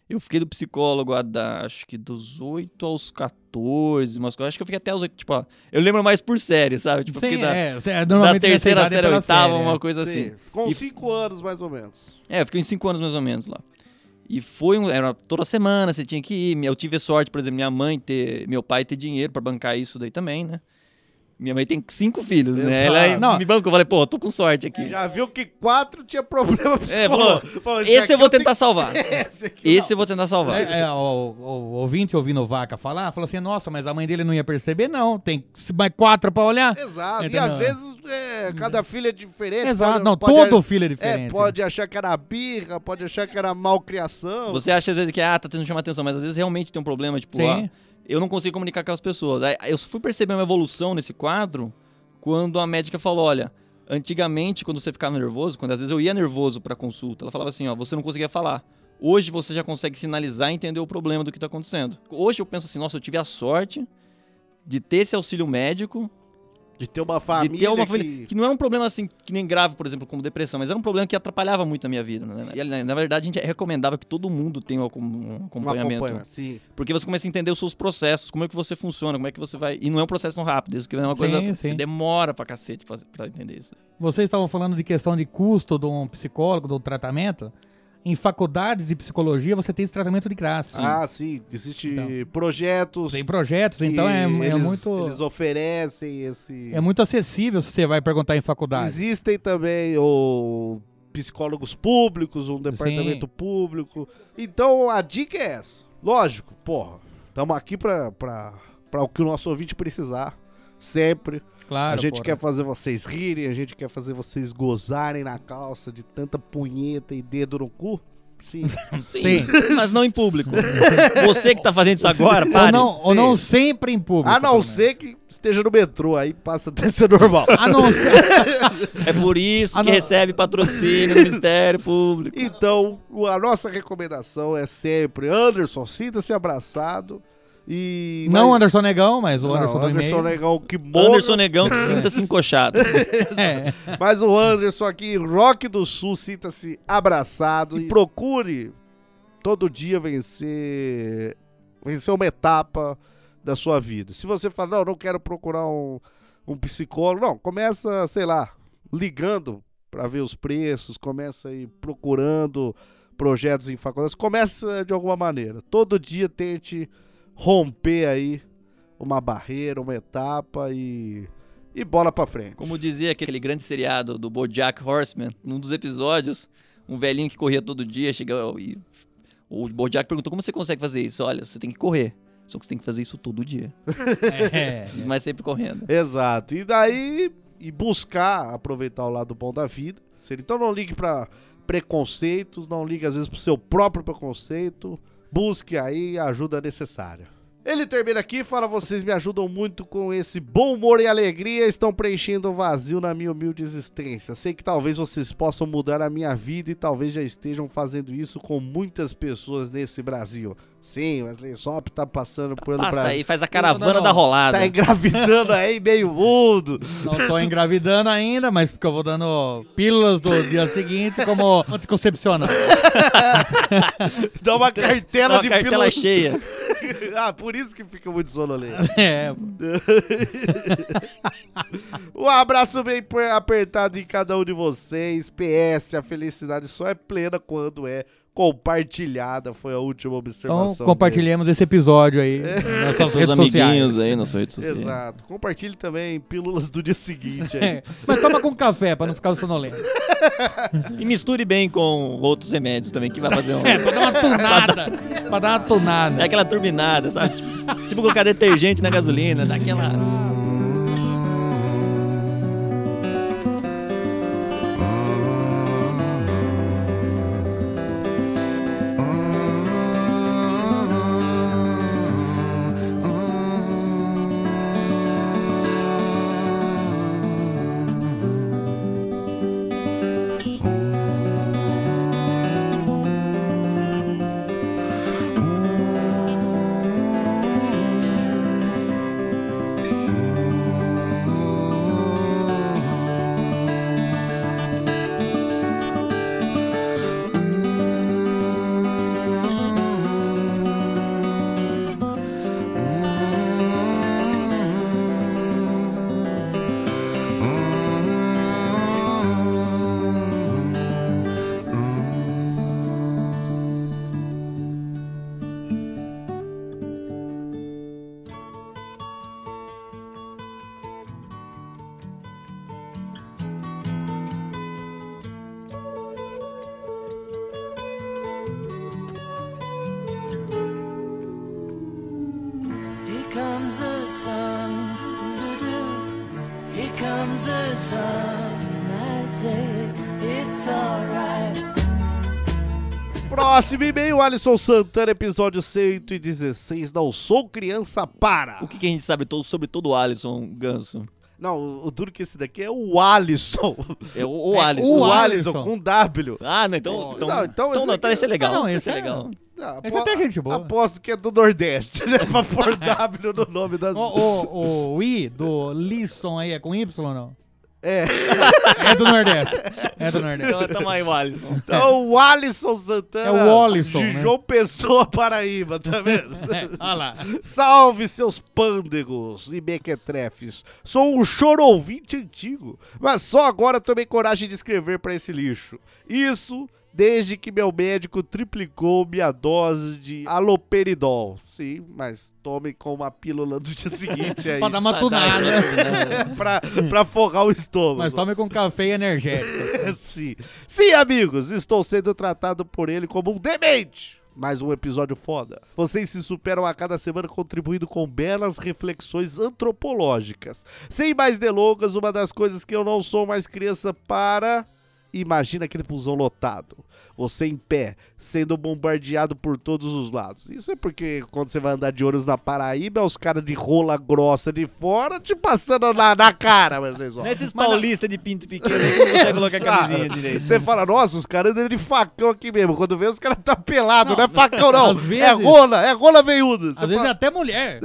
Speaker 8: Eu fiquei do psicólogo a da, acho que dos 8 aos 14, umas coisas. Acho que eu fiquei até os 8, tipo, ó, eu lembro mais por série, sabe? Tipo, eu
Speaker 4: Sim,
Speaker 8: fiquei da,
Speaker 4: é, é,
Speaker 8: da
Speaker 4: normalmente nessa
Speaker 8: terceira
Speaker 4: idade é
Speaker 8: série,
Speaker 4: pela
Speaker 8: oitava,
Speaker 4: série,
Speaker 8: uma
Speaker 4: é.
Speaker 8: coisa assim.
Speaker 7: Sim, Ficou
Speaker 8: E-
Speaker 7: uns 5 anos mais ou menos.
Speaker 8: É, eu fiquei uns 5 anos mais ou menos lá. E foi um, era toda semana, você tinha que ir. Eu tive sorte, por exemplo, minha mãe ter, meu pai ter dinheiro pra bancar isso daí também, né? Minha mãe tem cinco filhos, né?
Speaker 7: Exato.
Speaker 8: Ela
Speaker 4: Não.
Speaker 8: me bancou, eu falei, pô, eu tô com sorte aqui.
Speaker 7: É, Já viu que 4 tinha problema
Speaker 8: É,
Speaker 7: psicológico.
Speaker 8: falou,
Speaker 7: Falou,
Speaker 8: esse eu
Speaker 7: aqui
Speaker 8: vou
Speaker 7: tenho
Speaker 8: tentar salvar.
Speaker 7: que- Esse aqui não.
Speaker 8: Esse eu vou tentar salvar.
Speaker 4: É, é, o, o ouvinte ouvindo o Vaca falar, falou assim, nossa, mas a mãe dele não ia perceber? Não, tem mais quatro pra olhar.
Speaker 7: Exato. E
Speaker 4: Entendeu?
Speaker 7: às vezes é, cada filho é diferente.
Speaker 4: Exato, não, todo filho é diferente.
Speaker 7: pode achar que era birra, pode achar que era malcriação.
Speaker 8: Você acha às vezes que, ah, tá tentando chamar atenção, mas às vezes realmente tem um problema, tipo,
Speaker 4: Sim.
Speaker 8: ah, eu não consigo comunicar com as pessoas. Aí, Eu fui perceber uma evolução nesse quadro quando a médica falou, olha, antigamente quando você ficava nervoso, quando às vezes eu ia nervoso pra consulta, ela falava assim, ó, você não conseguia falar. Hoje você já consegue sinalizar e entender o problema do que tá acontecendo. Hoje eu penso assim, nossa, eu tive a sorte de ter esse auxílio médico
Speaker 7: De ter uma família
Speaker 8: de ter uma
Speaker 7: que-
Speaker 8: família. Que... não era um problema assim, que nem grave, por exemplo, como depressão, mas era um problema que atrapalhava muito a minha vida. Né? E, na- na verdade, a gente recomendava que todo mundo tenha um acom- um
Speaker 7: um
Speaker 8: acompanhamento.
Speaker 7: acompanhamento. Sim.
Speaker 8: porque você começa a entender os seus processos, como é que você funciona, como é que você vai. E não é um processo tão rápido, isso que é uma coisa.
Speaker 4: Sim,
Speaker 8: Você
Speaker 4: sim.
Speaker 8: demora pra cacete pra, pra entender isso.
Speaker 4: Vocês estavam falando de questão de custo de um psicólogo, de um tratamento. Em faculdades de psicologia, você tem esse tratamento de graça.
Speaker 7: Ah, sim. Existem
Speaker 4: Então.
Speaker 7: projetos.
Speaker 4: Tem projetos,
Speaker 7: que
Speaker 4: então é, é
Speaker 7: eles,
Speaker 4: muito...
Speaker 7: Eles oferecem esse.
Speaker 4: É muito acessível se você vai perguntar em faculdade.
Speaker 7: Existem também o psicólogos públicos, um departamento público. Então a dica é essa. Lógico, porra, estamos aqui pra, pra, pra o que o nosso ouvinte precisar. Sempre.
Speaker 4: Claro,
Speaker 7: a gente
Speaker 4: porra.
Speaker 7: quer fazer vocês rirem, a gente quer fazer vocês gozarem na calça de tanta punheta e dedo no cu. Sim.
Speaker 4: Sim.
Speaker 8: mas não em público. você que tá fazendo isso agora,
Speaker 4: Ou
Speaker 8: pare.
Speaker 4: não, ou
Speaker 7: Sim.
Speaker 4: não sempre em público.
Speaker 7: a não
Speaker 4: pelo
Speaker 7: ser que esteja no metrô, aí passa até a ser normal.
Speaker 4: menos. A Ah, não ser...
Speaker 8: É por isso
Speaker 4: Ah,
Speaker 8: que
Speaker 4: não.
Speaker 8: recebe patrocínio do Ministério Público.
Speaker 7: Então, o- a nossa recomendação é sempre, Anderson, sinta-se abraçado e...
Speaker 4: Não é
Speaker 7: mas-
Speaker 4: Anderson Negão, mas o
Speaker 7: Não,
Speaker 4: Anderson do
Speaker 7: Anderson
Speaker 4: e-mail.
Speaker 7: Negão que morra,
Speaker 8: Anderson Negão, que sinta-se encoxado.
Speaker 4: É.
Speaker 7: mas o Anderson aqui, Rock do Sul, sinta-se abraçado e procure todo dia vencer, vencer uma etapa da sua vida. Se você fala, não, não quero procurar um, um psicólogo, não, começa, sei lá, ligando para ver os preços, começa aí procurando projetos em faculdades, começa de alguma maneira. Todo dia tente romper aí uma barreira, uma etapa e e bola para frente.
Speaker 8: Como dizia aquele grande seriado do BoJack Horseman, num dos episódios, um velhinho que corria todo dia chegou e o BoJack perguntou como você consegue fazer isso? Olha, você tem que correr. Só que você tem que fazer isso todo dia,
Speaker 4: É.
Speaker 8: mas sempre correndo.
Speaker 7: Exato. E daí e buscar aproveitar o lado bom da vida. Se ele- Então não ligue pra preconceitos, não ligue às vezes pro seu próprio preconceito. Busque aí a ajuda necessária. Ele termina aqui e fala: vocês me ajudam muito com esse bom humor e alegria, estão preenchendo o vazio na minha humilde existência. Sei que talvez vocês possam mudar a minha vida e talvez já estejam fazendo isso com muitas pessoas nesse Brasil. Sim, Wesley Sop tá passando pelo
Speaker 8: Passa
Speaker 7: Brasil.
Speaker 8: aí, faz a caravana
Speaker 4: Não, não, não.
Speaker 8: da rolada.
Speaker 7: Tá engravidando aí meio mundo.
Speaker 4: Não tô engravidando ainda, mas porque eu vou dando pílulas do dia seguinte como anticoncepcional.
Speaker 7: Dá uma
Speaker 8: Tá
Speaker 7: cartela
Speaker 8: uma
Speaker 7: de
Speaker 8: cartela
Speaker 7: pílula
Speaker 8: cheia.
Speaker 7: ah, por isso que fica muito sonolento.
Speaker 4: É,
Speaker 7: Um abraço bem aper- apertado em cada um de vocês. PS, a felicidade só é plena quando é compartilhada. Foi a última observação.
Speaker 4: Então, compartilhemos esse episódio aí nas suas
Speaker 8: Seus
Speaker 4: redes sociais.
Speaker 8: amiguinhos aí nas suas redes
Speaker 7: dele.
Speaker 8: sociais.
Speaker 7: Exato. Compartilhe também pílulas do dia seguinte. aí.
Speaker 4: É, Mas toma com café pra não ficar sonolento.
Speaker 8: E misture bem com outros remédios também, que vai fazer um...
Speaker 4: É, pra dar uma tunada. pra dar uma tunada.
Speaker 8: Dá aquela turbinada, sabe? Tipo- tipo colocar detergente na gasolina, dá aquela...
Speaker 6: Here comes the sun. doo-doo. Here comes the sun. And I say, it's alright.
Speaker 7: Próximo e-mail, Alisson Santana, episódio 116. Não sou criança para.
Speaker 8: O que, que a gente sabe todo, sobre todo o Alisson Ganso?
Speaker 7: Não, o- o duro que esse daqui é o Alisson.
Speaker 8: É o, o
Speaker 7: O,
Speaker 8: Alisson.
Speaker 4: o
Speaker 7: Alisson
Speaker 4: Alisson.
Speaker 7: com W.
Speaker 8: Ah, não, então... Então,
Speaker 7: Não,
Speaker 8: não,
Speaker 7: então
Speaker 8: então,
Speaker 7: esse
Speaker 8: não,
Speaker 7: aqui-
Speaker 8: tá, esse é legal.
Speaker 4: Ah, não,
Speaker 8: esse
Speaker 4: esse
Speaker 8: é
Speaker 4: é-
Speaker 8: legal.
Speaker 7: Ah,
Speaker 4: Esse
Speaker 7: apo-
Speaker 4: até é gente boa.
Speaker 7: Aposto que é do Nordeste, né? Pra pôr W no nome das.
Speaker 4: O, o, o I do Lisson aí é com Y ou não?
Speaker 7: É.
Speaker 4: É do Nordeste. É do Nordeste.
Speaker 8: Então, tamo aí o Alisson.
Speaker 7: Então, o Alisson Santana.
Speaker 4: É o Alisson,
Speaker 7: De
Speaker 4: né?
Speaker 7: João Pessoa, Paraíba, tá vendo?
Speaker 4: Olha lá.
Speaker 7: Salve seus pândegos e mequetrefes. Sou um choro ouvinte antigo, mas só agora tomei coragem de escrever pra esse lixo. Isso desde que meu médico triplicou minha dose de aloperidol. Sim, mas tome com uma pílula do dia seguinte aí.
Speaker 4: Pra dar uma tunada.
Speaker 7: pra, pra forrar o estômago.
Speaker 4: Mas tá tome com café e energético.
Speaker 7: Sim. Sim, amigos, estou sendo tratado por ele como um demente. Mais um episódio foda. Vocês se superam a cada semana contribuindo com belas reflexões antropológicas. Sem mais delongas, uma das coisas que eu não sou mais criança para. Imagina aquele busão lotado. Você em pé, sendo bombardeado por todos os lados. Isso é porque quando você vai andar de ônibus na Paraíba, é os caras de rola grossa de fora te passando na, na cara, Wesley Zó.
Speaker 8: Não é esses paulistas de pinto pequeno aí que não consegue colocar a camisinha
Speaker 7: Sabe?
Speaker 8: direito.
Speaker 7: Ah, Você fala, nossa, os caras andam de facão aqui mesmo. Quando vê, os caras tá pelado, não, é facão, não.
Speaker 4: às vezes-
Speaker 7: é rola, é rola veiuda. Você
Speaker 4: Às vezes é
Speaker 7: fala,
Speaker 4: até mulher.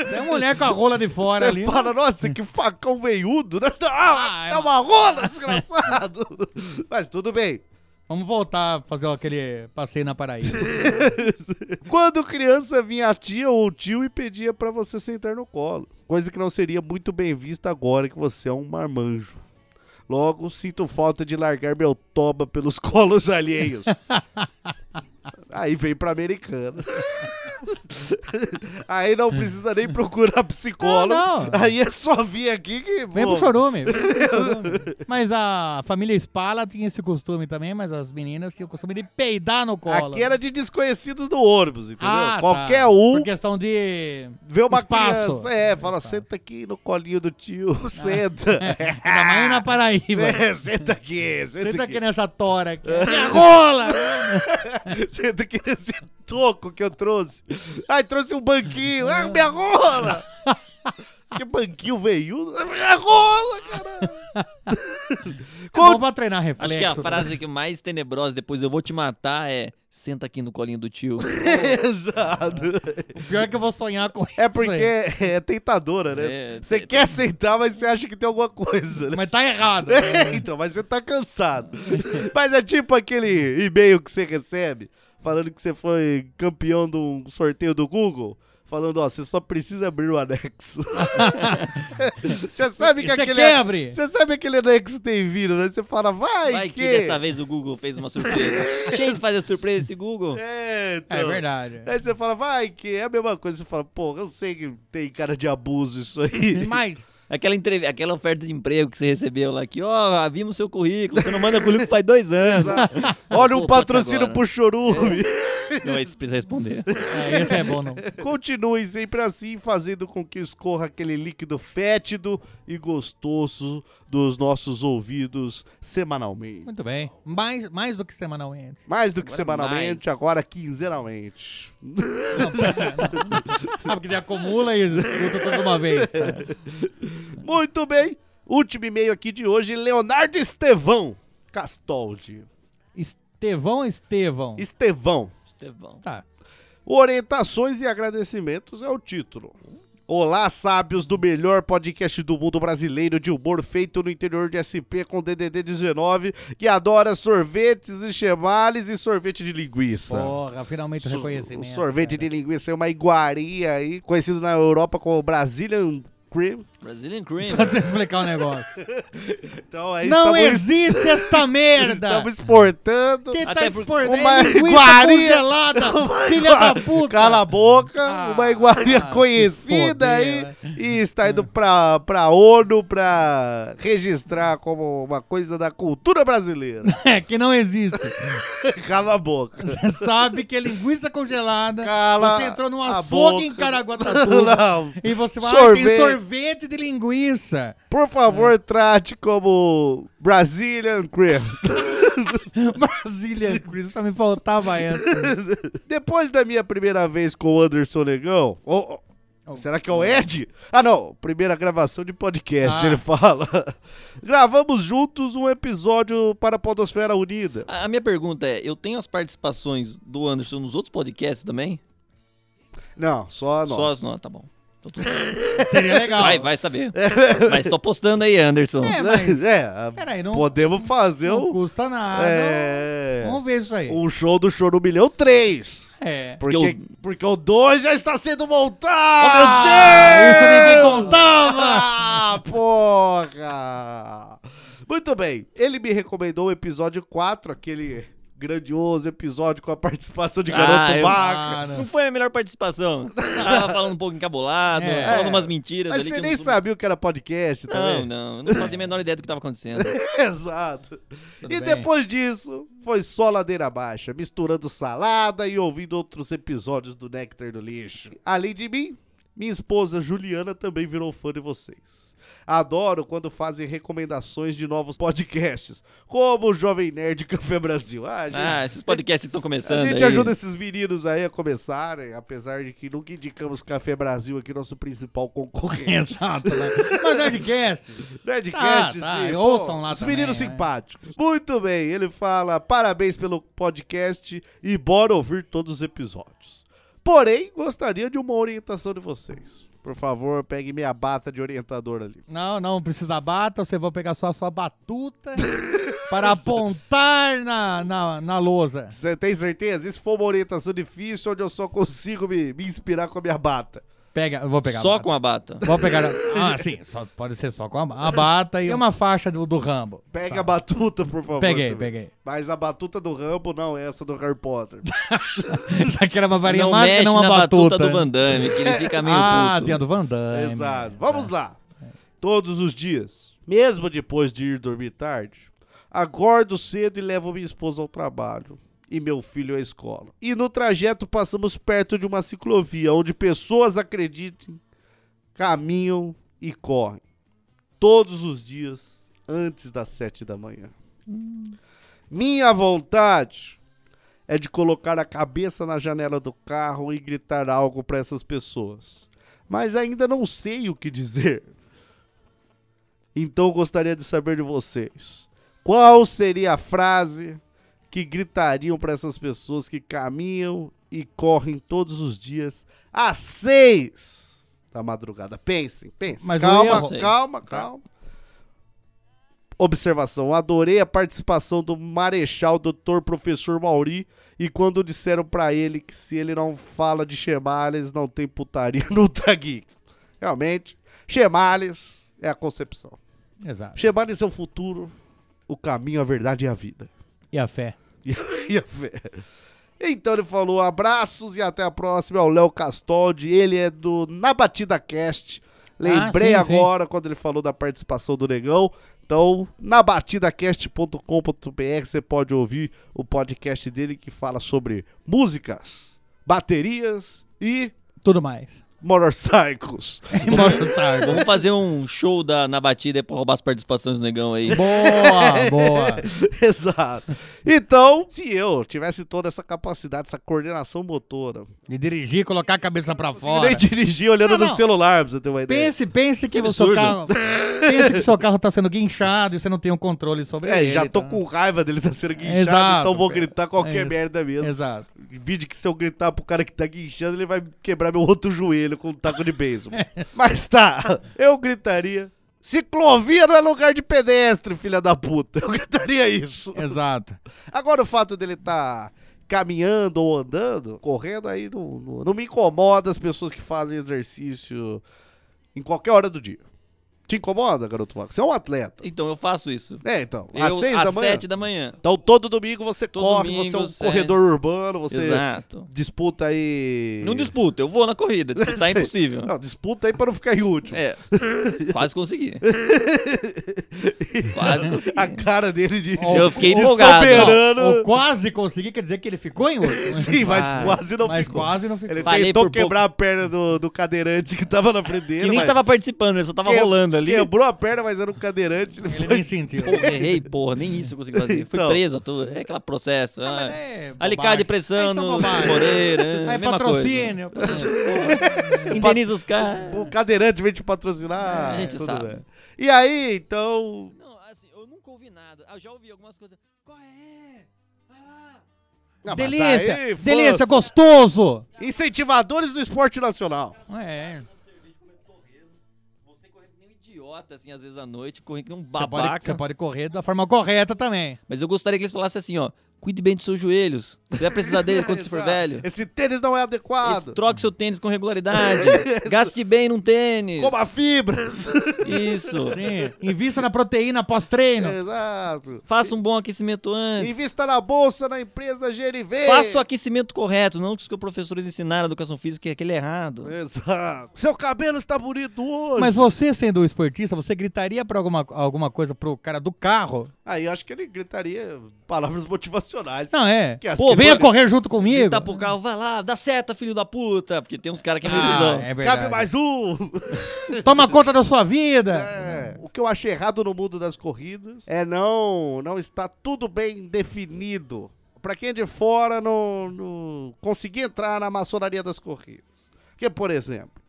Speaker 4: Até mulher com a rola de fora
Speaker 7: você
Speaker 4: ali.
Speaker 7: fala, nossa, que facão veiudo. né? Ah,
Speaker 4: Ah,
Speaker 7: é,
Speaker 4: é
Speaker 7: uma rola, desgraçado. Mas tudo bem.
Speaker 4: Vamos voltar a fazer aquele passeio na Paraíba.
Speaker 7: Quando criança, vinha a tia ou o tio e pedia pra você sentar no colo. Coisa que não seria muito bem vista agora que você é um marmanjo. Logo, sinto falta de largar meu toba pelos colos alheios. Aí vem pra americana. Aí não precisa nem procurar psicólogo.
Speaker 4: Não, não.
Speaker 7: Aí é só vir aqui que.
Speaker 4: Vem
Speaker 7: pô,
Speaker 4: pro chorume. vem pro chorume. Mas a família Spala tinha esse costume também, mas as meninas tinham o costume de peidar no colo.
Speaker 7: Aqui era de desconhecidos do ônibus, entendeu?
Speaker 4: Ah, tá.
Speaker 7: Qualquer um.
Speaker 4: Por questão de.
Speaker 7: Vê uma
Speaker 4: Espaço.
Speaker 7: criança, é, fala, senta aqui no colinho do tio, senta.
Speaker 4: Da mãe na Paraíba.
Speaker 7: É, senta aqui, É, senta,
Speaker 4: Senta
Speaker 7: aqui.
Speaker 4: aqui nessa tora aqui.
Speaker 7: É.
Speaker 4: Minha rola! É
Speaker 7: Senta aqui nesse toco que eu trouxe. Ai, trouxe um banquinho. Ah, minha rola! que banquinho veio? Ah, Minha rola, caralho!
Speaker 4: Bom
Speaker 7: Con-
Speaker 4: pra treinar reflexo. né?
Speaker 8: Acho que é a frase que mais tenebrosa depois eu vou te matar é senta aqui no colinho do tio.
Speaker 7: Exato.
Speaker 4: O Pior é que eu vou sonhar com isso.
Speaker 7: É
Speaker 4: aí.
Speaker 7: porque é tentadora, né?
Speaker 8: É,
Speaker 7: Você quer sentar, mas você acha que tem alguma coisa, né?
Speaker 4: Mas tá errado.
Speaker 7: É, então, mas você tá cansado. mas é tipo aquele e-mail que você recebe falando que você foi campeão de um sorteio do Google. falando, ó, você só precisa abrir o anexo. Você sabe que
Speaker 4: Você
Speaker 7: aquele...
Speaker 4: quer abrir?
Speaker 7: Você sabe aquele anexo tem vírus, aí você fala, vai,
Speaker 8: Vai
Speaker 7: que...
Speaker 8: que dessa vez o Google fez uma surpresa. Cheio de fazer surpresa esse Google.
Speaker 7: É, então.
Speaker 4: É verdade.
Speaker 7: Aí você fala, vai, que é a mesma coisa. Você fala, pô, eu sei que tem cara de abuso isso aí.
Speaker 4: Mas,
Speaker 8: Aquela, entrev... Aquela oferta de emprego que você recebeu lá, que ó, vimos seu currículo, você não manda currículo faz dois anos.
Speaker 7: Olha um
Speaker 8: Pô, pode ser
Speaker 7: patrocínio
Speaker 8: agora. né?
Speaker 7: pro chorume.
Speaker 8: Não, aí você precisa responder.
Speaker 4: é, esse é bom, não.
Speaker 7: Continue sempre assim, fazendo com que escorra aquele líquido fétido e gostoso dos nossos ouvidos semanalmente.
Speaker 4: Muito bem. Mais, mais do que semanal entre.
Speaker 7: Mais do que
Speaker 8: Agora
Speaker 7: semanalmente,
Speaker 8: mais.
Speaker 7: agora é quinzenalmente.
Speaker 4: Ah, porque ele acumula e escuta tudo de uma vez. tá?
Speaker 7: Muito bem. Último e-mail aqui de hoje, Leonardo Estevão Castoldi.
Speaker 4: Estevão Estevão.
Speaker 7: Estevão.
Speaker 8: Estevão.
Speaker 4: Tá.
Speaker 7: Orientações e agradecimentos é o título. Olá, sábios do melhor podcast do mundo brasileiro de humor feito no interior de SP com DDD 19 que adora sorvetes e chemales e sorvete de linguiça.
Speaker 4: Porra, finalmente o
Speaker 7: Su-
Speaker 4: reconhecimento.
Speaker 7: O sorvete
Speaker 4: cara.
Speaker 7: de linguiça é uma iguaria aí, conhecido na Europa como Brazilian Cream.
Speaker 8: Brazilian Cream.
Speaker 4: Só pra explicar o negócio.
Speaker 7: Então aí
Speaker 4: Não
Speaker 7: estamos,
Speaker 4: existe esta merda!
Speaker 7: estamos exportando
Speaker 4: Quem tá
Speaker 8: Até porque
Speaker 4: exportando
Speaker 7: uma
Speaker 4: é linguiça
Speaker 7: iguaria-
Speaker 4: congelada,
Speaker 7: Uma
Speaker 4: filha
Speaker 7: igua-
Speaker 4: da puta!
Speaker 7: Cala a boca,
Speaker 4: Ah, né?
Speaker 7: uma iguaria
Speaker 4: ah, se
Speaker 7: conhecida
Speaker 4: foder,
Speaker 7: aí
Speaker 4: vai.
Speaker 7: e está
Speaker 4: É.
Speaker 7: indo pra, pra ONU pra registrar como uma coisa da cultura brasileira.
Speaker 4: É, que não existe.
Speaker 7: Cala a boca.
Speaker 4: Você sabe que é linguiça congelada.
Speaker 7: Cala
Speaker 4: você entrou num
Speaker 7: a
Speaker 4: açougue em
Speaker 7: boca.
Speaker 4: Caraguatatuba.
Speaker 7: Não.
Speaker 4: E você vai, ah, tem
Speaker 7: Sorvete.
Speaker 4: sorvete de linguiça.
Speaker 7: Por favor, trate como Brazilian Cream.
Speaker 4: Brasília, Chris, só me faltava essa.
Speaker 7: Depois da minha primeira vez com o Anderson Negão. ô, ô,
Speaker 4: Oh.
Speaker 7: Será que é o Ed? Ah, não. Primeira gravação de podcast,
Speaker 4: Ah.
Speaker 7: ele fala. Gravamos juntos um episódio para a Podosfera Unida.
Speaker 8: A a minha pergunta é, eu tenho as participações do Anderson nos outros podcasts também?
Speaker 7: Não, só nós.
Speaker 8: Só as nossas, tá bom. Então tudo bem.
Speaker 4: Seria legal.
Speaker 8: Vai, vai saber. Mas tô postando aí, Anderson.
Speaker 4: É, mas
Speaker 7: É, a-
Speaker 4: Peraí, não-
Speaker 7: podemos fazer
Speaker 4: não
Speaker 7: um,
Speaker 4: custa nada.
Speaker 7: é,
Speaker 4: Vamos ver isso aí.
Speaker 7: um show do Chorubilhão 3.
Speaker 4: É.
Speaker 7: Porque,
Speaker 8: Porque Oh,
Speaker 7: porque o 2 já está sendo
Speaker 4: Ah,
Speaker 7: montado!
Speaker 4: Isso ninguém contava!
Speaker 7: Ah, porra! Muito bem, ele me recomendou o episódio 4, aquele grandioso episódio com a participação de
Speaker 8: Ah,
Speaker 7: Garoto
Speaker 8: eu-
Speaker 7: Vaca.
Speaker 8: Não foi a melhor participação. Tava falando um pouco encabulado,
Speaker 4: É.
Speaker 8: falando umas mentiras
Speaker 7: Mas
Speaker 8: ali.
Speaker 7: você
Speaker 8: que eu
Speaker 7: nem
Speaker 8: não sou-
Speaker 7: sabia o que era podcast
Speaker 8: Não,
Speaker 7: também.
Speaker 8: não, não fazia a menor ideia do que tava acontecendo.
Speaker 7: Exato.
Speaker 4: Tudo
Speaker 7: e
Speaker 4: bem.
Speaker 7: depois disso, foi só ladeira abaixo, misturando salada e ouvindo outros episódios do Nectar do Lixo. Além de mim, minha esposa Juliana também virou fã de vocês. Adoro quando fazem recomendações de novos podcasts, como o Jovem Nerd Café Brasil. Ah, gente,
Speaker 8: Ah, esses podcasts que estão
Speaker 7: a
Speaker 8: começando.
Speaker 7: gente
Speaker 8: aí.
Speaker 7: ajuda esses meninos aí a começarem, apesar de que nunca indicamos Café Brasil aqui, nosso principal concorrente.
Speaker 4: Exato, né? Mas Nerdcast,
Speaker 7: Nerdcast,
Speaker 4: Tá, tá,
Speaker 7: sim.
Speaker 4: ouçam lá
Speaker 7: Os
Speaker 4: também,
Speaker 7: meninos
Speaker 4: né?
Speaker 7: simpáticos. Muito bem, ele fala parabéns pelo podcast e bora ouvir todos os episódios. Porém, gostaria de uma orientação de vocês. Por favor, pegue minha bata de orientador ali.
Speaker 4: não, não precisa bata, você vai pegar só a sua batuta para apontar na, na, na lousa.
Speaker 7: Você tem certeza? Isso foi uma orientação difícil onde eu só consigo me, me inspirar com a minha bata.
Speaker 4: Pega, eu vou pegar a
Speaker 8: Só
Speaker 4: bata.
Speaker 8: com a bata.
Speaker 4: Vou pegar. a- Ah, sim, só, pode ser só com a, ba- a bata e uma faixa do, do Rambo.
Speaker 7: Pegue
Speaker 4: Tá.
Speaker 7: a batuta, por favor.
Speaker 4: Peguei,
Speaker 7: também.
Speaker 4: peguei.
Speaker 7: Mas a batuta do Rambo, não é essa do Harry Potter.
Speaker 4: Isso aqui era uma varinha
Speaker 8: não
Speaker 4: mágica,
Speaker 8: mexe
Speaker 4: não uma
Speaker 8: na batuta
Speaker 4: batuta.
Speaker 8: do Van Damme, que ele fica meio
Speaker 4: ah,
Speaker 8: puto.
Speaker 4: tem a do Van Damme.
Speaker 7: Exato. Vamos lá. Todos os dias, mesmo depois de ir dormir tarde, acordo cedo e levo minha esposa ao trabalho e meu filho à escola. E no trajeto passamos perto de uma ciclovia onde pessoas acreditem, caminham e correm. Todos os dias, antes das sete da manhã. Minha vontade é de colocar a cabeça na janela do carro e gritar algo para essas pessoas mas ainda não sei o que dizer. Então gostaria de saber de vocês. Qual seria a frase que gritariam para essas pessoas que caminham e correm todos os dias às seis da madrugada? Pensem, pensem.
Speaker 4: Mas o
Speaker 7: calma,
Speaker 4: erro-
Speaker 7: calma, calma. Observação: adorei a participação do Marechal Dr. Professor Mauri. E quando disseram pra ele que se ele não fala de Chemales, não tem putaria no Tagui. Realmente, Chemales é a concepção.
Speaker 4: Exato.
Speaker 7: Chemales é o futuro, o caminho, a verdade e a vida.
Speaker 4: E a fé?
Speaker 7: E a- e a fé. Então ele falou abraços e até a próxima. É o Léo Castoldi, ele é do Na Batida Cast. Lembrei
Speaker 4: Ah, sim, sim.
Speaker 7: agora quando ele falou da participação do Negão. Então, nabatidacast.com.br você pode ouvir o podcast dele que fala sobre músicas, baterias e
Speaker 4: Tudo mais.
Speaker 7: motorcycles.
Speaker 8: Vamos fazer um show da, na batida aí pra roubar as participações do negão aí.
Speaker 4: Boa, boa.
Speaker 7: Exato. Então, se eu tivesse toda essa capacidade, essa coordenação motora,
Speaker 4: E dirigir, colocar a cabeça pra
Speaker 7: eu
Speaker 4: fora.
Speaker 7: nem dirigir olhando
Speaker 4: Não,
Speaker 7: no
Speaker 4: não.
Speaker 7: celular, pra você ter uma ideia.
Speaker 4: Pense, pense que, o seu
Speaker 8: absurdo.
Speaker 4: carro. Pense que o seu carro tá sendo guinchado e você não tem um controle sobre
Speaker 7: É,
Speaker 4: ele.
Speaker 7: já tô
Speaker 4: tá?
Speaker 7: com raiva dele tá sendo guinchado,
Speaker 4: Exato,
Speaker 7: então vou
Speaker 4: cara.
Speaker 7: gritar qualquer
Speaker 4: É.
Speaker 7: merda mesmo.
Speaker 4: Exato.
Speaker 7: Vide que se eu gritar pro cara que tá guinchando, ele vai quebrar meu outro joelho com um taco de beisebol. Mas tá, eu gritaria. Ciclovia não é lugar de pedestre, filha da puta. Eu gritaria isso.
Speaker 4: Exato.
Speaker 7: Agora o fato dele tá caminhando ou andando, correndo, aí não, não, não me incomoda as pessoas que fazem exercício em qualquer hora do dia. Te incomoda, garoto Vaca? Você é um atleta.
Speaker 8: Então eu faço isso.
Speaker 7: É, então.
Speaker 8: Eu,
Speaker 7: às seis da manhã.
Speaker 8: sete da manhã.
Speaker 7: Então todo domingo você
Speaker 8: Todo
Speaker 7: corre, você é um
Speaker 8: domingo, é.
Speaker 7: corredor urbano, você
Speaker 8: Exato.
Speaker 7: disputa aí.
Speaker 8: Não disputa, eu vou na corrida. Disputar é
Speaker 7: Sei.
Speaker 8: impossível.
Speaker 7: Não, disputa aí pra não ficar em último.
Speaker 8: É. Quase consegui. Quase consegui.
Speaker 7: A cara dele de.
Speaker 4: Ó,
Speaker 8: É. Eu fiquei
Speaker 4: o-
Speaker 8: empolgado.
Speaker 7: soberano.
Speaker 4: Não, o quase consegui quer dizer que ele ficou em outro. né?
Speaker 7: Sim, mas
Speaker 8: Quase.
Speaker 7: quase não
Speaker 4: mas
Speaker 7: ficou.
Speaker 4: quase não ficou.
Speaker 7: Ele
Speaker 8: Falei
Speaker 7: tentou
Speaker 8: por pouco.
Speaker 7: quebrar a perna do, do cadeirante que tava na frente dele.
Speaker 8: Que nem
Speaker 7: mas
Speaker 8: tava participando, ele só tava
Speaker 7: que- é
Speaker 8: rolando ali.
Speaker 7: Quebrou a perna, mas era um cadeirante. Ele
Speaker 4: Ele
Speaker 7: foi.
Speaker 4: nem sentiu.
Speaker 8: Porra, errei, porra, nem isso eu consegui fazer. Fui
Speaker 7: Então.
Speaker 8: preso, à toa. é aquele processo. ah,
Speaker 4: é
Speaker 8: Alicate de
Speaker 4: bobagem.
Speaker 8: pressão
Speaker 4: Aí são
Speaker 8: no
Speaker 4: bobagem.
Speaker 8: Moreira. é,
Speaker 4: Aí
Speaker 8: mesma
Speaker 4: patrocínio.
Speaker 7: É.
Speaker 8: Coisa. Indeniza os caras.
Speaker 7: O cadeirante veio te patrocinar.
Speaker 8: É, a gente
Speaker 7: tudo
Speaker 8: sabe.
Speaker 7: bem. E aí, então.
Speaker 8: Não, assim, eu nunca ouvi nada. Ah, Eu já ouvi algumas coisas. Qual é? Vai lá.
Speaker 7: Ah, mas
Speaker 4: Delícia,
Speaker 7: aí, fãs,
Speaker 4: delícia, gostoso.
Speaker 7: Incentivadores do esporte nacional.
Speaker 4: É,
Speaker 8: Você correndo que nem um idiota, assim, às vezes à noite, correndo que nem um
Speaker 4: você pode,
Speaker 8: babaca.
Speaker 4: você pode correr da forma correta também.
Speaker 8: Mas eu gostaria que eles falassem assim, ó. Cuide bem dos seus joelhos. Você vai precisar deles quando você for
Speaker 7: Exato.
Speaker 8: velho.
Speaker 7: Esse tênis não é
Speaker 8: Esse,
Speaker 7: adequado.
Speaker 8: troque seu tênis com regularidade. Gaste bem num tênis.
Speaker 7: Coma fibras.
Speaker 8: Isso.
Speaker 4: Sim, invista na proteína
Speaker 7: É,
Speaker 4: pós-treino.
Speaker 7: Exato.
Speaker 8: Faça um bom aquecimento antes.
Speaker 7: Invista na bolsa, na empresa GNV.
Speaker 8: Faça o aquecimento correto, não que os que os professores ensinaram a educação física, que é aquele errado.
Speaker 7: Exato. Seu cabelo está bonito hoje.
Speaker 4: Mas você, sendo um esportista, você gritaria pra alguma, alguma coisa pro cara do carro?
Speaker 7: Aí eu acho que ele gritaria palavras motivacionais.
Speaker 4: Não, é.
Speaker 7: Que as
Speaker 4: Pô,
Speaker 7: que-
Speaker 4: venha correr junto comigo.
Speaker 8: Gritar pro carro, vai lá, dá seta, filho da puta. Porque tem uns caras que é meio
Speaker 4: Ah,
Speaker 8: visão.
Speaker 4: é
Speaker 7: Cabe
Speaker 4: verdade.
Speaker 7: mais um.
Speaker 4: Toma conta da sua vida.
Speaker 7: É. O que eu acho errado no mundo das corridas é não, não está tudo bem definido. Pra quem é de fora não, não conseguir entrar na maçonaria das corridas. Porque, por exemplo,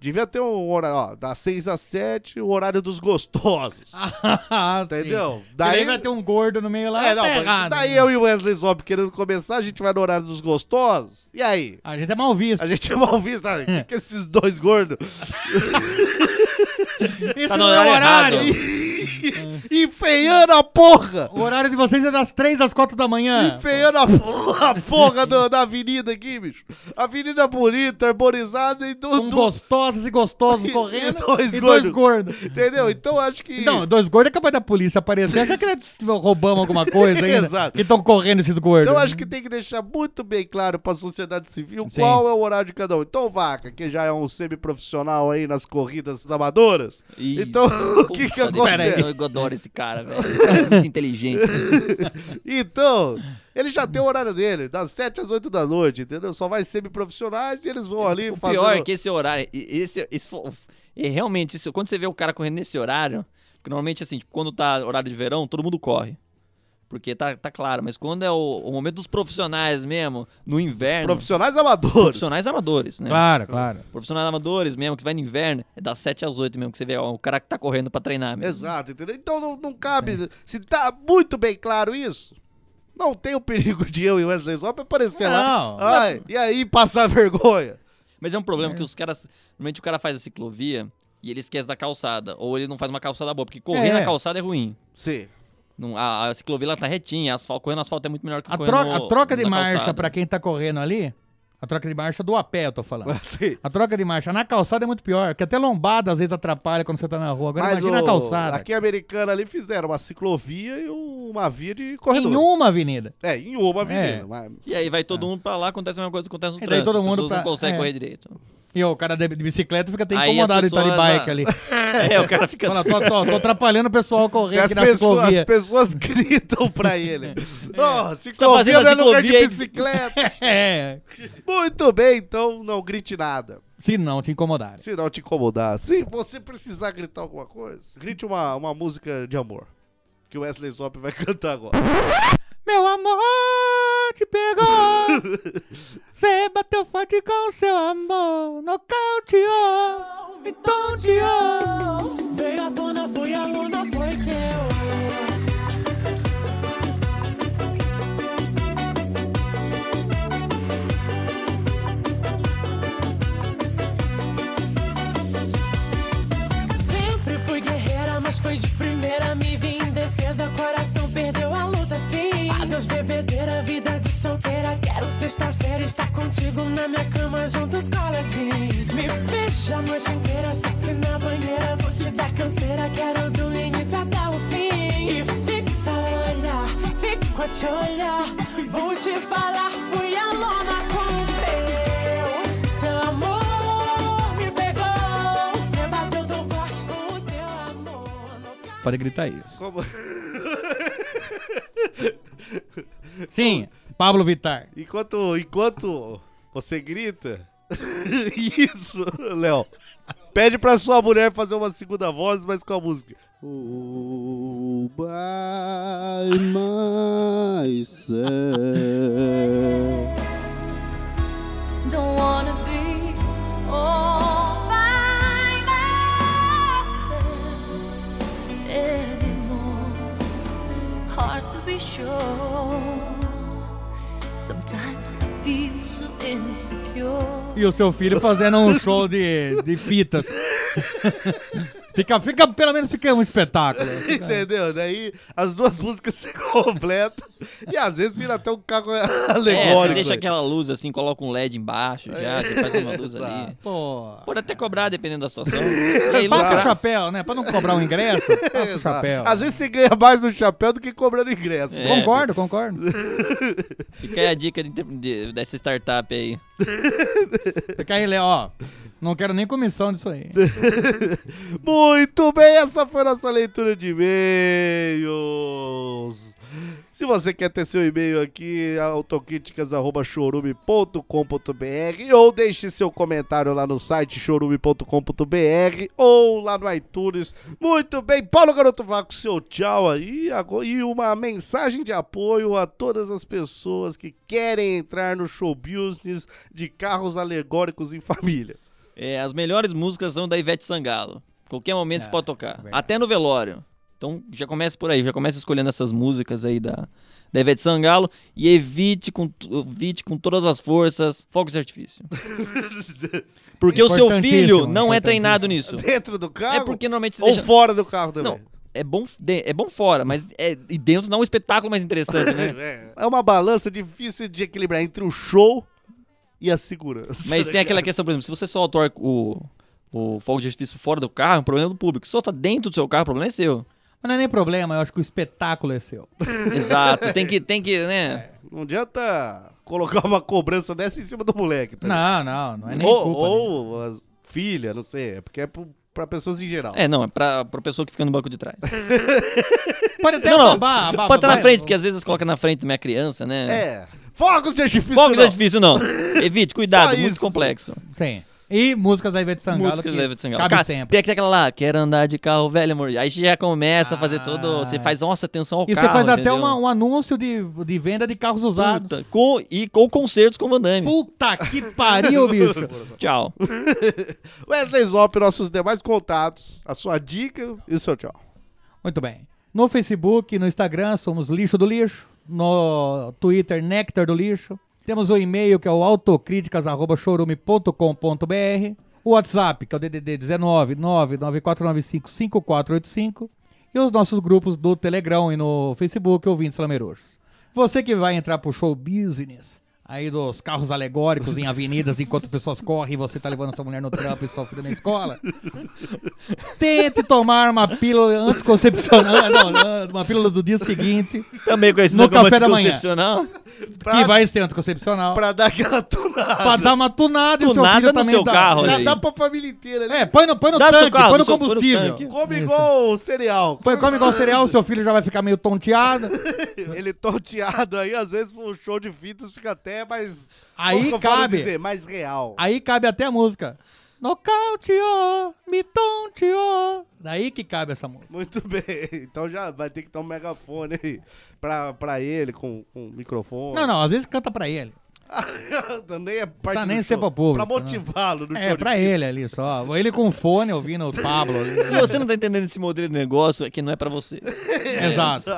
Speaker 7: devia ter um horário, ó, das 6 às 7, o horário dos
Speaker 4: Ah,
Speaker 7: gostosos. Entendeu?
Speaker 4: Daí
Speaker 7: Daí-
Speaker 4: vai ter um gordo no meio lá.
Speaker 7: É, não,
Speaker 4: tá
Speaker 7: mas
Speaker 4: errado.
Speaker 7: daí eu e o Wesley Zop querendo começar, a gente vai no horário dos gostosos. E aí?
Speaker 4: A gente é mal visto.
Speaker 7: A gente é mal visto, sabe? Que que esses dois gordos
Speaker 4: Esse
Speaker 8: Tá
Speaker 4: não
Speaker 8: no
Speaker 4: é o
Speaker 8: horário errado.
Speaker 7: enfeiando a porra!
Speaker 4: O horário de vocês é das 3 às 4 da manhã.
Speaker 7: Enfeiando a porra, a porra do- da avenida aqui, bicho. Avenida bonita, arborizada e do.
Speaker 8: Um
Speaker 4: Com
Speaker 7: do-
Speaker 4: gostosos e gostosos
Speaker 7: E-
Speaker 4: correndo.
Speaker 7: e dois
Speaker 4: e
Speaker 7: gordos.
Speaker 4: dois gordos.
Speaker 7: Entendeu? Então acho que.
Speaker 4: Não, dois gordos é capaz da polícia aparecer. Será que nós roubamos alguma coisa ainda?
Speaker 7: Exato.
Speaker 4: Que estão correndo esses gordos. né?
Speaker 7: Então acho que tem que deixar muito bem claro pra sociedade civil
Speaker 4: Sim.
Speaker 7: qual é o horário de cada um. Então, Vaca, que já é um semiprofissional aí nas corridas amadoras.
Speaker 8: Isso.
Speaker 7: Então, o que que
Speaker 8: Puta,
Speaker 7: acontece?
Speaker 8: depressão, Eu adoro esse cara, velho. Esse cara é muito inteligente.
Speaker 7: Então, ele já tem o horário dele, das 7 às 8 da noite, entendeu? Só vai semiprofissionais e eles vão ali
Speaker 8: O
Speaker 7: fazendo.
Speaker 8: pior é que esse horário. e- Esse, esse, fo- é realmente, isso, quando você vê o cara correndo nesse horário, porque normalmente assim, tipo, quando tá horário de verão, todo mundo corre. Porque tá, tá claro, mas quando é o, o momento dos profissionais mesmo, no inverno.
Speaker 7: Profissionais amadores.
Speaker 8: é, né? Profissionais amadores, né?
Speaker 4: Claro, claro.
Speaker 8: Profissionais amadores mesmo, que vai no inverno, é das 7 às 8 mesmo, que você vê ó, o cara que tá correndo pra treinar mesmo.
Speaker 7: Exato, entendeu? Então não, não
Speaker 4: É.
Speaker 7: cabe. Se tá muito bem claro isso, não tem o perigo de eu e Wesley Zop aparecer
Speaker 4: Não.
Speaker 7: lá. Ai, e aí passar vergonha.
Speaker 8: Mas é um problema que os caras. Normalmente o cara faz a ciclovia e ele esquece da calçada. Ou ele não faz uma calçada boa, porque correr
Speaker 4: É.
Speaker 8: na calçada é ruim.
Speaker 7: Sim.
Speaker 8: Não- a, a ciclovia ela tá retinha, asfalto, correndo asfalto é muito melhor que
Speaker 4: A
Speaker 8: correndo
Speaker 4: troca,
Speaker 8: no-
Speaker 4: a troca de
Speaker 8: na
Speaker 4: marcha
Speaker 8: calçada.
Speaker 4: pra quem tá correndo ali, a troca de marcha do a pé, eu tô falando.
Speaker 7: Sim.
Speaker 4: A troca de marcha na calçada é muito pior, porque até lombada às vezes atrapalha quando você tá na rua. Agora
Speaker 7: o-
Speaker 4: imagina a calçada.
Speaker 7: Aqui é em Americana ali fizeram uma ciclovia e uma via de corredor.
Speaker 4: Em uma avenida.
Speaker 7: É, em uma avenida.
Speaker 4: É.
Speaker 7: mas-
Speaker 8: E aí vai todo mundo pra lá, acontece a mesma coisa que acontece no
Speaker 4: E daí
Speaker 8: trânsito.
Speaker 4: todo
Speaker 8: as
Speaker 4: mundo
Speaker 8: pessoas não
Speaker 4: pra-
Speaker 8: conseguem
Speaker 4: é.
Speaker 8: correr direito.
Speaker 4: E ó, o cara de, de bicicleta fica até
Speaker 8: Aí as
Speaker 4: incomodado de estar de
Speaker 8: pessoas, ah,
Speaker 4: bike ali.
Speaker 8: É, o cara fica
Speaker 4: Fala, tô, tô- tô atrapalhando o pessoal a correr
Speaker 7: as,
Speaker 4: aqui é na
Speaker 7: pessoas, as
Speaker 4: ciclovia.
Speaker 7: pessoas gritam pra ele. Oh,
Speaker 8: fazendo
Speaker 4: tá
Speaker 7: ciclovia
Speaker 8: a
Speaker 7: não é lugar de
Speaker 8: ciclovia aí de-
Speaker 7: bicicleta.
Speaker 4: É,
Speaker 7: Muito bem, então não grite nada.
Speaker 4: se não te incomodarem.
Speaker 7: Se não te incomodar. Se você precisar gritar alguma coisa, grite uma, uma música de amor. Que o Wesley Zop vai cantar agora.
Speaker 4: Meu amor te pegou, você bateu forte com seu amor, nocauteou, me
Speaker 8: Então,
Speaker 4: tonteou.
Speaker 11: Veio à tona, foi a luna, foi que eu. Sempre fui guerreira, mas foi de primeira. Me vi em defesa, coração perdeu a luta, sim. Adeus, bebedeira, vida de solteira. Quero sexta-feira estar contigo na minha cama, juntos coladinho. Me beija a noite inteira, sexy na banheira. Vou te dar canseira, quero do início até o fim. E fixa o olhar, fico a te olhar. Vou te falar, fui a lona com o seu. Seu amor me pegou, você bateu tão forte com o teu amor.
Speaker 4: Pode gritar isso.
Speaker 7: Como-
Speaker 4: Sim, Pablo Vittar.
Speaker 7: Enquanto, enquanto você grita. Isso, Léo. Pede pra sua mulher fazer uma segunda voz, mas com a música. Oh, by myself.
Speaker 6: Don't wanna be all by myself anymore. Hard to be sure. Sometimes I feel so insecure.
Speaker 4: E o seu filho fazendo um show de, de fitas. Fica, fica, pelo menos fica um espetáculo.
Speaker 7: Entendeu? Daí as duas músicas se completam e às vezes vira até um carro
Speaker 8: É,
Speaker 7: alegórico. Né?
Speaker 8: você deixa aquela luz assim, coloca um LED embaixo já, você faz uma luz ali.
Speaker 4: Pô.
Speaker 8: Pode até cobrar, dependendo da situação. E aí,
Speaker 4: Passa o
Speaker 8: lucrar.
Speaker 4: chapéu, né? Pra não cobrar o ingresso, passa o chapéu.
Speaker 7: Às vezes você ganha mais no chapéu do que cobrando ingresso.
Speaker 8: É.
Speaker 4: Concordo, concordo.
Speaker 8: Fica aí a dica de- de- dessa startup aí.
Speaker 4: Fica aí, Léo, ó. Não quero nem comissão disso aí.
Speaker 7: Muito bem, essa foi a nossa leitura de e-mails. Se você quer ter seu e-mail aqui, autocríticas.chorume.com.br ou deixe seu comentário lá no site chorume.com.br ou lá no iTunes. Muito bem, Paulo Garoto Vaco, seu tchau aí ago- e uma mensagem de apoio a todas as pessoas que querem entrar no show business de carros alegóricos em família.
Speaker 8: É, as melhores músicas são da Ivete Sangalo. Qualquer momento você
Speaker 4: É,
Speaker 8: pode tocar. Até no velório. Então já comece por aí, já comece escolhendo essas músicas aí da, da Ivete Sangalo e evite com, tu- evite com todas as forças fogos de artifício. Porque o seu filho não
Speaker 4: Importantíssimo,
Speaker 8: é
Speaker 4: importantíssimo.
Speaker 8: treinado nisso.
Speaker 7: Dentro do carro?
Speaker 8: É porque normalmente você
Speaker 7: Ou
Speaker 8: deixa...
Speaker 7: fora do carro também.
Speaker 8: Não, é bom, f- de- é bom fora, mas é, e dentro dá um espetáculo mais interessante, né?
Speaker 7: É. É uma balança difícil de equilibrar entre o show e a segurança.
Speaker 8: Mas tem aquela questão, por exemplo, se você solta o, arco- o, o fogo de artifício fora do carro, é um problema do público. Se Solta dentro do seu carro, o problema é seu.
Speaker 4: Mas não é nem problema, eu acho que o espetáculo é seu.
Speaker 8: Exato, tem que, tem que, né?
Speaker 7: Não adianta colocar uma cobrança dessa em cima do moleque. Tá ligado?
Speaker 4: Não, não, não é nem
Speaker 7: ou
Speaker 4: culpa. dele.
Speaker 7: ou as filha, não sei. É porque é pro, pra pessoas em geral.
Speaker 8: É, não, é pra, pra pessoa que fica no banco de trás.
Speaker 4: Pode até
Speaker 8: Não, não,
Speaker 4: babar, babar,
Speaker 8: Pode estar na
Speaker 4: babar.
Speaker 8: frente, é- porque às vezes coloca na frente minha criança, né?
Speaker 7: É. Fogos de artifício.
Speaker 8: Fogos de
Speaker 7: não.
Speaker 8: artifício é não. Evite, cuidado,
Speaker 7: Só
Speaker 8: muito
Speaker 7: isso.
Speaker 8: complexo.
Speaker 4: Sim. E músicas da Ivete Sangalo.
Speaker 8: Músicas
Speaker 4: que
Speaker 8: da Ivete Sangalo.
Speaker 4: Cabe
Speaker 8: Cara,
Speaker 4: sempre.
Speaker 8: Tem aqui aquela lá, quero andar de carro velho, amor. Aí você já começa a fazer todo, você
Speaker 4: Ah.
Speaker 8: faz, nossa, atenção ao
Speaker 4: E
Speaker 8: carro,
Speaker 4: você faz até
Speaker 8: entendeu?
Speaker 4: uma- um anúncio de, de venda de carros usados.
Speaker 8: Puta, com, e com concertos com Van Damme.
Speaker 4: Puta que pariu, bicho.
Speaker 8: Tchau.
Speaker 7: Wesley Zop, nossos demais contatos, a sua dica e o seu tchau.
Speaker 4: Muito bem. No Facebook, no Instagram, somos Lixo do Lixo. No Twitter, Nectar do Lixo. Temos o e-mail, que é o autocríticas.chorume.com.br. O WhatsApp, que é o DDD 19 99495 5485. e os nossos grupos do Telegram e no Facebook, ouvintes lamerojos. Você que vai entrar pro show business, aí dos carros alegóricos em avenidas enquanto pessoas correm e você tá levando sua mulher no trampo e sua filha na escola, tente tomar uma pílula anticoncepcional, não, uma pílula do dia seguinte,
Speaker 8: Também conhecido
Speaker 4: No
Speaker 8: como
Speaker 4: café da manhã.
Speaker 8: anticoncepcional.
Speaker 4: que vai ser anticoncepcional, pra,
Speaker 7: Pra dar aquela tunada.
Speaker 4: dar uma tunada, e seu
Speaker 8: Tunada
Speaker 4: filho
Speaker 8: no
Speaker 4: também
Speaker 8: seu
Speaker 4: dá.
Speaker 8: carro,
Speaker 7: Dá,
Speaker 8: Olha aí.
Speaker 7: dá pra família inteira, né?
Speaker 4: É, põe no, põe no
Speaker 8: Dá no seu
Speaker 4: tanque,
Speaker 8: carro,
Speaker 4: põe no
Speaker 8: seu- põe no
Speaker 4: combustível.
Speaker 8: tanque.
Speaker 7: Come igual cereal.
Speaker 4: Põe, come igual cereal, seu filho já vai ficar meio tonteado.
Speaker 7: Ele tonteado aí, às vezes um show de fitas fica até mais.
Speaker 4: Aí
Speaker 7: como que eu falo
Speaker 4: cabe.
Speaker 7: dizer, mais real.
Speaker 4: Aí cabe até a música. Nocauteou, me tonteou. Daí que cabe essa música.
Speaker 7: Muito bem. Então já vai ter que dar um megafone aí pra, pra ele com, com um microfone.
Speaker 4: Não, não, às vezes canta pra ele.
Speaker 7: não. nem é parte
Speaker 4: Pra
Speaker 7: do
Speaker 4: nem
Speaker 7: show.
Speaker 4: ser pra público,
Speaker 7: Pra
Speaker 4: não.
Speaker 7: motivá-lo no
Speaker 4: É,
Speaker 7: show. de
Speaker 4: pra ele ali só. Ele com fone ouvindo o Pablo. ali. né?
Speaker 8: Se você não tá entendendo esse modelo de negócio, é que não é pra você.
Speaker 4: Exato.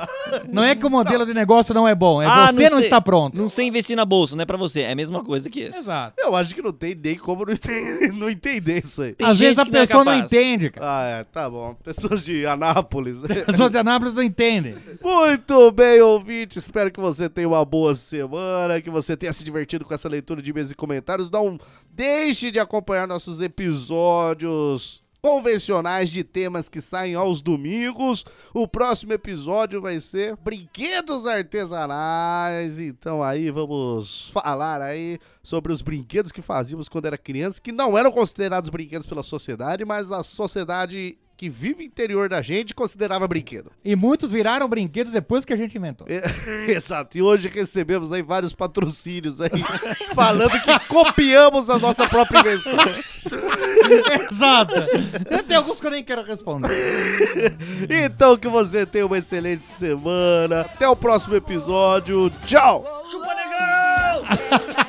Speaker 4: Não é que o modelo de negócio não é bom, é você não,
Speaker 8: sei-
Speaker 4: está pronto.
Speaker 8: Ah, Não sei investir na bolsa, não é pra você. É a mesma coisa que esse.
Speaker 4: Exato.
Speaker 7: Eu acho que não tem nem como não enten- não entender isso aí.
Speaker 8: Tem
Speaker 4: às vezes
Speaker 8: gente
Speaker 4: a
Speaker 8: que não é
Speaker 4: pessoa não,
Speaker 8: capaz.
Speaker 4: entende, cara.
Speaker 7: Ah, é, tá bom. Pessoas de Anápolis. né?
Speaker 4: As pessoas de Anápolis não entendem.
Speaker 7: Muito bem, ouvinte. Espero que você tenha uma boa semana, que você tenha se divertido com essa leitura de e-mails e comentários. Não deixe de acompanhar nossos episódios convencionais de temas que saem aos domingos. O próximo episódio vai ser brinquedos artesanais. Então aí vamos falar aí sobre os brinquedos que fazíamos quando era criança, que não eram considerados brinquedos pela sociedade, mas a sociedade que vive interior da gente considerava brinquedo.
Speaker 4: E muitos viraram brinquedos depois que a gente inventou.
Speaker 7: É, Exato, e hoje recebemos aí vários patrocínios aí, falando que copiamos a nossa própria invenção.
Speaker 4: Exato. Tem alguns que eu nem quero responder.
Speaker 7: Então que você tenha uma excelente semana, até o próximo episódio, tchau!
Speaker 6: Chupa negão! um É um É Uh! então é então é um Ah! Oh, é é é É